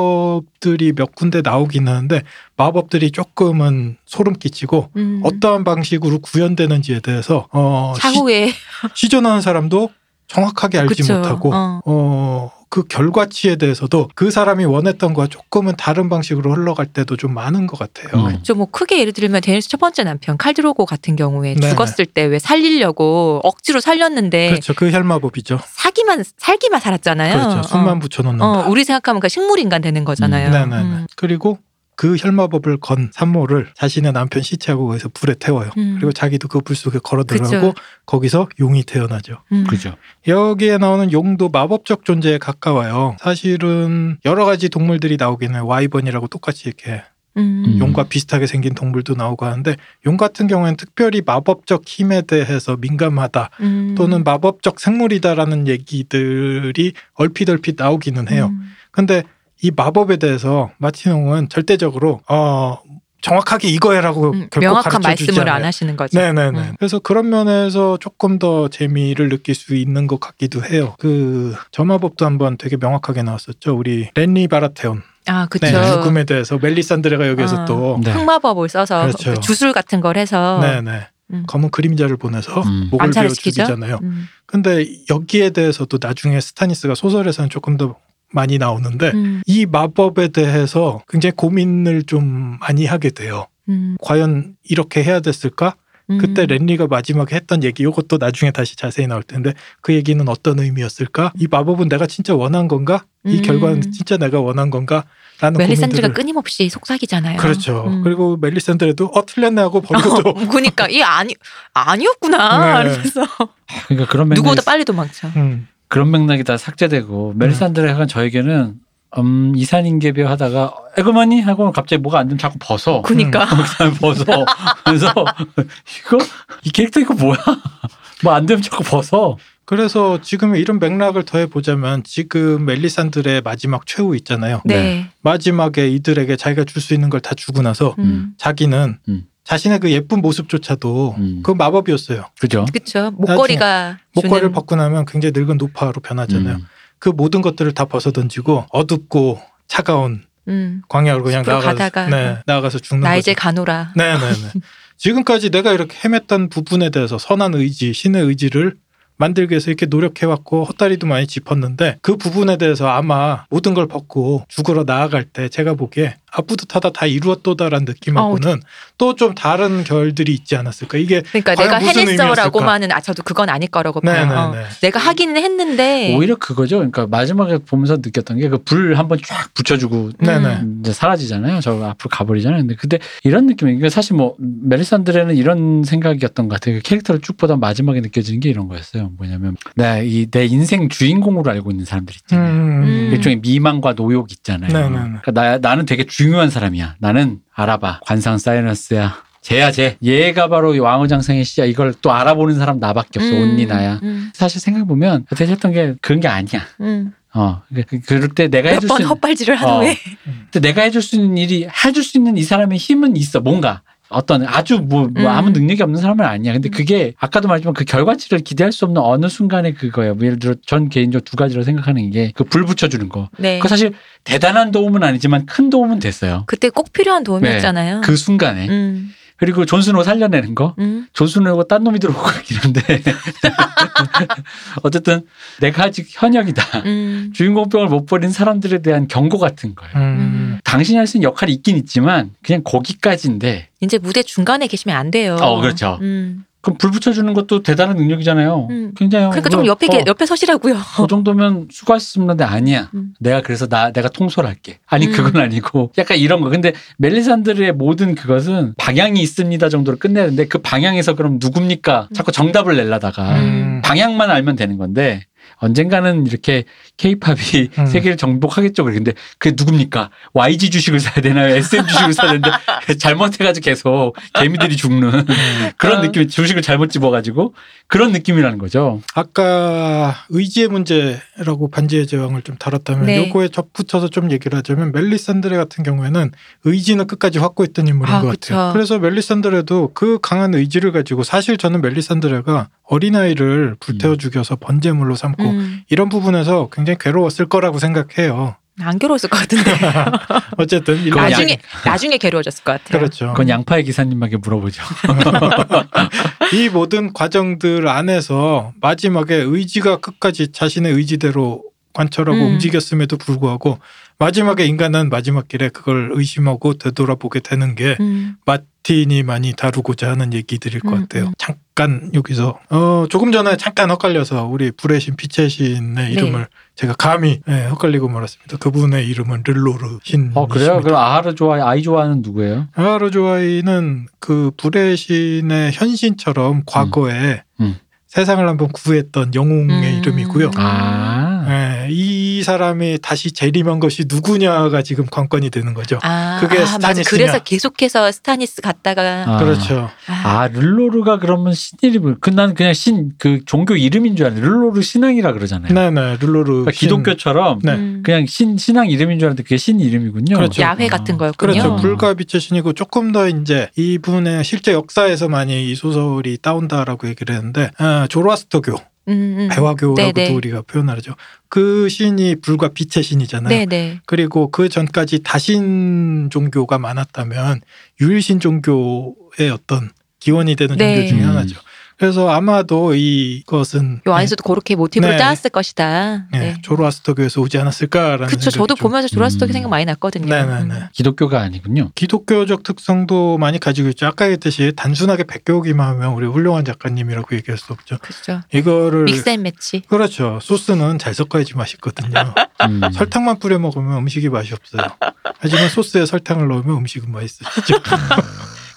Speaker 2: 마법들이 몇 군데 나오긴 하는데 마법들이 조금은 소름 끼치고
Speaker 1: 음.
Speaker 2: 어떠한 방식으로 구현되는지에 대해서 어,
Speaker 1: 차후에
Speaker 2: 시, 전하는 사람도 정확하게 알지
Speaker 1: 그쵸.
Speaker 2: 못하고
Speaker 1: 어.
Speaker 2: 어, 그 결과치에 대해서도 그 사람이 원했던 거와 조금은 다른 방식으로 흘러갈 때도 좀 많은 것 같아요.
Speaker 3: 어.
Speaker 1: 좀 뭐 크게 예를 들면 데니스 첫 번째 남편 칼드로고 같은 경우에
Speaker 2: 네네.
Speaker 1: 죽었을 때 왜 살리려고 억지로 살렸는데
Speaker 2: 그렇죠. 그 혈마법이죠.
Speaker 1: 사기만 살기만 살았잖아요.
Speaker 2: 그렇죠. 숨만
Speaker 1: 네.
Speaker 2: 붙여놓는다.
Speaker 1: 어, 어, 우리 생각하면 그 식물 인간 되는 거잖아요.
Speaker 2: 네네네.
Speaker 1: 음.
Speaker 2: 그리고 그 혈마법을 건 산모를 자신의 남편 시체하고 거기서 불에 태워요.
Speaker 1: 음.
Speaker 2: 그리고 자기도 그 불 속에 걸어
Speaker 1: 그쵸.
Speaker 2: 들어가고 거기서 용이 태어나죠.
Speaker 1: 음.
Speaker 3: 그죠.
Speaker 2: 여기에 나오는 용도 마법적 존재에 가까워요. 사실은 여러 가지 동물들이 나오긴 해요. 와이번이라고 똑같이 이렇게
Speaker 1: 음.
Speaker 2: 용과 비슷하게 생긴 동물도 나오고 하는데 용 같은 경우에는 특별히 마법적 힘에 대해서 민감하다
Speaker 1: 음.
Speaker 2: 또는 마법적 생물이다라는 얘기들이 얼핏 얼핏 나오기는 해요.
Speaker 1: 음.
Speaker 2: 근데 이 마법에 대해서 마치농은 절대적으로 어 정확하게 이거야라고
Speaker 1: 음,
Speaker 2: 결코
Speaker 1: 명확한
Speaker 2: 가르쳐 주지
Speaker 1: 말씀을 안
Speaker 2: 않아요.
Speaker 1: 하시는 거죠.
Speaker 2: 네네네.
Speaker 1: 음.
Speaker 2: 그래서 그런 면에서 조금 더 재미를 느낄 수 있는 것 같기도 해요. 그 점화법도 한번 되게 명확하게 나왔었죠. 우리 렌리 바라테온
Speaker 1: 아
Speaker 2: 네,
Speaker 1: 그렇죠.
Speaker 2: 죽음에 대해서 멜리산드레가 여기서
Speaker 1: 아.
Speaker 2: 또
Speaker 3: 네.
Speaker 1: 흑마법을 써서
Speaker 2: 그렇죠.
Speaker 1: 그 주술 같은 걸 해서
Speaker 2: 네네
Speaker 1: 음.
Speaker 2: 검은 그림자를 보내서
Speaker 3: 음.
Speaker 2: 목을 베어
Speaker 1: 암살시키죠?
Speaker 2: 죽이잖아요.
Speaker 1: 음.
Speaker 2: 근데 여기에 대해서도 나중에 스타니스가 소설에서는 조금 더 많이 나오는데
Speaker 1: 음.
Speaker 2: 이 마법에 대해서 굉장히 고민을 좀 많이 하게 돼요.
Speaker 1: 음.
Speaker 2: 과연 이렇게 해야 됐을까?
Speaker 1: 음.
Speaker 2: 그때 랜리가 마지막에 했던 얘기, 이것도 나중에 다시 자세히 나올 텐데 그 얘기는 어떤 의미였을까? 이 마법은 내가 진짜 원한 건가? 이
Speaker 1: 음.
Speaker 2: 결과는 진짜 내가 원한 건가? 라는
Speaker 1: 멜리산드가
Speaker 2: 고민들을
Speaker 1: 끊임없이 속삭이잖아요.
Speaker 2: 그렇죠.
Speaker 1: 음.
Speaker 2: 그리고 멜리산드레도 어 틀렸네 하고 버리고 또
Speaker 1: 그니까 이 아니 아니었구나.
Speaker 2: 네.
Speaker 1: 그래서
Speaker 3: 그러니까 그런 맥락
Speaker 1: 누구보다 빨리 음. 도망쳐.
Speaker 2: 음,
Speaker 3: 그런 맥락이 다 삭제되고 멜리산드라 약간 저에게는 음, 이산인계배 하다가 에그머니 하고 갑자기 뭐가 안 되면 자꾸 벗어.
Speaker 1: 그니까
Speaker 3: 그다음에 벗어. 그래서 이거 이 캐릭터 이거 뭐야? 뭐 안 되면 자꾸 벗어.
Speaker 2: 그래서 지금 이런 맥락을 더해 보자면 지금 멜리산드레의 마지막 최후 있잖아요.
Speaker 1: 네.
Speaker 3: 네.
Speaker 2: 마지막에 이들에게 자기가 줄 수 있는 걸 다 주고 나서
Speaker 1: 음.
Speaker 2: 자기는
Speaker 3: 음.
Speaker 2: 자신의 그 예쁜 모습조차도
Speaker 3: 음.
Speaker 2: 그 마법이었어요.
Speaker 3: 그죠?
Speaker 1: 그쵸 목걸이가
Speaker 2: 목걸이를
Speaker 1: 주는
Speaker 2: 벗고 나면 굉장히 늙은 노파로 변하잖아요.
Speaker 3: 음.
Speaker 2: 그 모든 것들을 다 벗어던지고 어둡고 차가운
Speaker 1: 음,
Speaker 2: 광야로 그냥
Speaker 1: 숲으로
Speaker 2: 나가서
Speaker 1: 가다가 어.
Speaker 2: 네, 나가서 죽는
Speaker 1: 나
Speaker 2: 거죠.
Speaker 1: 이제 가노라
Speaker 2: 네네네. 지금까지 내가 이렇게 헤맸던 부분에 대해서 선한 의지, 신의 의지를 만들기 위해서 이렇게 노력해왔고 헛다리도 많이 짚었는데 그 부분에 대해서 아마 모든 걸 벗고 죽으러 나아갈 때 제가 보기에 아 뿌듯하다 다 이루었도다라는 느낌하고는 또 좀 다른 결들이 있지 않았을까 이게
Speaker 1: 그러니까
Speaker 2: 과연
Speaker 1: 내가
Speaker 2: 무슨
Speaker 1: 해냈어라고만은 아 저도 그건 아닐 거라고 봐요 어.
Speaker 2: 네네네
Speaker 1: 내가 하기는 했는데
Speaker 2: 예.
Speaker 3: 오히려 그거죠. 그러니까 마지막에 보면서 느꼈던 게 그 불 한번 쫙 붙여주고
Speaker 1: 음.
Speaker 2: 네네
Speaker 3: 이제 사라지잖아요. 저 앞으로 가버리잖아요. 근데 근데 이런 느낌이 이게 사실 뭐 메리산드레는 이런 생각이었던 것 같아요. 그 캐릭터를 쭉 보다 마지막에 느껴지는 게 이런 거였어요. 뭐냐면 내 이 내 인생 주인공으로 알고 있는 사람들 있잖아요.
Speaker 2: 음.
Speaker 1: 음.
Speaker 3: 일종의 미망과 노욕 있잖아요.
Speaker 2: 네네네.
Speaker 3: 그러니까 나, 나는 되게 중요한 사람이야. 나는 알아봐. 관상 사이너스야. 쟤야 쟤. 얘가 바로 이 왕후장상의 씨야. 이걸 또 알아보는 사람 나밖에
Speaker 2: 음.
Speaker 3: 없어. 언니 나야.
Speaker 1: 음,
Speaker 3: 사실 생각해보면 대체 했던 게 그런 게 아니야.
Speaker 1: 음.
Speaker 3: 어. 그- 그- 그럴 때 내가 해줄 수
Speaker 1: 몇번
Speaker 3: 있는
Speaker 1: 헛발질을 한
Speaker 3: 어.
Speaker 1: 후에
Speaker 3: 근데 내가 해줄 수 있는 일이 해줄 수 있는 이 사람의 힘은 있어 뭔가 어떤 아주 뭐, 뭐
Speaker 1: 음.
Speaker 3: 아무 능력이 없는 사람은 아니야 근데 그게 아까도 말했지만 그 결과치를 기대할 수 없는 어느 순간의 그거예요 뭐 예를 들어 전 개인적으로 두 가지로 생각하는 게 그 불 붙여주는 거
Speaker 1: 네
Speaker 3: 그거 사실 대단한 도움은 아니지만 큰 도움은 됐어요
Speaker 1: 그때 꼭 필요한 도움이었잖아요
Speaker 3: 그 순간에
Speaker 1: 음,
Speaker 3: 그리고 존스노 살려내는 거
Speaker 1: 음.
Speaker 3: 존스노고 딴 놈이 들어오고 이런데 어쨌든 내가 아직 현역이다
Speaker 1: 음.
Speaker 3: 주인공병을 못 버린 사람들에 대한 경고 같은 거예요
Speaker 2: 음.
Speaker 3: 당신이 할 수 있는 역할이 있긴 있지만 그냥 거기까지인데
Speaker 1: 이제 무대 중간에 계시면 안 돼요.
Speaker 3: 어, 그렇죠.
Speaker 1: 음.
Speaker 3: 그럼 불 붙여주는 것도 대단한 능력이잖아요.
Speaker 1: 음.
Speaker 3: 굉장히
Speaker 1: 그러니까 좀
Speaker 3: 이거,
Speaker 1: 옆에 계-
Speaker 3: 어,
Speaker 1: 옆에 서시라고요.
Speaker 3: 그 정도면 수고하셨습니다. 아니야.
Speaker 1: 음.
Speaker 3: 내가 그래서 나 내가 통솔할게. 아니
Speaker 1: 음.
Speaker 3: 그건 아니고 약간 이런 거. 근데 멜리산드르의 모든 그것은 방향이 있습니다 정도로 끝내는데 그 방향에서 그럼
Speaker 1: 음.
Speaker 3: 누굽니까? 자꾸 정답을 내려다가
Speaker 2: 음.
Speaker 3: 방향만 알면 되는 건데 언젠가는 이렇게 케이팝이
Speaker 2: 음.
Speaker 3: 세계를 정복하겠죠. 근데 그게 누굽니까? YG 주식을 사야 되나요? SM 주식을 사야 되는데 잘못해가지고 계속 개미들이 죽는 그런
Speaker 1: 어.
Speaker 3: 느낌, 주식을 잘못 집어가지고 그런 느낌이라는 거죠.
Speaker 2: 아까 의지의 문제라고 반지의 제왕을 좀 다뤘다면
Speaker 1: 네.
Speaker 2: 요거에 접붙여서 좀 얘기를 하자면 멜리산드레 같은 경우에는 의지는 끝까지 확고했던 인물인
Speaker 1: 아,
Speaker 2: 것
Speaker 1: 그쵸.
Speaker 2: 같아요. 그래서 멜리산드레도 그 강한 의지를 가지고 사실 저는 멜리산드레가 어린아이를 불태워 죽여서 번제물로 삼고
Speaker 1: 음.
Speaker 2: 이런 부분에서 굉장히 괴로웠을 거라고 생각해요.
Speaker 1: 안 괴로웠을 것 같은데.
Speaker 2: 어쨌든 일본
Speaker 3: 그건
Speaker 1: 나중에 나중에 괴로워졌을 것 같아요.
Speaker 2: 그렇죠.
Speaker 3: 그건 양파의 기사님에게 물어보죠.
Speaker 2: 이 모든 과정들 안에서 마지막에 의지가 끝까지 자신의 의지대로 관철하고
Speaker 1: 음.
Speaker 2: 움직였음에도 불구하고 마지막에 인간은 마지막 길에 그걸 의심하고 되돌아보게 되는 게
Speaker 1: 음.
Speaker 2: 마틴이 많이 다루고자 하는 얘기들일 것
Speaker 1: 음,
Speaker 2: 같아요.
Speaker 1: 음.
Speaker 2: 잠깐 여기서 어, 조금 전에 잠깐 헛갈려서 우리 불의 신 빛의
Speaker 1: 네.
Speaker 2: 신의 이름을 제가 감히 예, 헛갈리고 말았습니다. 그분의 이름은 르로르 신.
Speaker 3: 어 그래요? 그럼 아하를 좋아해, 아이 좋아하는 누구예요?
Speaker 2: 아하르조아이는 그 불의 신의 현신처럼 과거에
Speaker 3: 음.
Speaker 2: 세상을 한번 구했던 영웅의
Speaker 1: 음.
Speaker 2: 이름이고요.
Speaker 1: 아.
Speaker 3: 아
Speaker 2: 예, 이 사람이 다시 재림한 것이 누구냐가 지금 관건이 되는 거죠.
Speaker 1: 아,
Speaker 2: 그게
Speaker 1: 아, 맞아.
Speaker 2: 스타니스냐.
Speaker 1: 그래서 계속해서 스타니스 갔다가
Speaker 3: 아.
Speaker 2: 그렇죠.
Speaker 1: 아,
Speaker 3: 아 룰로르가 그러면 신 이름을 그난 그냥 신 그 종교 이름인 줄 알았는데 룰로르 신앙이라 그러잖아요.
Speaker 2: 네네, 룰루루.
Speaker 3: 그러니까 기독교처럼
Speaker 2: 네.
Speaker 1: 음.
Speaker 3: 그냥 신 신앙 이름인 줄 알았는데 그게 신 이름이군요. 아.
Speaker 2: 그렇죠.
Speaker 1: 야훼 같은 거였군요.
Speaker 2: 그렇죠.
Speaker 3: 그렇군요.
Speaker 2: 불과 빛의 신이고 조금 더 이제 이분의 실제 역사에서 많이 이 소설이 따온다라고 얘기를 했는데 아, 조로아스터교,
Speaker 1: 음, 음.
Speaker 2: 배화교라고도
Speaker 1: 네네.
Speaker 2: 우리가 표현하죠. 그 신이 불과 빛의 신이잖아요.
Speaker 1: 네네.
Speaker 2: 그리고 그 전까지 다신 종교가 많았다면 유일신 종교의 어떤 기원이 되는
Speaker 1: 네.
Speaker 2: 종교 중에
Speaker 3: 음.
Speaker 2: 하나죠. 그래서 아마도 이것은
Speaker 1: 요 안에서도 그렇게 모티브를
Speaker 2: 네.
Speaker 1: 짜왔을 것이다. 네.
Speaker 2: 네, 네, 조로아스터교에서 오지 않았을까라는
Speaker 1: 그쵸. 저도
Speaker 2: 생각이 좀-
Speaker 1: 보면서 조라스토기
Speaker 3: 음.
Speaker 1: 생각 많이 났거든요.
Speaker 2: 네네네.
Speaker 1: 음.
Speaker 3: 기독교가 아니군요.
Speaker 2: 기독교적 특성도 많이 가지고 있죠. 아까 했듯이 단순하게 백교기만 하면 우리 훌륭한 작가님이라고 얘기할 수 없죠.
Speaker 1: 그렇죠.
Speaker 2: 이거를
Speaker 1: 믹스앤매치.
Speaker 2: 그렇죠. 소스는 잘 섞어야지 맛있거든요.
Speaker 3: 음.
Speaker 2: 아, 설탕만 뿌려 먹으면 음식이 맛이 없어요. 하지만 소스에 설탕을 넣으면 음식은 맛있어지죠.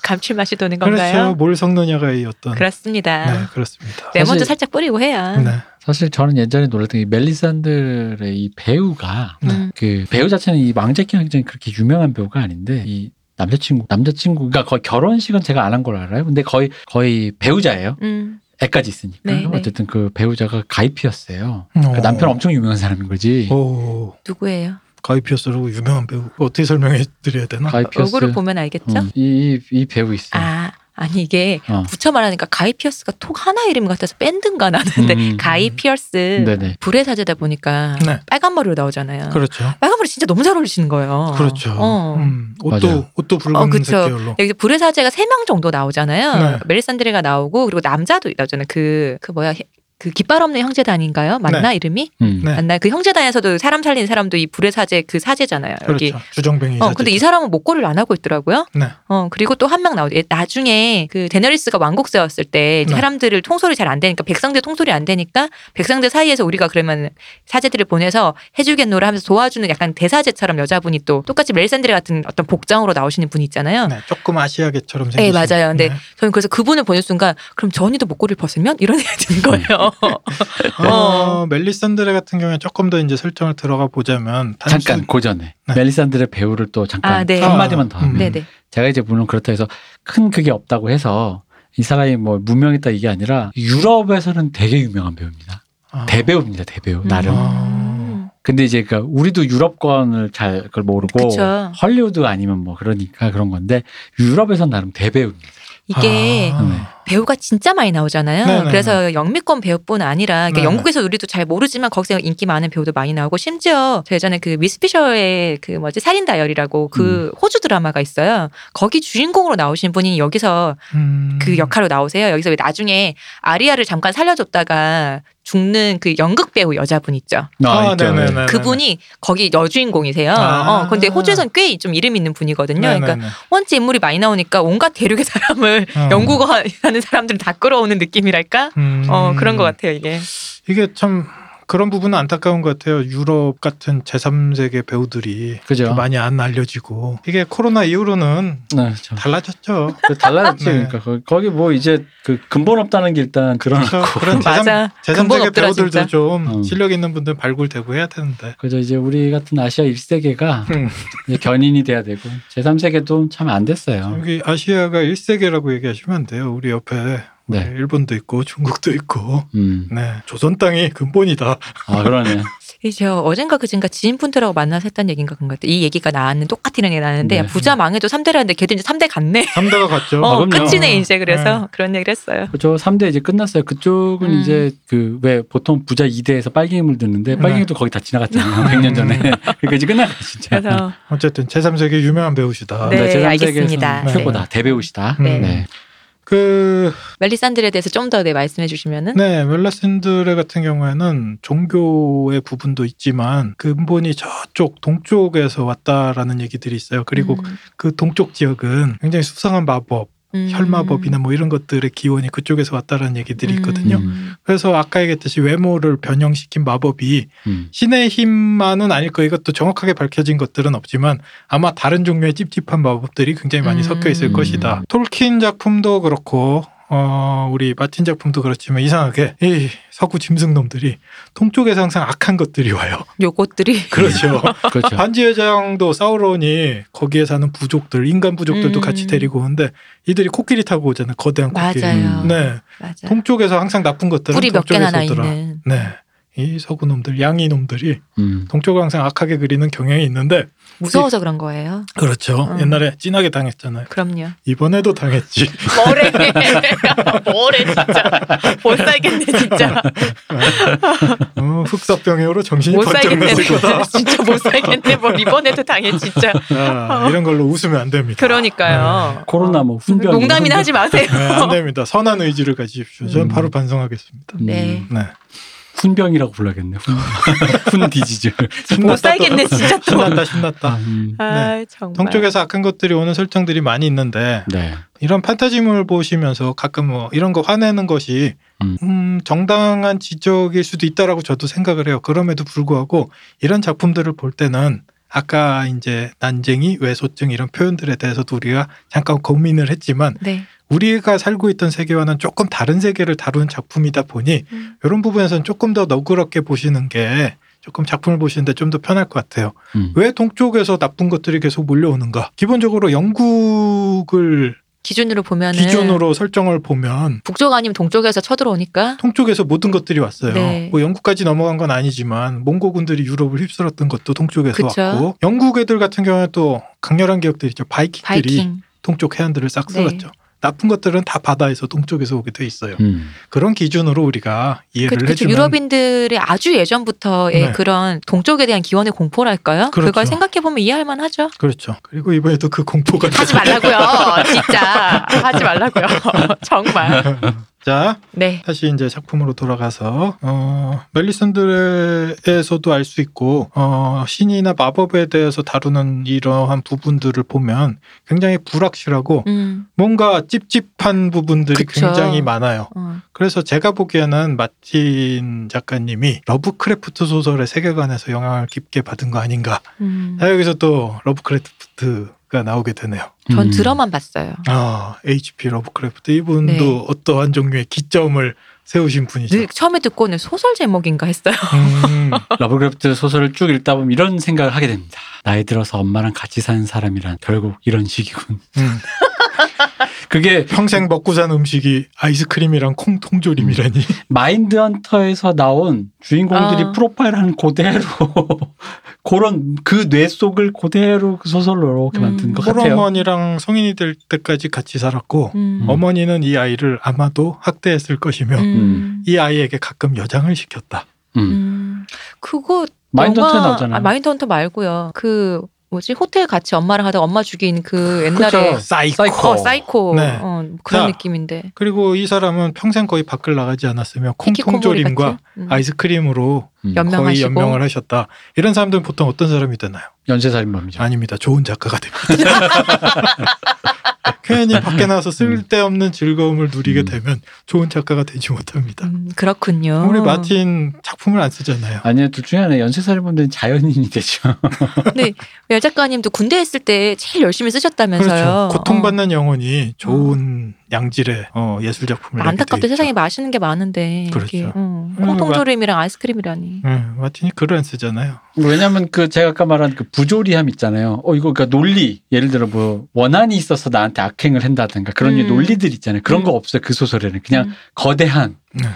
Speaker 1: 감칠맛이 도는
Speaker 2: 그렇죠.
Speaker 1: 건가요? 그렇죠.
Speaker 2: 뭘 섞느냐가의 어떤
Speaker 1: 렇습니다
Speaker 2: 네, 그렇습니다.
Speaker 1: 레몬도
Speaker 3: 사실-
Speaker 1: 살짝 뿌리고 해야.
Speaker 2: 네.
Speaker 3: 사실 저는 예전에 놀랐던 게 멜리산드의 이 배우가
Speaker 2: 네.
Speaker 1: 음.
Speaker 3: 그 배우 자체는 이 망자키 항쟁이 그렇게 유명한 배우가 아닌데 이 남자친구 남자친구가 거의 결혼식은 제가 안 한 걸 알아요. 근데 거의 거의 배우자예요.
Speaker 1: 음.
Speaker 3: 애까지 있으니까
Speaker 1: 네, 네.
Speaker 3: 어쨌든 그 배우자가 가입피였어요.
Speaker 1: 음.
Speaker 2: 오. 어.
Speaker 3: 남편 엄청 유명한 사람인 거지.
Speaker 2: 오.
Speaker 1: 누구예요?
Speaker 2: 가이피어스라고 유명한 배우 어떻게 설명해 드려야 되나?
Speaker 3: 가이피어스.
Speaker 1: 얼굴을 보면 알겠죠?
Speaker 3: 음, 이, 이, 이 배우 있어.
Speaker 1: 아 아니 이게
Speaker 3: 어.
Speaker 1: 붙여 말하니까 가이 피어스가 톡 하나 이름 같아서 밴드인가 나는데
Speaker 3: 음.
Speaker 1: 가이 피어스
Speaker 3: 네네.
Speaker 1: 불의 사제다 보니까
Speaker 2: 네.
Speaker 1: 빨간 머리로 나오잖아요.
Speaker 2: 그렇죠.
Speaker 1: 빨간 머리 진짜 너무 잘 어울리시는 거예요.
Speaker 2: 그렇죠.
Speaker 1: 어.
Speaker 2: 음, 옷도
Speaker 3: 맞아요.
Speaker 2: 옷도 붉은색
Speaker 1: 어, 그쵸.
Speaker 2: 계열로.
Speaker 1: 여기서 불의 사제가 세 명 정도 나오잖아요.
Speaker 2: 네.
Speaker 1: 멜리산드레가 나오고 그리고 남자도 나오잖아요. 그그 뭐야 그 깃발 없는 형제단인가요? 맞나 이름이?
Speaker 3: 음.
Speaker 2: 네.
Speaker 1: 맞나? 그 형제단에서도 사람 살린 사람도 이 불의 사제 그 사제잖아요. 여기.
Speaker 2: 그렇죠. 주정뱅이
Speaker 1: 어
Speaker 2: 사제.
Speaker 1: 근데 이 사람은 목걸이를 안 하고 있더라고요.
Speaker 2: 네.
Speaker 1: 어 그리고 또 한 명 나오죠. 얘 나중에 그 데너리스가 왕국세였을 때
Speaker 2: 네.
Speaker 1: 사람들을 통솔이 잘 안 되니까 백성들 통솔이 안 되니까 백성들 사이에서 우리가 그러면 사제들을 보내서 해주겠노라 하면서 도와주는 약간 대사제처럼 여자분이 또 똑같이 멜리산드레 같은 어떤 복장으로 나오시는 분이 있잖아요.
Speaker 2: 네, 조금 아시아계처럼
Speaker 1: 네,
Speaker 2: 생기신.
Speaker 1: 맞아요. 근데
Speaker 2: 네.
Speaker 1: 저는 그래서 그분을 보는 순간 그럼 전이도 목걸이를 벗으면 이런 생각이 든 거예요.
Speaker 2: 음. 어, 멜리산드레 같은 경우에 조금 더 이제 설정을 들어가 보자면 단순-
Speaker 3: 잠깐 고전에
Speaker 2: 네.
Speaker 3: 멜리산드의 배우를 또 잠깐
Speaker 1: 아, 네.
Speaker 3: 한마디만 더
Speaker 2: 아,
Speaker 3: 하면
Speaker 2: 음.
Speaker 1: 네네.
Speaker 3: 제가 이제 물론 그렇다 해서 큰 그게 없다고 해서 이 사람이 뭐 무명했다 이게 아니라 유럽에서는 되게 유명한 배우입니다.
Speaker 2: 아,
Speaker 3: 대배우입니다, 대배우 나름.
Speaker 2: 음.
Speaker 3: 근데 이제 그 우리도 유럽권을 잘 그걸 모르고
Speaker 2: 아.
Speaker 1: 그쵸.
Speaker 3: 헐리우드 아니면 뭐 그러니까 그런 건데 유럽에선 나름 대배우입니다.
Speaker 1: 이게
Speaker 2: 아,
Speaker 3: 네.
Speaker 1: 배우가 진짜 많이 나오잖아요.
Speaker 2: 네네네.
Speaker 1: 그래서 영미권 배우뿐 아니라 그러니까
Speaker 2: 네네.
Speaker 1: 영국에서 우리도 잘 모르지만 거기서 인기 많은 배우도 많이 나오고 심지어 저 예전에 그 미스피셔의 그 뭐지 살인 다이어리라고
Speaker 2: 음.
Speaker 1: 그 호주 드라마가 있어요. 거기 주인공으로 나오신 분이 여기서
Speaker 2: 음.
Speaker 1: 그 역할로 나오세요. 여기서 왜 나중에 아리아를 잠깐 살려줬다가 죽는 그 연극 배우 여자분 있죠.
Speaker 2: 아,
Speaker 3: 있죠.
Speaker 2: 네네네.
Speaker 1: 그분이 거기 여주인공이세요.
Speaker 2: 아.
Speaker 1: 어, 근데 호주에선 꽤 좀 이름 있는 분이거든요. 그러니까
Speaker 2: 네네네.
Speaker 1: 원체 인물이 많이 나오니까 온갖 대륙의 사람을
Speaker 2: 어.
Speaker 1: 영국어 하는 사람들 다 끌어오는 느낌이랄까?
Speaker 2: 음.
Speaker 1: 어, 그런 것 같아요, 이게.
Speaker 2: 이게 참 그런 부분은 안타까운 것 같아요. 유럽 같은 제3세계 배우들이
Speaker 3: 그죠.
Speaker 2: 좀 많이 안 알려지고 이게 코로나 이후로는
Speaker 3: 네, 그렇죠.
Speaker 2: 달라졌죠.
Speaker 3: 그 달라졌지
Speaker 2: 네.
Speaker 3: 그러니까 거기- 거기 뭐 이제 그 근본 없다는 게 일단 그런
Speaker 2: 그래서 그런
Speaker 1: 맞아. 근본
Speaker 2: 제3세계
Speaker 1: 없더라,
Speaker 2: 배우들도
Speaker 1: 진짜.
Speaker 2: 좀
Speaker 3: 음.
Speaker 2: 실력 있는 분들 발굴되고 해야 되는데
Speaker 3: 그죠 이제 우리 같은 아시아 1세계가
Speaker 2: 음.
Speaker 3: 견인이 돼야 되고 제3세계도 참 안 됐어요.
Speaker 2: 여기 아시아가 1세계라고 얘기하시면 안 돼요. 우리 옆에
Speaker 3: 네.
Speaker 2: 우리 일본도 있고 중국도 있고
Speaker 3: 음.
Speaker 2: 네 조선 땅이 근본이다.
Speaker 3: 아 그러네.
Speaker 1: 저 어젠가 그젠가 지인분들하고 만나서 했던 얘기인가 그런 것 같아요. 이 얘기가 나왔는 똑같은 얘기 나왔는데
Speaker 3: 네.
Speaker 1: 부자 망해도 3대라는데 걔도 이제 3대 갔네.
Speaker 2: 3대가 갔죠.
Speaker 1: 어,
Speaker 3: 그럼요.
Speaker 1: 끝이네, 이제 그래서 그런 얘기를 했어요.
Speaker 3: 저 3대 이제 끝났어요. 그쪽은
Speaker 1: 음.
Speaker 3: 이제 그 왜 보통 부자 2대에서 빨갱이물 듣는데
Speaker 2: 네.
Speaker 3: 빨갱이도 거의 다 지나갔잖아요. 100년 전에. 그러니까 이제 끝난 거야 진짜.
Speaker 2: 음.
Speaker 3: 음.
Speaker 1: 그래서
Speaker 2: 어쨌든 제3세계 유명한 배우시다.
Speaker 1: 네,
Speaker 3: 제3세계에서는
Speaker 1: 알겠습니다.
Speaker 2: 네.
Speaker 3: 최고다. 대배우시다.
Speaker 2: 음.
Speaker 1: 네.
Speaker 2: 그
Speaker 1: 멜리산드에 대해서 좀 더 네, 말씀해 주시면은
Speaker 2: 네, 멜라신드레 같은 경우에는 종교의 부분도 있지만 근본이 저쪽 동쪽에서 왔다라는 얘기들이 있어요. 그리고
Speaker 1: 음,
Speaker 2: 그 동쪽 지역은 굉장히 수상한 마법,
Speaker 1: 음.
Speaker 2: 혈마법이나 뭐 이런 것들의 기원이 그쪽에서 왔다라는 얘기들이 있거든요.
Speaker 1: 음.
Speaker 2: 그래서 아까 얘기했듯이 외모를 변형시킨 마법이
Speaker 3: 음.
Speaker 2: 신의 힘만은 아닐 거 이것도 정확하게 밝혀진 것들은 없지만 아마 다른 종류의 찝찝한 마법들이 굉장히 많이
Speaker 1: 음.
Speaker 2: 섞여 있을
Speaker 3: 음.
Speaker 2: 것이다. 톨킨 작품도 그렇고 어, 우리 마틴 작품도 그렇지만 이상하게 이 서구 짐승놈들이 동쪽에서 항상 악한 것들이 와요.
Speaker 1: 요것들이
Speaker 2: 그렇죠.
Speaker 1: 음.
Speaker 3: 그렇죠.
Speaker 2: 반지 회장도 사우론이 거기에 사는 부족들, 인간 부족들도
Speaker 1: 음.
Speaker 2: 같이 데리고 오는데 이들이 코끼리 타고 오잖아요. 거대한 코끼리.
Speaker 1: 맞아요.
Speaker 2: 네.
Speaker 1: 맞아.
Speaker 2: 동쪽에서 항상 나쁜 것들은
Speaker 1: 뿔이 몇 개나
Speaker 2: 동쪽에서
Speaker 1: 나
Speaker 2: 오더라.
Speaker 1: 있는.
Speaker 2: 네. 이 서구 놈들, 양이 놈들이
Speaker 3: 음.
Speaker 2: 동쪽을 항상 악하게 그리는 경향이 있는데
Speaker 1: 무서워서 그런 거예요.
Speaker 2: 그렇죠.
Speaker 1: 음.
Speaker 2: 옛날에 진하게 당했잖아요.
Speaker 1: 그럼요.
Speaker 2: 이번에도 당했지.
Speaker 1: 뭐래. 뭐래 진짜. 못 살겠네 진짜.
Speaker 2: 어, 흑사병으로 정신이
Speaker 1: 못
Speaker 2: 번쩍
Speaker 1: 살겠네.
Speaker 2: 났을 거다.
Speaker 1: 진짜 못 살겠네. 뭐 이번에도 당해 진짜.
Speaker 2: 아, 이런 걸로 웃으면 안 됩니다.
Speaker 1: 어. 그러니까요. 어.
Speaker 3: 코로나 뭐 훈병.
Speaker 1: 농담이나 하지 마세요.
Speaker 2: 네, 안 됩니다. 선한 의지를 가지십시오. 저는
Speaker 3: 음.
Speaker 2: 바로 반성하겠습니다.
Speaker 1: 네.
Speaker 2: 네.
Speaker 3: 훈병이라고 불러야겠네. 훈, 훈 디지즈.
Speaker 1: 못
Speaker 2: 신났다 또.
Speaker 1: 살겠네 진짜 또.
Speaker 2: 신났다 신났다.
Speaker 3: 아, 음.
Speaker 1: 아 정말.
Speaker 2: 네. 동쪽에서 악한 것들이 오는 설정들이 많이 있는데
Speaker 3: 네.
Speaker 2: 이런 판타지물 보시면서 가끔 뭐 이런 거 화내는 것이
Speaker 3: 음.
Speaker 2: 음, 정당한 지적일 수도 있다라고 저도 생각을 해요. 그럼에도 불구하고 이런 작품들을 볼 때는 아까 이제 난쟁이, 외소증 이런 표현들에 대해서도 우리가 잠깐 고민을 했지만
Speaker 1: 네.
Speaker 2: 우리가 살고 있던 세계와는 조금 다른 세계를 다룬 작품이다 보니
Speaker 1: 음.
Speaker 2: 이런 부분에서는 조금 더 너그럽게 보시는 게 조금 작품을 보시는데 좀 더 편할 것 같아요.
Speaker 3: 음.
Speaker 2: 왜 동쪽에서 나쁜 것들이 계속 몰려오는가? 기본적으로 영국을
Speaker 1: 기준으로 보면은
Speaker 2: 기준으로 설정을 보면
Speaker 1: 북쪽 아니면 동쪽에서 쳐들어오니까
Speaker 2: 동쪽에서 모든 것들이 왔어요.
Speaker 1: 네.
Speaker 2: 뭐 영국까지 넘어간 건 아니지만 몽고군들이 유럽을 휩쓸었던 것도 동쪽에서
Speaker 1: 그쵸.
Speaker 2: 왔고 영국 애들 같은 경우에 또 강렬한 기억들이 있죠. 바이킹들이
Speaker 1: 바이킹
Speaker 2: 동쪽 해안들을 싹
Speaker 1: 네.
Speaker 2: 쓸었죠. 나쁜 것들은 다 바다에서 동쪽에서 오게 돼 있어요.
Speaker 3: 음.
Speaker 2: 그런 기준으로 우리가
Speaker 1: 그,
Speaker 2: 이해를
Speaker 1: 그쵸.
Speaker 2: 해주면
Speaker 1: 유럽인들의 아주 예전부터의
Speaker 2: 네.
Speaker 1: 그런 동쪽에 대한 기원의 공포랄까요?
Speaker 2: 그렇죠.
Speaker 1: 걸 생각해 보면 이해할 만하죠.
Speaker 2: 그렇죠. 그리고 이번에도 그 공포가
Speaker 1: 하지 말라고요, 진짜 하지 말라고요, 정말.
Speaker 2: 자
Speaker 1: 네,
Speaker 2: 다시 이제 작품으로 돌아가서 어, 멜리슨들에서도 알 수 있고 어, 신이나 마법에 대해서 다루는 이러한 부분들을 보면 굉장히 불확실하고
Speaker 1: 음,
Speaker 2: 뭔가 찝찝한 부분들이
Speaker 1: 그쵸.
Speaker 2: 굉장히 많아요.
Speaker 1: 어.
Speaker 2: 그래서 제가 보기에는 마틴 작가님이 러브크래프트 소설의 세계관에서 영향을 깊게 받은 거 아닌가.
Speaker 1: 음.
Speaker 2: 자, 여기서 또 러브크래프트가 나오게 되네요.
Speaker 1: 전
Speaker 3: 음.
Speaker 1: 드러만 봤어요.
Speaker 2: 아, H.P. 러브크래프트 이분도
Speaker 1: 네.
Speaker 2: 어떠한 종류의 기점을 세우신 분이죠.
Speaker 1: 늘 처음에 듣고는 소설 제목인가 했어요.
Speaker 2: 음,
Speaker 3: 러브크래프트 소설을 쭉 읽다 보면 이런 생각을 하게 됩니다. 나이 들어서 엄마랑 같이 사는 사람이란 결국 이런 식이군.
Speaker 2: 음.
Speaker 3: 그게
Speaker 2: 평생 먹고 산 음식이 아이스크림이랑 콩 통조림이라니.
Speaker 3: 음. 마인드헌터에서 나온 주인공들이
Speaker 1: 아.
Speaker 3: 프로파일한 그대로 그런 그 뇌 속을 그대로 그 소설로 이렇게
Speaker 1: 음.
Speaker 3: 만든 것 같아요.
Speaker 2: 홀어머니랑 성인이 될 때까지 같이 살았고
Speaker 1: 음.
Speaker 2: 어머니는 이 아이를 아마도 학대했을 것이며
Speaker 1: 음.
Speaker 2: 이 아이에게 가끔 여장을 시켰다.
Speaker 3: 음.
Speaker 1: 음. 그거
Speaker 3: 마인드헌터에
Speaker 1: 영화-
Speaker 3: 나오잖아요.
Speaker 1: 아, 마인드 헌터 말고요. 그 뭐지 호텔 같이 엄마랑 하다 엄마 죽인 그 옛날에
Speaker 3: 그렇죠.
Speaker 2: 사이코.
Speaker 3: 사이코.
Speaker 1: 어, 사이코
Speaker 2: 네.
Speaker 1: 어, 그런
Speaker 2: 자,
Speaker 1: 느낌인데
Speaker 2: 그리고 이 사람은 평생 거의 밖을 나가지 않았으며 콩
Speaker 1: 키키 콩고리
Speaker 2: 통조림과
Speaker 1: 같은? 음.
Speaker 2: 아이스크림으로
Speaker 3: 음.
Speaker 2: 거의
Speaker 1: 연명하시고
Speaker 2: 연명을 하셨다. 이런 사람들은 보통 어떤 사람이 되나요?
Speaker 3: 연쇄살인범이죠.
Speaker 2: 아닙니다. 좋은 작가가 됩니다. 괜히 밖에 나와서 쓸데없는 즐거움을 누리게
Speaker 3: 음.
Speaker 2: 되면 좋은 작가가 되지 못합니다.
Speaker 1: 음, 그렇군요.
Speaker 2: 우리 마틴 작품을 안 쓰잖아요.
Speaker 3: 아니요, 둘 중에 하나 연쇄살인범들은 자연인이 되죠.
Speaker 1: 그 여 작가님도 군대 있을 때 제일 열심히 쓰셨다면서요.
Speaker 2: 그렇죠. 고통받는 영혼이 좋은 양질의 어, 예술
Speaker 1: 어.
Speaker 2: 작품을 내게 돼
Speaker 1: 안타깝게
Speaker 2: 있죠.
Speaker 1: 세상에 맛있는 게 많은데
Speaker 2: 그렇죠.
Speaker 1: 이게 음,
Speaker 2: 음,
Speaker 1: 콩통조림이랑 아이스크림이라니.
Speaker 2: 음, 마틴이 글을 안 쓰잖아요.
Speaker 3: 왜냐면 그 제가 아까 말한 그 부조리함 있잖아요. 어, 이거 그러니까 논리. 예를 들어 뭐 원한이 있어서 나한테 악행을 한다든가 그런
Speaker 1: 음.
Speaker 3: 논리들 있잖아요. 그런
Speaker 1: 음.
Speaker 3: 거 없어요. 그 소설에는. 그냥
Speaker 1: 음.
Speaker 3: 거대한
Speaker 2: 네.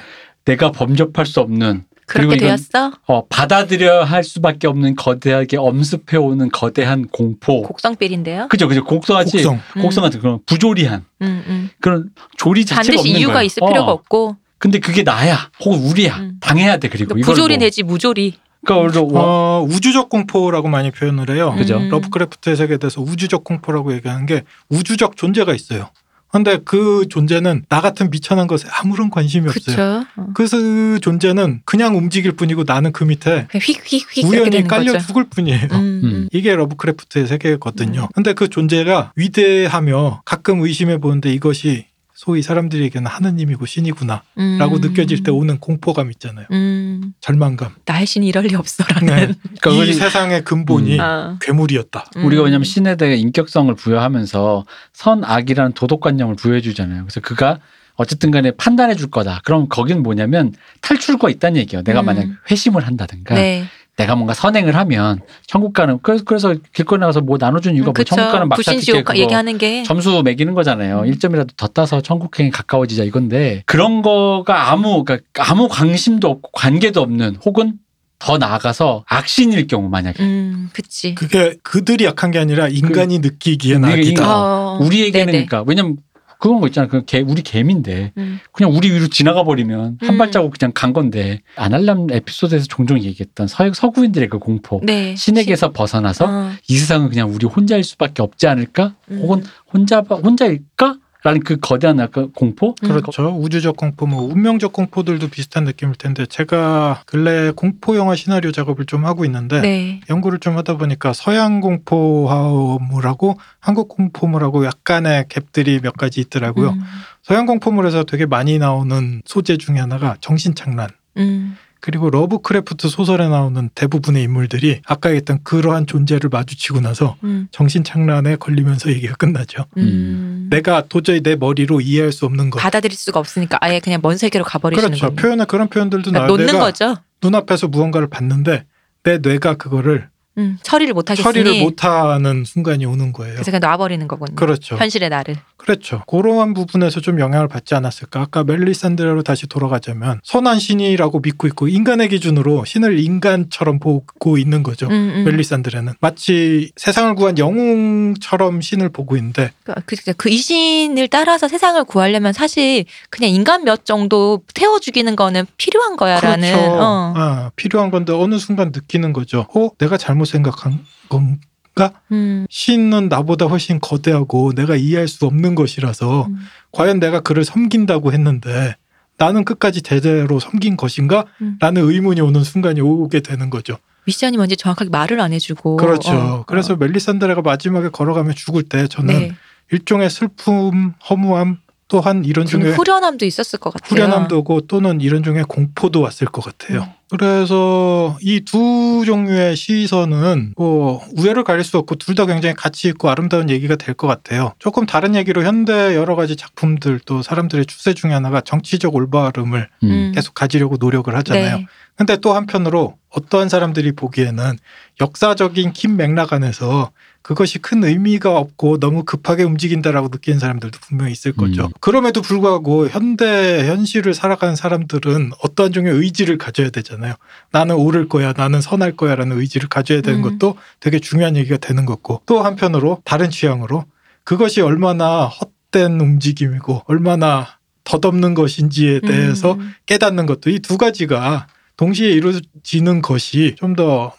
Speaker 3: 내가 범접할 수 없는 그리고
Speaker 1: 그렇게
Speaker 3: 이건
Speaker 1: 되었어?
Speaker 3: 어, 받아들여야 할 수밖에 없는 거대하게 엄습해오는 거대한 공포.
Speaker 1: 곡성필인데요.
Speaker 3: 그죠, 그죠. 곡성하지. 곡성. 음.
Speaker 2: 곡성.
Speaker 3: 같은 그런 부조리한
Speaker 1: 음, 음.
Speaker 3: 그런 조리 자체가
Speaker 1: 반드시
Speaker 3: 없는
Speaker 1: 이유가
Speaker 3: 거예요.
Speaker 1: 있을
Speaker 3: 어,
Speaker 1: 필요가 없고
Speaker 3: 근데 그게 나야, 혹은 우리야.
Speaker 1: 음.
Speaker 3: 당해야 돼. 그리고
Speaker 1: 그러니까
Speaker 3: 이걸
Speaker 1: 부조리
Speaker 3: 뭐-
Speaker 1: 내지 무조리.
Speaker 3: 그러니까 오히려 원-
Speaker 2: 어, 우주적 공포라고 많이 표현을 해요.
Speaker 3: 그죠.
Speaker 1: 음.
Speaker 2: 러브크래프트의 세계에 대해서 우주적 공포라고 얘기하는 게 우주적 존재가 있어요. 근데 그 존재는 나 같은 미천한 것에 아무런 관심이 없어요.
Speaker 1: 그렇죠.
Speaker 2: 그 존재는 그냥 움직일 뿐이고 나는 그 밑에
Speaker 1: 휙휙휙 이렇게
Speaker 2: 우연히
Speaker 1: 되는
Speaker 2: 깔려
Speaker 1: 거죠.
Speaker 2: 죽을 뿐이에요.
Speaker 1: 음,
Speaker 3: 그러니까
Speaker 1: 음.
Speaker 2: 이게 러브크래프트의 세계거든요.
Speaker 1: 음.
Speaker 2: 근데 그 존재가 위대하며 가끔 의심해 보는데 이것이 소위 사람들에게는 하느님이고 신이구나라고
Speaker 1: 음.
Speaker 2: 느껴질 때 오는 공포감 있잖아요.
Speaker 1: 음,
Speaker 2: 절망감.
Speaker 1: 나의 신이 이럴 리 없어라는.
Speaker 3: 그러니까
Speaker 2: 이
Speaker 3: 우리-
Speaker 2: 세상의 근본이
Speaker 3: 음.
Speaker 1: 아,
Speaker 2: 괴물이었다.
Speaker 1: 음.
Speaker 3: 우리가 왜냐면 신에 대해 인격성을 부여하면서 선악이라는 도덕관념을 부여해주잖아요. 그래서 그가 어쨌든 간에 판단해줄 거다. 그럼 거긴 뭐냐면 탈출구가 있다는 얘기예요. 내가
Speaker 1: 음.
Speaker 3: 만약 회심을 한다든가
Speaker 1: 네.
Speaker 3: 내가 뭔가 선행을 하면 천국 가는 그래서, 그래서 길거리 나가서 뭐 나눠준 이유가 뭐
Speaker 1: 그쵸.
Speaker 3: 천국 가는 막사
Speaker 1: 불신지옥
Speaker 3: 티켓
Speaker 1: 가-
Speaker 3: 그거
Speaker 1: 얘기하는 게
Speaker 3: 점수 매기는 거잖아요.
Speaker 1: 음.
Speaker 3: 1점이라도 더 따서 천국행에 가까워지자 이건데 그런 거가 아무 그러니까 아무 관심도 없고 관계도 없는 혹은 더 나아가서 악신일 경우 만약에
Speaker 1: 음, 그치.
Speaker 2: 그게 그들이 약한 게 아니라 인간이 느끼기에
Speaker 3: 우리가
Speaker 2: 나기다.
Speaker 3: 인간-
Speaker 1: 어,
Speaker 3: 우리에게는
Speaker 1: 네네.
Speaker 3: 그러니까 왜냐면 그런 거 있잖아. 그 개, 우리 개미인데
Speaker 1: 음.
Speaker 3: 그냥 우리 위로 지나가 버리면 한
Speaker 1: 음.
Speaker 3: 발자국 그냥 간 건데 아날람 에피소드에서 종종 얘기했던 서, 서구인들의 그 공포
Speaker 1: 네.
Speaker 3: 신에게서 벗어나서
Speaker 1: 어,
Speaker 3: 이 세상은 그냥 우리 혼자일 수밖에 없지 않을까?
Speaker 1: 음.
Speaker 3: 혹은 혼자 혼자일까? 라는 그 거대한 아까 공포?
Speaker 1: 음.
Speaker 2: 그렇죠. 우주적 공포, 뭐 운명적 공포들도 비슷한 느낌일 텐데 제가 근래 공포 영화 시나리오 작업을 좀 하고 있는데
Speaker 1: 네.
Speaker 2: 연구를 좀 하다 보니까 서양 공포물하고 한국 공포물하고 약간의 갭들이 몇 가지 있더라고요.
Speaker 1: 음.
Speaker 2: 서양 공포물에서 되게 많이 나오는 소재 중에 하나가 정신착란.
Speaker 1: 음.
Speaker 2: 그리고 러브크래프트 소설에 나오는 대부분의 인물들이 아까 얘기했던 그러한 존재를 마주치고 나서
Speaker 1: 음.
Speaker 2: 정신착란에 걸리면서 얘기가 끝나죠.
Speaker 1: 음.
Speaker 2: 내가 도저히 내 머리로 이해할 수 없는 것.
Speaker 1: 받아들일 수가 없으니까 아예 그냥 먼 세계로 가버리시는
Speaker 2: 그렇죠.
Speaker 1: 거예요.
Speaker 2: 표현에 그런 표현들도
Speaker 1: 그러니까
Speaker 2: 나와요.
Speaker 1: 놓는
Speaker 2: 내가
Speaker 1: 거죠.
Speaker 2: 눈앞에서 무언가를 봤는데 내 뇌가 그거를
Speaker 1: 음, 처리를 못 하겠으니
Speaker 2: 처리를 못하는 순간이 오는 거예요.
Speaker 1: 그래서 그냥 놔버리는 거군요.
Speaker 2: 그렇죠.
Speaker 1: 현실의 나를.
Speaker 2: 그렇죠. 그러한 부분에서 좀 영향을 받지 않았을까. 아까 멜리산드라로 다시 돌아가자면 선한 신이라고 믿고 있고 인간의 기준으로 신을 인간처럼 보고 있는 거죠.
Speaker 1: 음, 음.
Speaker 2: 그렇죠. 멜리산드라는 마치 세상을 구한 영웅처럼 신을 보고 있는데
Speaker 1: 그, 그, 그 이신을 따라서 세상을 구하려면 사실 그냥 인간 몇 정도 태워 죽이는 거는 필요한 거야라는.
Speaker 2: 그렇죠.
Speaker 1: 어.
Speaker 2: 아, 필요한 건데 어느 순간 느끼는 거죠. 어, 내가 잘못 생각한 건
Speaker 1: 음.
Speaker 2: 신은 나보다 훨씬 거대하고 내가 이해할 수 없는 것이라서
Speaker 1: 음.
Speaker 2: 과연 내가 그를 섬긴다고 했는데 나는 끝까지 제대로 섬긴 것인가?
Speaker 1: 음.
Speaker 2: 라는 의문이 오는 순간이 오게 되는 거죠.
Speaker 1: 미션이 뭔지 정확하게 말을 안 해주고.
Speaker 2: 그렇죠.
Speaker 1: 어, 어.
Speaker 2: 그래서 멜리산드라가 마지막에 걸어가며 죽을 때 저는
Speaker 1: 네.
Speaker 2: 일종의 슬픔, 허무함 또한 이런
Speaker 1: 좀
Speaker 2: 중에
Speaker 1: 후련함도 있었을 것 같아요.
Speaker 2: 후련함도 오고 또는 이런 종의 공포도 왔을 것 같아요. 그래서 이 두 종류의 시선은 뭐 우열을 가릴 수 없고 둘 다 굉장히 가치 있고 아름다운 얘기가 될 것 같아요. 조금 다른 얘기로 현대 여러 가지 작품들 또 사람들의 추세 중에 하나가 정치적 올바름을
Speaker 3: 음.
Speaker 2: 계속 가지려고 노력을 하잖아요.
Speaker 1: 네.
Speaker 2: 근데 또 한편으로 어떠한 사람들이 보기에는 역사적인 긴 맥락 안에서 그것이 큰 의미가 없고 너무 급하게 움직인다라고 느끼는 사람들도 분명히 있을 거죠.
Speaker 3: 음.
Speaker 2: 그럼에도 불구하고 현대 현실을 살아가는 사람들은 어떠한 종의 의지를 가져야 되잖아요. 나는 옳을 거야, 나는 선할 거야라는 의지를 가져야 되는
Speaker 1: 음.
Speaker 2: 것도 되게 중요한 얘기가 되는 거고 또 한편으로 다른 취향으로 그것이 얼마나 헛된 움직임이고 얼마나 덧없는 것인지에 대해서
Speaker 1: 음.
Speaker 2: 깨닫는 것도 이 두 가지가 동시에 이루어지는 것이 좀 더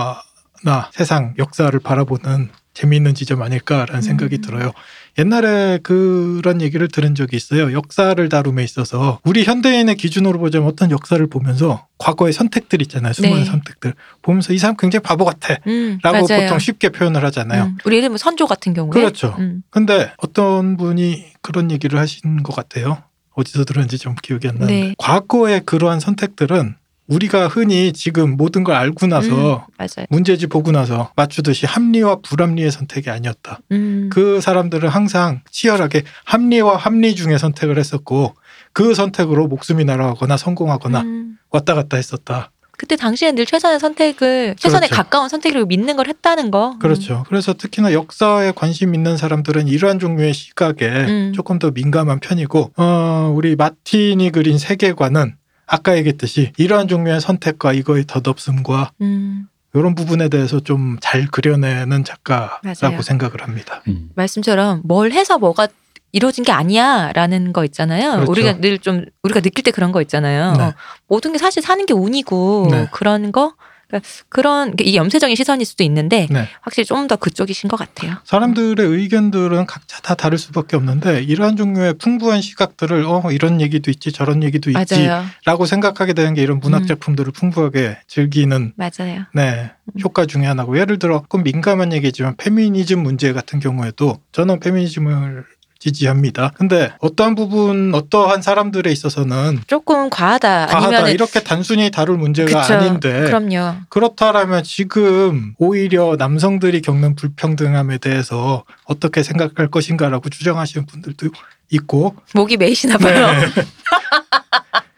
Speaker 2: 문화나 세상 역사를 바라보는 재미있는 지점 아닐까라는 생각이
Speaker 1: 음.
Speaker 2: 들어요. 옛날에 그런 얘기를 들은 적이 있어요. 역사를 다룸에 있어서 우리 현대인의 기준으로 보자면 어떤 역사를 보면서 과거의 선택들 있잖아요. 수많은
Speaker 1: 네.
Speaker 2: 선택들 보면서 이 사람 굉장히 바보 같아라고
Speaker 1: 음, 맞아요.
Speaker 2: 보통 쉽게 표현을 하잖아요.
Speaker 1: 음. 우리 예를 들면 선조 같은 경우에.
Speaker 2: 그렇죠.
Speaker 1: 음.
Speaker 2: 근데 어떤 분이 그런 얘기를 하신 것 같아요. 어디서 들었는지 좀 기억이 안 나는데
Speaker 1: 네.
Speaker 2: 과거의 그러한 선택들은 우리가 흔히 지금 모든 걸 알고 나서
Speaker 1: 음, 맞아요.
Speaker 2: 문제집 보고 나서 맞추듯이 합리와 불합리의 선택이 아니었다.
Speaker 1: 음.
Speaker 2: 그 사람들은 항상 치열하게 합리와 합리 중에 선택을 했었고 그 선택으로 목숨이 날아가거나 성공하거나
Speaker 1: 음.
Speaker 2: 왔다 갔다 했었다.
Speaker 1: 그때 당시에 늘 최선의 선택을 최선에
Speaker 2: 그렇죠.
Speaker 1: 가까운 선택이라고 믿는 걸 했다는 거.
Speaker 2: 그렇죠. 그래서 특히나 역사에 관심 있는 사람들은 이러한 종류의 시각에
Speaker 1: 음.
Speaker 2: 조금 더 민감한 편이고, 어, 우리 마틴이 그린 세계관은 아까 얘기했듯이 이러한 종류의 선택과 이거의 덧없음과
Speaker 1: 음. 음.
Speaker 2: 이런 부분에 대해서 좀 잘 그려내는 작가라고
Speaker 1: 맞아요.
Speaker 2: 생각을 합니다.
Speaker 3: 음.
Speaker 1: 말씀처럼 뭘 해서 뭐가 이루어진 게 아니야라는 거 있잖아요.
Speaker 2: 그렇죠.
Speaker 1: 우리가 늘 좀 우리가 느낄 때 그런 거 있잖아요.
Speaker 2: 네.
Speaker 1: 어, 모든 게 사실 사는 게 운이고
Speaker 2: 네.
Speaker 1: 그런 거 그러니까 그런 이 염세적인 시선일 수도 있는데
Speaker 2: 네.
Speaker 1: 확실히 좀 더 그쪽이신 것 같아요.
Speaker 2: 사람들의 의견들은 각자 다 다를 수밖에 없는데 이러한 종류의 풍부한 시각들을 어 이런 얘기도 있지 저런 얘기도
Speaker 1: 맞아요,
Speaker 2: 있지라고 생각하게 되는 게 이런 문학
Speaker 1: 음.
Speaker 2: 작품들을 풍부하게 즐기는
Speaker 1: 맞아요.
Speaker 2: 네.
Speaker 1: 음.
Speaker 2: 효과 중에 하나고 예를 들어 조금 민감한 얘기지만 페미니즘 문제 같은 경우에도 저는 페미니즘을 지지합니다. 근데 어떠한 부분 어떠한 사람들에 있어서는
Speaker 1: 조금 과하다,
Speaker 2: 과하다 네.
Speaker 1: 아니면
Speaker 2: 이렇게 단순히 다룰 문제가
Speaker 1: 그쵸.
Speaker 2: 아닌데
Speaker 1: 그럼요.
Speaker 2: 그렇다라면 지금 오히려 남성들이 겪는 불평등함에 대해서 어떻게 생각할 것인가라고 주장하시는 분들도 있고 네.
Speaker 1: 목이 메이시나 봐요.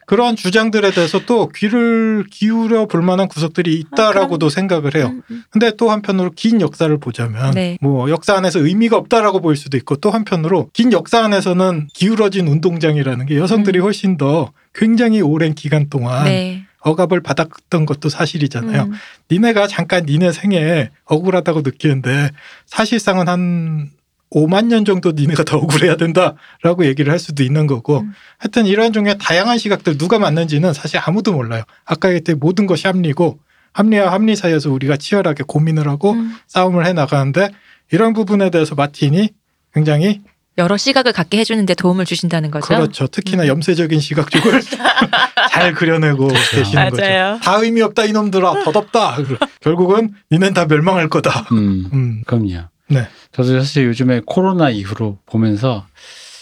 Speaker 2: 그러한 주장들에 대해서 또 귀를 기울여 볼 만한 구석들이
Speaker 1: 아,
Speaker 2: 있다라고도 생각을 해요.
Speaker 1: 음, 음.
Speaker 2: 근데 또 한편으로 긴 역사를 보자면
Speaker 1: 네.
Speaker 2: 뭐 역사 안에서 의미가 없다라고 보일 수도 있고 또 한편으로 긴 역사 안에서는 기울어진 운동장이라는 게 여성들이
Speaker 1: 음.
Speaker 2: 훨씬 더 굉장히 오랜 기간 동안
Speaker 1: 네.
Speaker 2: 억압을 받았던 것도 사실이잖아요.
Speaker 1: 음.
Speaker 2: 아, 네. 니네가 잠깐 니네 생에 억울하다고 느끼는데 사실상은 한 5만 년 정도 니네가 더 억울해야 된다라고 얘기를 할 수도 있는 거고
Speaker 1: 음.
Speaker 2: 하여튼 이러한 종류의 다양한 시각들 누가 맞는지는 사실 아무도 몰라요. 아까 얘기했듯이 모든 것이 합리고 합리와 합리 사이에서 우리가 치열하게 고민을 하고
Speaker 1: 음.
Speaker 2: 싸움을 해 나가는데 이런 부분에 대해서 마틴이 굉장히
Speaker 1: 여러 시각을 갖게 해주는데 도움을 주신다는 거죠.
Speaker 2: 그렇죠. 특히나
Speaker 1: 음.
Speaker 2: 염세적인 시각적을 잘 그려내고 계시는
Speaker 1: 그렇죠.
Speaker 2: 거죠.
Speaker 1: 맞아요.
Speaker 2: 다 의미 없다 이놈들아 덧없다. 결국은 니넨 다 멸망할 거다.
Speaker 3: 음.
Speaker 2: 음,
Speaker 3: 그럼요.
Speaker 2: 네.
Speaker 3: 저도 사실 요즘에 코로나 이후로 보면서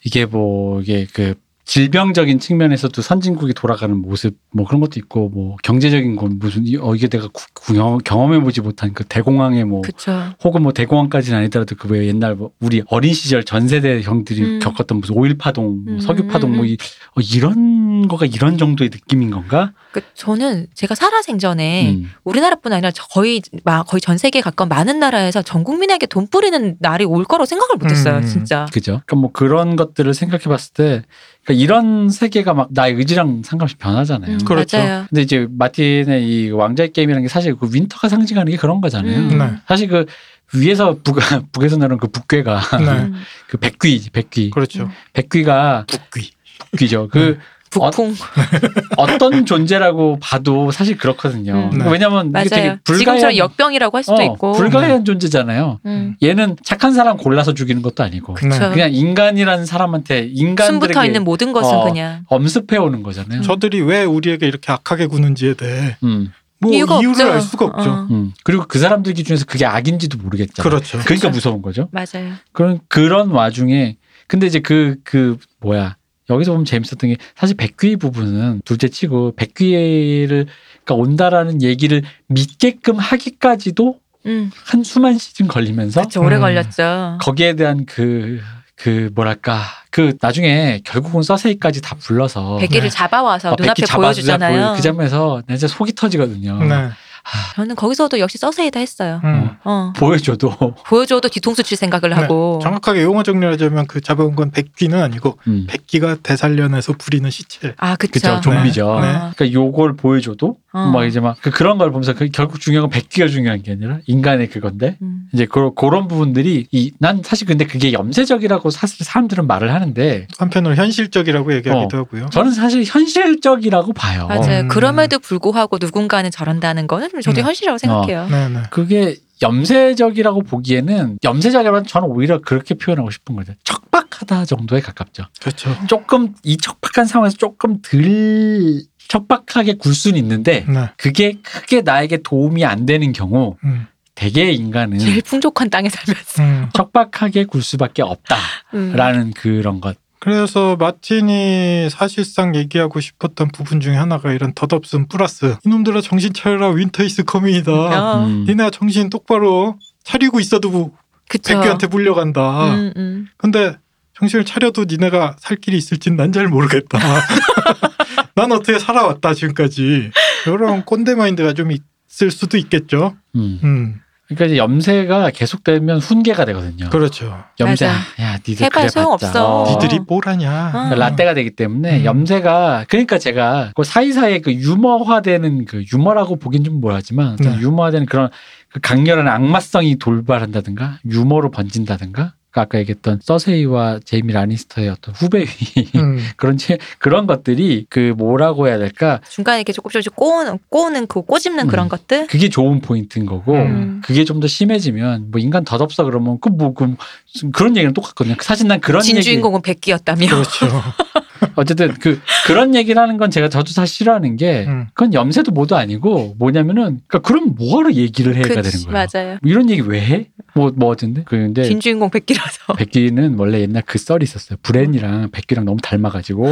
Speaker 3: 이게 뭐 이게 그 질병적인 측면에서도 선진국이 돌아가는 모습 뭐 그런 것도 있고 뭐 경제적인 건 무슨 이- 어 이게 내가 구- 구- 경험해 보지 못한 그 대공황의 뭐
Speaker 1: 그쵸.
Speaker 3: 혹은 뭐 대공황까지는 아니더라도 그 왜 옛날 뭐 우리 어린 시절 전 세대 형들이
Speaker 1: 음.
Speaker 3: 겪었던 무슨 오일 파동, 뭐
Speaker 1: 음,
Speaker 3: 석유 파동 뭐 이, 어, 이런 거가 이런 정도의 느낌인 건가?
Speaker 1: 그 저는 제가 살아생전에
Speaker 3: 음.
Speaker 1: 우리나라뿐 아니라 저- 거의 마- 거의 전 세계 에 가까운 많은 나라에서 전 국민에게 돈 뿌리는 날이 올 거라고 생각을 못했어요,
Speaker 2: 음.
Speaker 1: 진짜.
Speaker 3: 그죠? 그러니까 뭐 그런 것들을 생각해 봤을 때 그러니까 이런 세계가 막 나의 의지랑 상관없이 변하잖아요.
Speaker 1: 음,
Speaker 2: 그렇죠.
Speaker 1: 맞아요.
Speaker 3: 근데 이제 마틴의 이 왕자의 게임이라는 게 사실 그 윈터가 상징하는 게 그런 거잖아요.
Speaker 1: 음.
Speaker 2: 네.
Speaker 3: 사실 그 위에서 북, 북에서 내려온 그 북괴가
Speaker 2: 네.
Speaker 1: 음.
Speaker 3: 그 백귀, 백귀,
Speaker 2: 그렇죠.
Speaker 3: 백귀가
Speaker 2: 북귀.
Speaker 3: 북귀죠. 그
Speaker 1: 음. 북풍.
Speaker 3: 어떤 존재라고 봐도 사실 그렇거든요. 그러니까
Speaker 2: 음. 네.
Speaker 3: 왜냐면 이게 되게
Speaker 1: 맞아요.
Speaker 3: 불가해한
Speaker 1: 지금처럼 역병이라고 할 수도
Speaker 3: 어,
Speaker 1: 있고. 네.
Speaker 3: 불가해한 존재잖아요.
Speaker 1: 음.
Speaker 3: 얘는 착한 사람 골라서 죽이는 것도 아니고
Speaker 2: 그-
Speaker 1: 그쵸.
Speaker 3: 그냥 인간이라는 사람한테
Speaker 1: 그러니까. 숨부터
Speaker 3: 인간들에게
Speaker 1: 있는 모든 것은
Speaker 3: 어.
Speaker 1: 그냥.
Speaker 3: 엄습해 오는 거잖아요.
Speaker 2: 저들이 왜 우리에게 이렇게 악하게 구는지에 대해
Speaker 3: 음,
Speaker 2: 뭐
Speaker 1: 이유가
Speaker 2: 이유를
Speaker 1: 없죠.
Speaker 2: 알 수가 없죠.
Speaker 1: 어,
Speaker 3: 음. 그리고 그 사람들 기준에서 그게 악인지도 모르겠잖아요.
Speaker 2: 그렇죠.
Speaker 3: 러니까 무서운 거죠.
Speaker 1: 맞아요.
Speaker 3: 그런 그런 와중에 근데 이제 그 그 뭐야 여기서 보면 재밌었던 게 사실 백귀 부분은 둘째치고 백귀를 그러니까 온다라는 얘기를 믿게끔 하기까지도
Speaker 1: 음.
Speaker 3: 한 수만 시즌 걸리면서
Speaker 1: 그쵸, 오래
Speaker 2: 음.
Speaker 1: 걸렸죠.
Speaker 3: 거기에 대한 그, 그 뭐랄까 그 나중에 결국은 서세이까지 다 불러서
Speaker 1: 백기를
Speaker 2: 네.
Speaker 1: 잡아와서
Speaker 3: 어,
Speaker 1: 눈앞에
Speaker 3: 백기 잡아주자
Speaker 1: 보여주잖아요.
Speaker 3: 보여- 그 장면에서 나 진짜 속이 터지거든요.
Speaker 2: 네.
Speaker 1: 저는 거기서도 역시 서세이다 했어요.
Speaker 2: 음.
Speaker 1: 어.
Speaker 3: 보여줘도
Speaker 1: 보여줘도 뒤통수 칠 생각을
Speaker 2: 네.
Speaker 1: 하고.
Speaker 2: 정확하게 용어 정리하자면 그 잡아온 건 백귀는 아니고
Speaker 3: 음,
Speaker 2: 백기가 대살련에서 부리는 시체.
Speaker 1: 아,
Speaker 3: 그쵸
Speaker 1: 그쵸.
Speaker 3: 좀비죠.
Speaker 2: 네.
Speaker 1: 어.
Speaker 3: 그러니까 요걸 보여줘도
Speaker 1: 어.
Speaker 3: 막 이제 막 그- 그런 걸 보면서 그 결국 중요한 건 백기가 중요한 게 아니라 인간의 그건데
Speaker 1: 음.
Speaker 3: 이제 그런 그런 부분들이 이 난 사실 근데 그게 염세적이라고 사실 사람들은 말을 하는데
Speaker 2: 한편으로 현실적이라고 얘기하기도 하고요.
Speaker 3: 저는 사실 현실적이라고 봐요.
Speaker 1: 맞아요.
Speaker 2: 음.
Speaker 1: 그럼에도 불구하고 누군가는 저런다는 거는 저도
Speaker 2: 네.
Speaker 3: 음. 어.
Speaker 1: 현실이라고 생각해요.
Speaker 2: 네, 네.
Speaker 3: 그게 염세적이라고 보기에는 염세적이라면 저는 오히려 그렇게 표현하고 싶은 거죠. 척박하다 정도에 가깝죠.
Speaker 2: 그렇죠.
Speaker 3: 조금 이 척박한 상황에서 조금 덜 척박하게 굴 수는 있는데
Speaker 2: 네.
Speaker 3: 그게 크게 나에게 도움이 안 되는 경우
Speaker 2: 음.
Speaker 3: 대개 인간은
Speaker 1: 제일 풍족한 땅에 살면서.
Speaker 2: 음.
Speaker 3: 척박하게 굴 수밖에 없다라는
Speaker 1: 음.
Speaker 3: 그런 것.
Speaker 2: 그래서 마틴이 사실상 얘기하고 싶었던 부분 중에 하나가 이런 덧없음 플러스 이놈들아 정신 차려라 윈터 이스 커밍이다.
Speaker 1: 어,
Speaker 3: 음.
Speaker 2: 니네 정신 똑바로 차리고 있어도
Speaker 1: 그쵸.
Speaker 2: 백규한테
Speaker 3: 어.
Speaker 2: 물려간다.
Speaker 1: 음, 음.
Speaker 2: 근데 정신을 차려도 니네가 살 길이 있을진 난 잘 모르겠다. 난 어떻게 살아왔다 지금까지. 이런 꼰대 마인드가 좀 있을 수도 있겠죠.
Speaker 3: 음.
Speaker 2: 음,
Speaker 3: 그러니까 이제 염세가 계속되면 훈계가 되거든요.
Speaker 2: 그렇죠.
Speaker 3: 염세,
Speaker 1: 맞아.
Speaker 3: 야, 니들
Speaker 1: 해봐야
Speaker 3: 그래 봤자.
Speaker 1: 소용없어.
Speaker 3: 어. 그러니까
Speaker 2: 니들이 뭘 하냐.
Speaker 1: 어.
Speaker 3: 라떼가 되기 때문에
Speaker 2: 음.
Speaker 3: 염세가 그러니까 제가 그 사이사이에 그 유머화되는 그 유머라고 보긴 좀 뭐하지만
Speaker 2: 네.
Speaker 3: 유머화되는 그런 그 강렬한 악마성이 돌발한다든가 유머로 번진다든가 그 아까 얘기했던 서세이와 제이미 라니스터의 어떤 후배의
Speaker 2: 음,
Speaker 3: 그런 체- 그런 것들이 그 뭐라고 해야 될까
Speaker 1: 중간에 이렇게 조금 조금씩 꼬는, 꼬는 그 꼬집는
Speaker 3: 음.
Speaker 1: 그런 것들.
Speaker 3: 그게 좋은 포인트인 거고
Speaker 2: 음.
Speaker 3: 그게 좀 더 심해지면 뭐 인간 덧없어 그러면 그뭐 그, 그런 얘기는 똑같거든요 사실 난 그런 얘기
Speaker 1: 진주인공은 백기였다며.
Speaker 2: 그렇죠.
Speaker 3: 어쨌든 그 그런 얘기를 하는 건 제가 저도 사실 싫어하는 게
Speaker 2: 음.
Speaker 3: 그건 염세도 뭐도 아니고 뭐냐면은 그러니까 그럼 뭐하러 얘기를 해가 되는
Speaker 1: 그치,
Speaker 3: 거예요. 네.
Speaker 1: 맞아요.
Speaker 3: 뭐 이런 얘기 왜 해? 뭐뭐 어쩐데? 그런데
Speaker 1: 진주인공 백기라서.
Speaker 3: 백기는 원래 옛날 그 썰이 있었어요. 브랜이랑 백기랑 너무 닮아가지고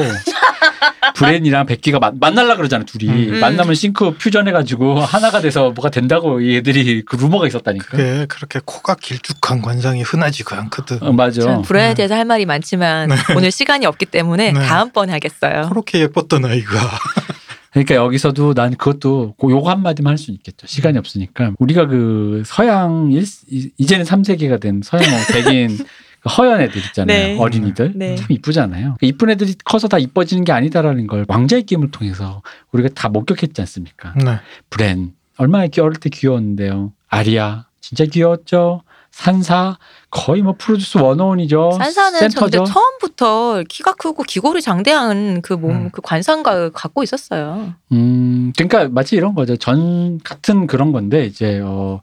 Speaker 3: 브랜이랑 백기가 만- 만날라 그러잖아요. 둘이
Speaker 2: 음.
Speaker 3: 만나면 싱크 퓨전해가지고 하나가 돼서 뭐가 된다고 얘들이 그 루머가 있었다니까. 요
Speaker 2: 그게 그렇게 코가 길쭉한 관상이 흔하지가 않거든.
Speaker 3: 어, 맞아.
Speaker 1: 저는 불화에
Speaker 2: 네.
Speaker 1: 대해서 할 말이 많지만 오늘 시간이 없기 때문에
Speaker 2: 네.
Speaker 1: 다음번에 하겠어요.
Speaker 2: 그렇게 예뻤던 아이가.
Speaker 3: 그러니까 여기서도 난 그것도 고- 요거 한마디만 할 수 있겠죠.
Speaker 1: 음.
Speaker 3: 시간이 없으니까. 우리가 그 서양, 일, 이- 이제는 3세기가 된 서양 백인 그 허연 애들 있잖아요.
Speaker 1: 네.
Speaker 3: 어린이들.
Speaker 1: 네.
Speaker 3: 참 이쁘잖아요. 그 이쁜 애들이 커서 다 이뻐지는 게 아니다라는 걸 왕자의 게임을 통해서 우리가 다 목격했지
Speaker 1: 음.
Speaker 3: 않습니까?
Speaker 2: 네.
Speaker 3: 브랜. 얼마나 귀- 어릴 때 귀여웠는데요. 아리아. 진짜 귀여웠죠. 산사. 거의 뭐 프로듀스 원어원이죠.
Speaker 1: 산사는 저 근데
Speaker 3: 센터죠.
Speaker 1: 처음부터 키가 크고 기골이 장대한 그 몸 그
Speaker 2: 음.
Speaker 1: 관상가 갖고 있었어요.
Speaker 3: 음, 그러니까 마치 이런 거죠. 전 같은 그런 건데 이제 어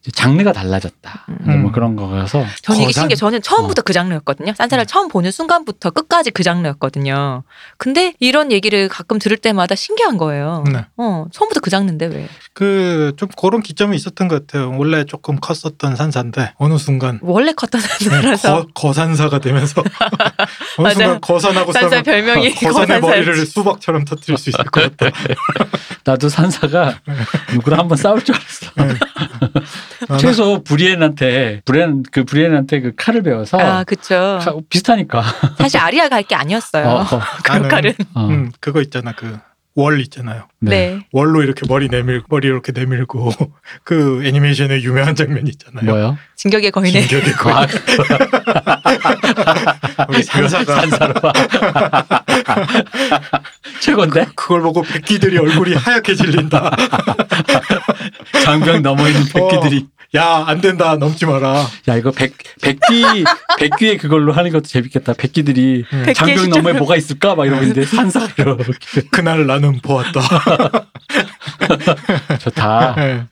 Speaker 3: 이제 장르가 달라졌다.
Speaker 2: 음.
Speaker 3: 뭐 그런 거라서
Speaker 1: 저는 이게
Speaker 2: 거산?
Speaker 1: 신기해. 저는
Speaker 2: 어.
Speaker 1: 처음부터 그 장르였거든요. 산사를 처음 보는 순간부터 끝까지 그 장르였거든요. 근데 이런 얘기를 가끔 들을 때마다 신기한 거예요.
Speaker 2: 네.
Speaker 1: 어, 처음부터 그 장르인데 왜?
Speaker 2: 그 좀 그런 기점이 있었던 것 같아요. 원래 조금 컸었던 산사인데 어느 순간
Speaker 1: 원래 컸던
Speaker 2: 네,
Speaker 1: 산사라서
Speaker 2: 거, 거산사가 되면서 어느 순간
Speaker 1: 맞아요.
Speaker 2: 거산하고
Speaker 1: 산사
Speaker 2: 싸면
Speaker 1: 별명이
Speaker 2: 거산의
Speaker 1: 거산사였지.
Speaker 2: 머리를 수박처럼 터뜨릴 수 있을 것 같다.
Speaker 3: 나도 산사가 누구랑 한번 싸울 줄 알았어.
Speaker 2: 나는
Speaker 3: 최소 브리엔한테 브리엔 그 브리엔한테 그 칼을
Speaker 2: 어.
Speaker 3: 배워서
Speaker 1: 아, 그쵸.
Speaker 3: 칼- 비슷하니까.
Speaker 1: 사실 아리아가 할 게 아니었어요.
Speaker 3: 어,
Speaker 1: 그
Speaker 2: 나는-
Speaker 1: 역할은.
Speaker 3: 어.
Speaker 2: 음, 그거 있잖아 그 월 있잖아요.
Speaker 3: 네.
Speaker 1: 네.
Speaker 2: 월로 이렇게 머리 내밀 머리 이렇게 내밀고 그 애니메이션의 유명한 장면 있잖아요.
Speaker 3: 뭐요?
Speaker 1: 진격의 거인의
Speaker 2: 진격의 거인.
Speaker 3: 아,
Speaker 2: 우리 그 산사가
Speaker 3: 산사로 봐. 최고인데
Speaker 2: 그걸 보고 백기들이 얼굴이 하얗게 질린다.
Speaker 3: 장벽 넘어 있는 백기들이.
Speaker 2: 야 안 된다 넘지 마라.
Speaker 3: 야 이거 백 백기 백기에 그걸로 하는 것도 재밌겠다. 백기들이
Speaker 2: 음.
Speaker 3: 장벽 너머에 뭐가 있을까 막 이러고 있는데 산사 이렇게
Speaker 2: 그날 나는 보았다.
Speaker 3: 좋다.
Speaker 2: 예.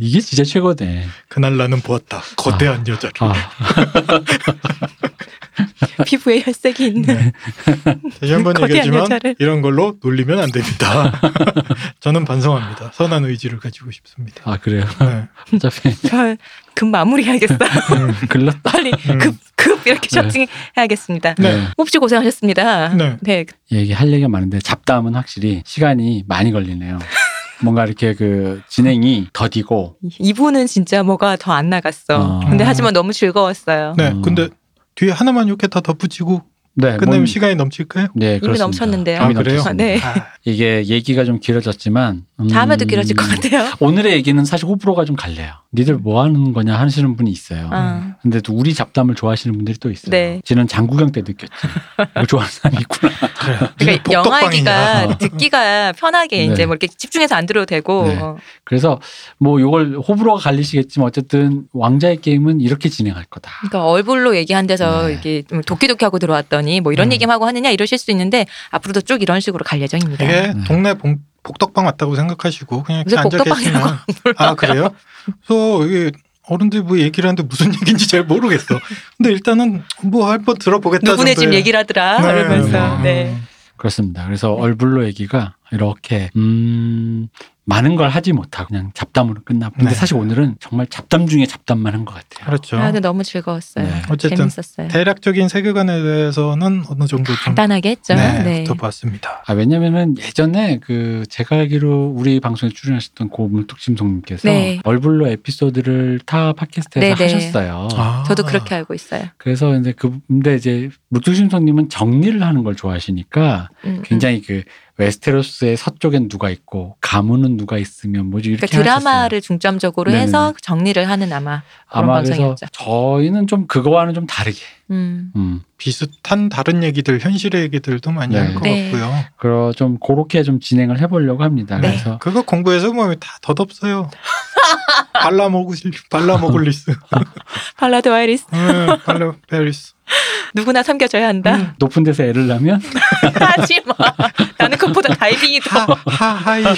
Speaker 3: 이게 진짜 최고네.
Speaker 2: 그날 나는 보았다. 거대한 여자를.
Speaker 3: 아,
Speaker 1: 피부에 혈색이
Speaker 2: 음.
Speaker 1: 있는.
Speaker 2: 다시 한 번
Speaker 1: 거대한
Speaker 2: 얘기하지만
Speaker 1: 여자를.
Speaker 2: 이런 걸로 놀리면 안 됩니다. 저는 반성합니다. 선한 의지를 가지고 싶습니다.
Speaker 3: 아 그래요.
Speaker 2: 네.
Speaker 3: 어차피
Speaker 1: 저급 마무리해야겠어요.
Speaker 2: 음,
Speaker 3: 글렀다.
Speaker 1: 빨리
Speaker 2: 음.
Speaker 1: 급, 급 이렇게
Speaker 3: 네.
Speaker 1: 쇼팅해야겠습니다.
Speaker 2: 네.
Speaker 1: 몹시 고생하셨습니다.
Speaker 2: 네.
Speaker 3: 얘기 예, 할 얘기가 많은데 잡담은 확실히 시간이 많이 걸리네요. 뭔가 이렇게 그 진행이 더디고
Speaker 1: 이분은 진짜 뭐가 더 안 나갔어.
Speaker 3: 어.
Speaker 1: 근데
Speaker 2: 음.
Speaker 1: 하지만 너무 즐거웠어요.
Speaker 2: 네,
Speaker 3: 음.
Speaker 2: 근데 뒤에 하나만 이렇게 다 덧붙이고
Speaker 3: 네,
Speaker 2: 끝내면
Speaker 3: 뭔-
Speaker 2: 시간이 넘칠까요?
Speaker 3: 네,
Speaker 1: 이미
Speaker 3: 그렇습니다.
Speaker 1: 넘쳤는데요.
Speaker 3: 이미
Speaker 2: 아, 그래요?
Speaker 3: 넘쳤습니다.
Speaker 1: 네.
Speaker 2: 아,
Speaker 3: 이게 얘기가 좀 길어졌지만
Speaker 2: 네.
Speaker 3: 음,
Speaker 1: 다음에도 길어질 것 같아요.
Speaker 3: 오늘의 얘기는 사실 호불호가 좀 갈래요. 니들 뭐 하는 거냐 하시는 분이 있어요.
Speaker 1: 아,
Speaker 3: 근데 또 우리 잡담을 좋아하시는 분들이 또 있어요.
Speaker 1: 네.
Speaker 3: 지난 장구경 때 느꼈지. 이거 좋아하는 사람이 있구나.
Speaker 2: 그래요. 니네
Speaker 1: 그러니까 영화
Speaker 2: 복덕방이냐.
Speaker 1: 얘기가 듣기가 편하게
Speaker 3: 네.
Speaker 1: 이제 뭐 이렇게 집중해서 안 들어도 되고
Speaker 3: 네.
Speaker 1: 어,
Speaker 3: 그래서 뭐 요걸 호불호가 갈리시겠지만 어쨌든 왕자의 게임은 이렇게 진행할 거다.
Speaker 1: 그러니까 얼굴로 얘기한 데서
Speaker 3: 네.
Speaker 1: 이게 좀 도끼도끼하고 들어왔더니 뭐 이런
Speaker 2: 음.
Speaker 1: 얘기만 하고 하느냐 이러실 수 있는데 앞으로도 쭉 이런 식으로 갈 예정입니다.
Speaker 2: 이게
Speaker 3: 네.
Speaker 2: 동네 봉- 복덕방 왔다고 생각하시고 그냥 이렇게
Speaker 1: 무슨
Speaker 2: 앉아
Speaker 1: 복덕방이라고
Speaker 2: 계시면 아 그래요? 그래서 이게 어른들이 뭐 얘기를 하는데 무슨 얘기인지 잘 모르겠어. 근데 일단은 뭐 한번 들어보겠다.
Speaker 1: 누구네 집
Speaker 2: 정도의-
Speaker 1: 얘기를 하더라
Speaker 2: 네.
Speaker 1: 이러면서
Speaker 3: 아.
Speaker 2: 음.
Speaker 1: 네.
Speaker 3: 그렇습니다. 그래서
Speaker 2: 네.
Speaker 3: 얼굴로 얘기가 이렇게 음 많은 걸 하지 못하고 그냥 잡담으로 끝나고 근데
Speaker 2: 네.
Speaker 3: 사실 오늘은 정말 잡담 중에 잡담만 한 것 같아요.
Speaker 2: 그렇죠.
Speaker 1: 아, 근데 너무 즐거웠어요.
Speaker 3: 네.
Speaker 2: 어쨌든
Speaker 1: 재밌었어요.
Speaker 2: 대략적인 세계관에 대해서는 어느 정도 좀
Speaker 1: 간단하게 했죠.
Speaker 2: 네,
Speaker 1: 네.
Speaker 2: 덮어봤습니다.
Speaker 3: 아 왜냐면은 예전에 그 제가 알기로 우리 방송에 출연하셨던 고 물뚝심송님께서
Speaker 1: 네.
Speaker 3: 얼굴로 에피소드를 타
Speaker 1: 네,
Speaker 3: 팟캐스트에서
Speaker 1: 네.
Speaker 3: 하셨어요.
Speaker 2: 아.
Speaker 1: 저도 그렇게 알고 있어요.
Speaker 3: 그래서 이제 그 근데 이제 물뚝심송님은 정리를 하는 걸 좋아하시니까
Speaker 1: 음, 음.
Speaker 3: 굉장히 그 웨스테로스의 서쪽엔 누가 있고 가문은 누가 있으면 뭐지 이렇게
Speaker 1: 그러니까 드라마를
Speaker 3: 하셨어요.
Speaker 1: 중점적으로
Speaker 3: 네네.
Speaker 1: 해서 정리를 하는 아마.
Speaker 3: 아마 그래서
Speaker 1: 방송이었죠.
Speaker 3: 저희는 좀 그거와는 좀 다르게
Speaker 1: 음.
Speaker 3: 음,
Speaker 2: 비슷한 다른 얘기들, 현실의 얘기들도 많이
Speaker 3: 네.
Speaker 2: 할 것
Speaker 1: 네.
Speaker 2: 같고요.
Speaker 3: 그러 좀 그렇게 좀 진행을 해보려고 합니다.
Speaker 1: 네.
Speaker 3: 그래서
Speaker 2: 그거 공부해서 보면 다 덧없어요. 발라모글리스, 발라모글리스,
Speaker 1: 발라드 와이리스
Speaker 2: 응, 발라베리스.
Speaker 1: 누구나 섬겨줘야 한다.
Speaker 3: 높은 데서 애를 낳으면
Speaker 1: 음. 하지 마. 나는 그보다 다이빙이 더.
Speaker 2: 하하하이. 네,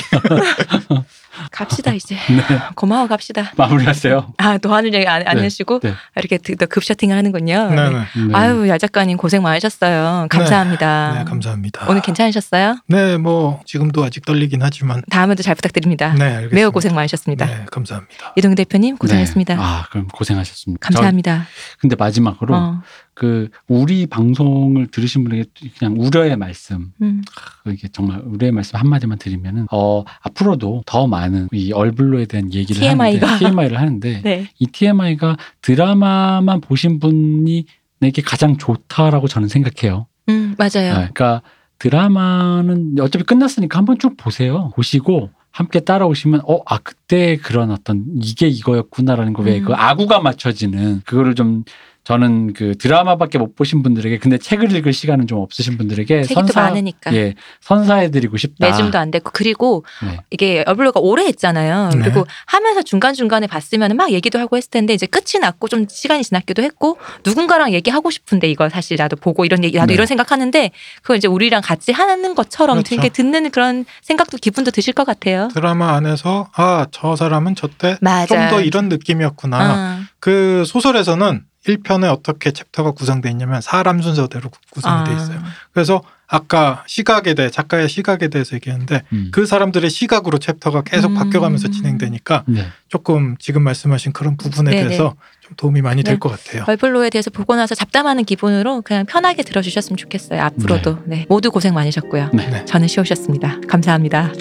Speaker 1: 아, 갑시다 이제.
Speaker 3: 네,
Speaker 1: 고마워 갑시다.
Speaker 3: 마무리하세요.
Speaker 1: 아, 또 하는 얘기 안, 안
Speaker 3: 네,
Speaker 1: 해주고
Speaker 3: 네.
Speaker 1: 이렇게 드- 더 급셔팅을 하는군요.
Speaker 2: 네,
Speaker 1: 네.
Speaker 2: 네.
Speaker 3: 네.
Speaker 1: 아유, 야 작가님 고생 많으셨어요. 감사합니다.
Speaker 2: 네, 감사합니다.
Speaker 1: 아. 오늘 괜찮으셨어요?
Speaker 2: 네, 뭐 지금도 아직 떨리긴 하지만
Speaker 1: 다음에도 잘 부탁드립니다.
Speaker 2: 네,
Speaker 1: 아,
Speaker 2: 알겠습니다.
Speaker 1: 매우 고생 많으셨습니다.
Speaker 2: 네, 감사합니다.
Speaker 1: 이동규 대표님 고생하셨습니다.
Speaker 3: 네. 아 그럼 고생하셨습니다.
Speaker 1: 감사합니다.
Speaker 3: 저- 근데 마지막으로
Speaker 1: 어,
Speaker 3: 그 우리 방송을 들으신 분에게 그냥 우려의 말씀, 그
Speaker 1: 음.
Speaker 3: 이게 정말 우려의 말씀 한 마디만 드리면은 어 앞으로도 더 많은 이 얼블로에 대한 얘기를
Speaker 1: TMI 가.
Speaker 3: 하는데 TMI를 하는데
Speaker 1: 네.
Speaker 3: 이 TMI가 드라마만 보신 분이 내게 가장 좋다라고 저는 생각해요.
Speaker 1: 음,
Speaker 3: 네,
Speaker 1: 맞아요.
Speaker 3: 그러니까 드라마는 어차피 끝났으니까 한번 쭉 보세요. 보시고 함께 따라오시면 어 아 그때 그런 어떤 이게 이거였구나라는 거 왜
Speaker 1: 음.
Speaker 3: 그 아구가 맞춰지는 그거를 좀 저는 그 드라마밖에 못 보신 분들에게 근데 책을 읽을 시간은 좀 없으신 분들에게
Speaker 1: 책이 또 많으니까.
Speaker 3: 예 선사해드리고 싶다.
Speaker 1: 매줌도 안 됐고 그리고
Speaker 3: 네.
Speaker 1: 이게 얼블로가 오래 했잖아요.
Speaker 2: 아. 네.
Speaker 1: 그리고 하면서 중간 중간에 봤으면 막 얘기도 하고 했을 텐데 이제 끝이 났고 좀 시간이 지났기도 했고 누군가랑 얘기하고 싶은데 이거 사실 나도 보고 이런 얘기 나도
Speaker 3: 네.
Speaker 1: 이런 생각하는데 그걸 이제 우리랑 같이 하는 것처럼
Speaker 2: 그렇죠.
Speaker 1: 이렇게 듣는 그런 생각도 기분도 드실 것 같아요.
Speaker 2: 드라마 안에서 아 저 사람은 저때
Speaker 1: 맞아.
Speaker 2: 좀 더 이런
Speaker 1: 아.
Speaker 2: 느낌이었구나.
Speaker 1: 어.
Speaker 2: 그
Speaker 1: 어. 아.
Speaker 2: 소설에서는 1편에 어떻게 챕터가 구성돼 있냐면 사람 순서대로 구- 구성돼 있어요. 그래서 아까 시각에 대해 작가의 시각에 대해서 얘기했는데
Speaker 3: 음.
Speaker 2: 그 사람들의 시각으로 챕터가 계속
Speaker 1: 음.
Speaker 2: 바뀌어가면서 진행되니까
Speaker 3: 네.
Speaker 2: 조금 지금 말씀하신 그런 부분에
Speaker 1: 네네.
Speaker 2: 대해서 좀 도움이 많이
Speaker 1: 네.
Speaker 2: 될 것 같아요.
Speaker 1: 벌블로에 대해서 보고 나서 잡담하는 기분으로 그냥 편하게 들어주셨으면 좋겠어요. 앞으로도 네. 모두 네. 고생 많으셨고요.
Speaker 3: 네.
Speaker 2: 네.
Speaker 1: 저는 쉬우셨습니다. 감사합니다.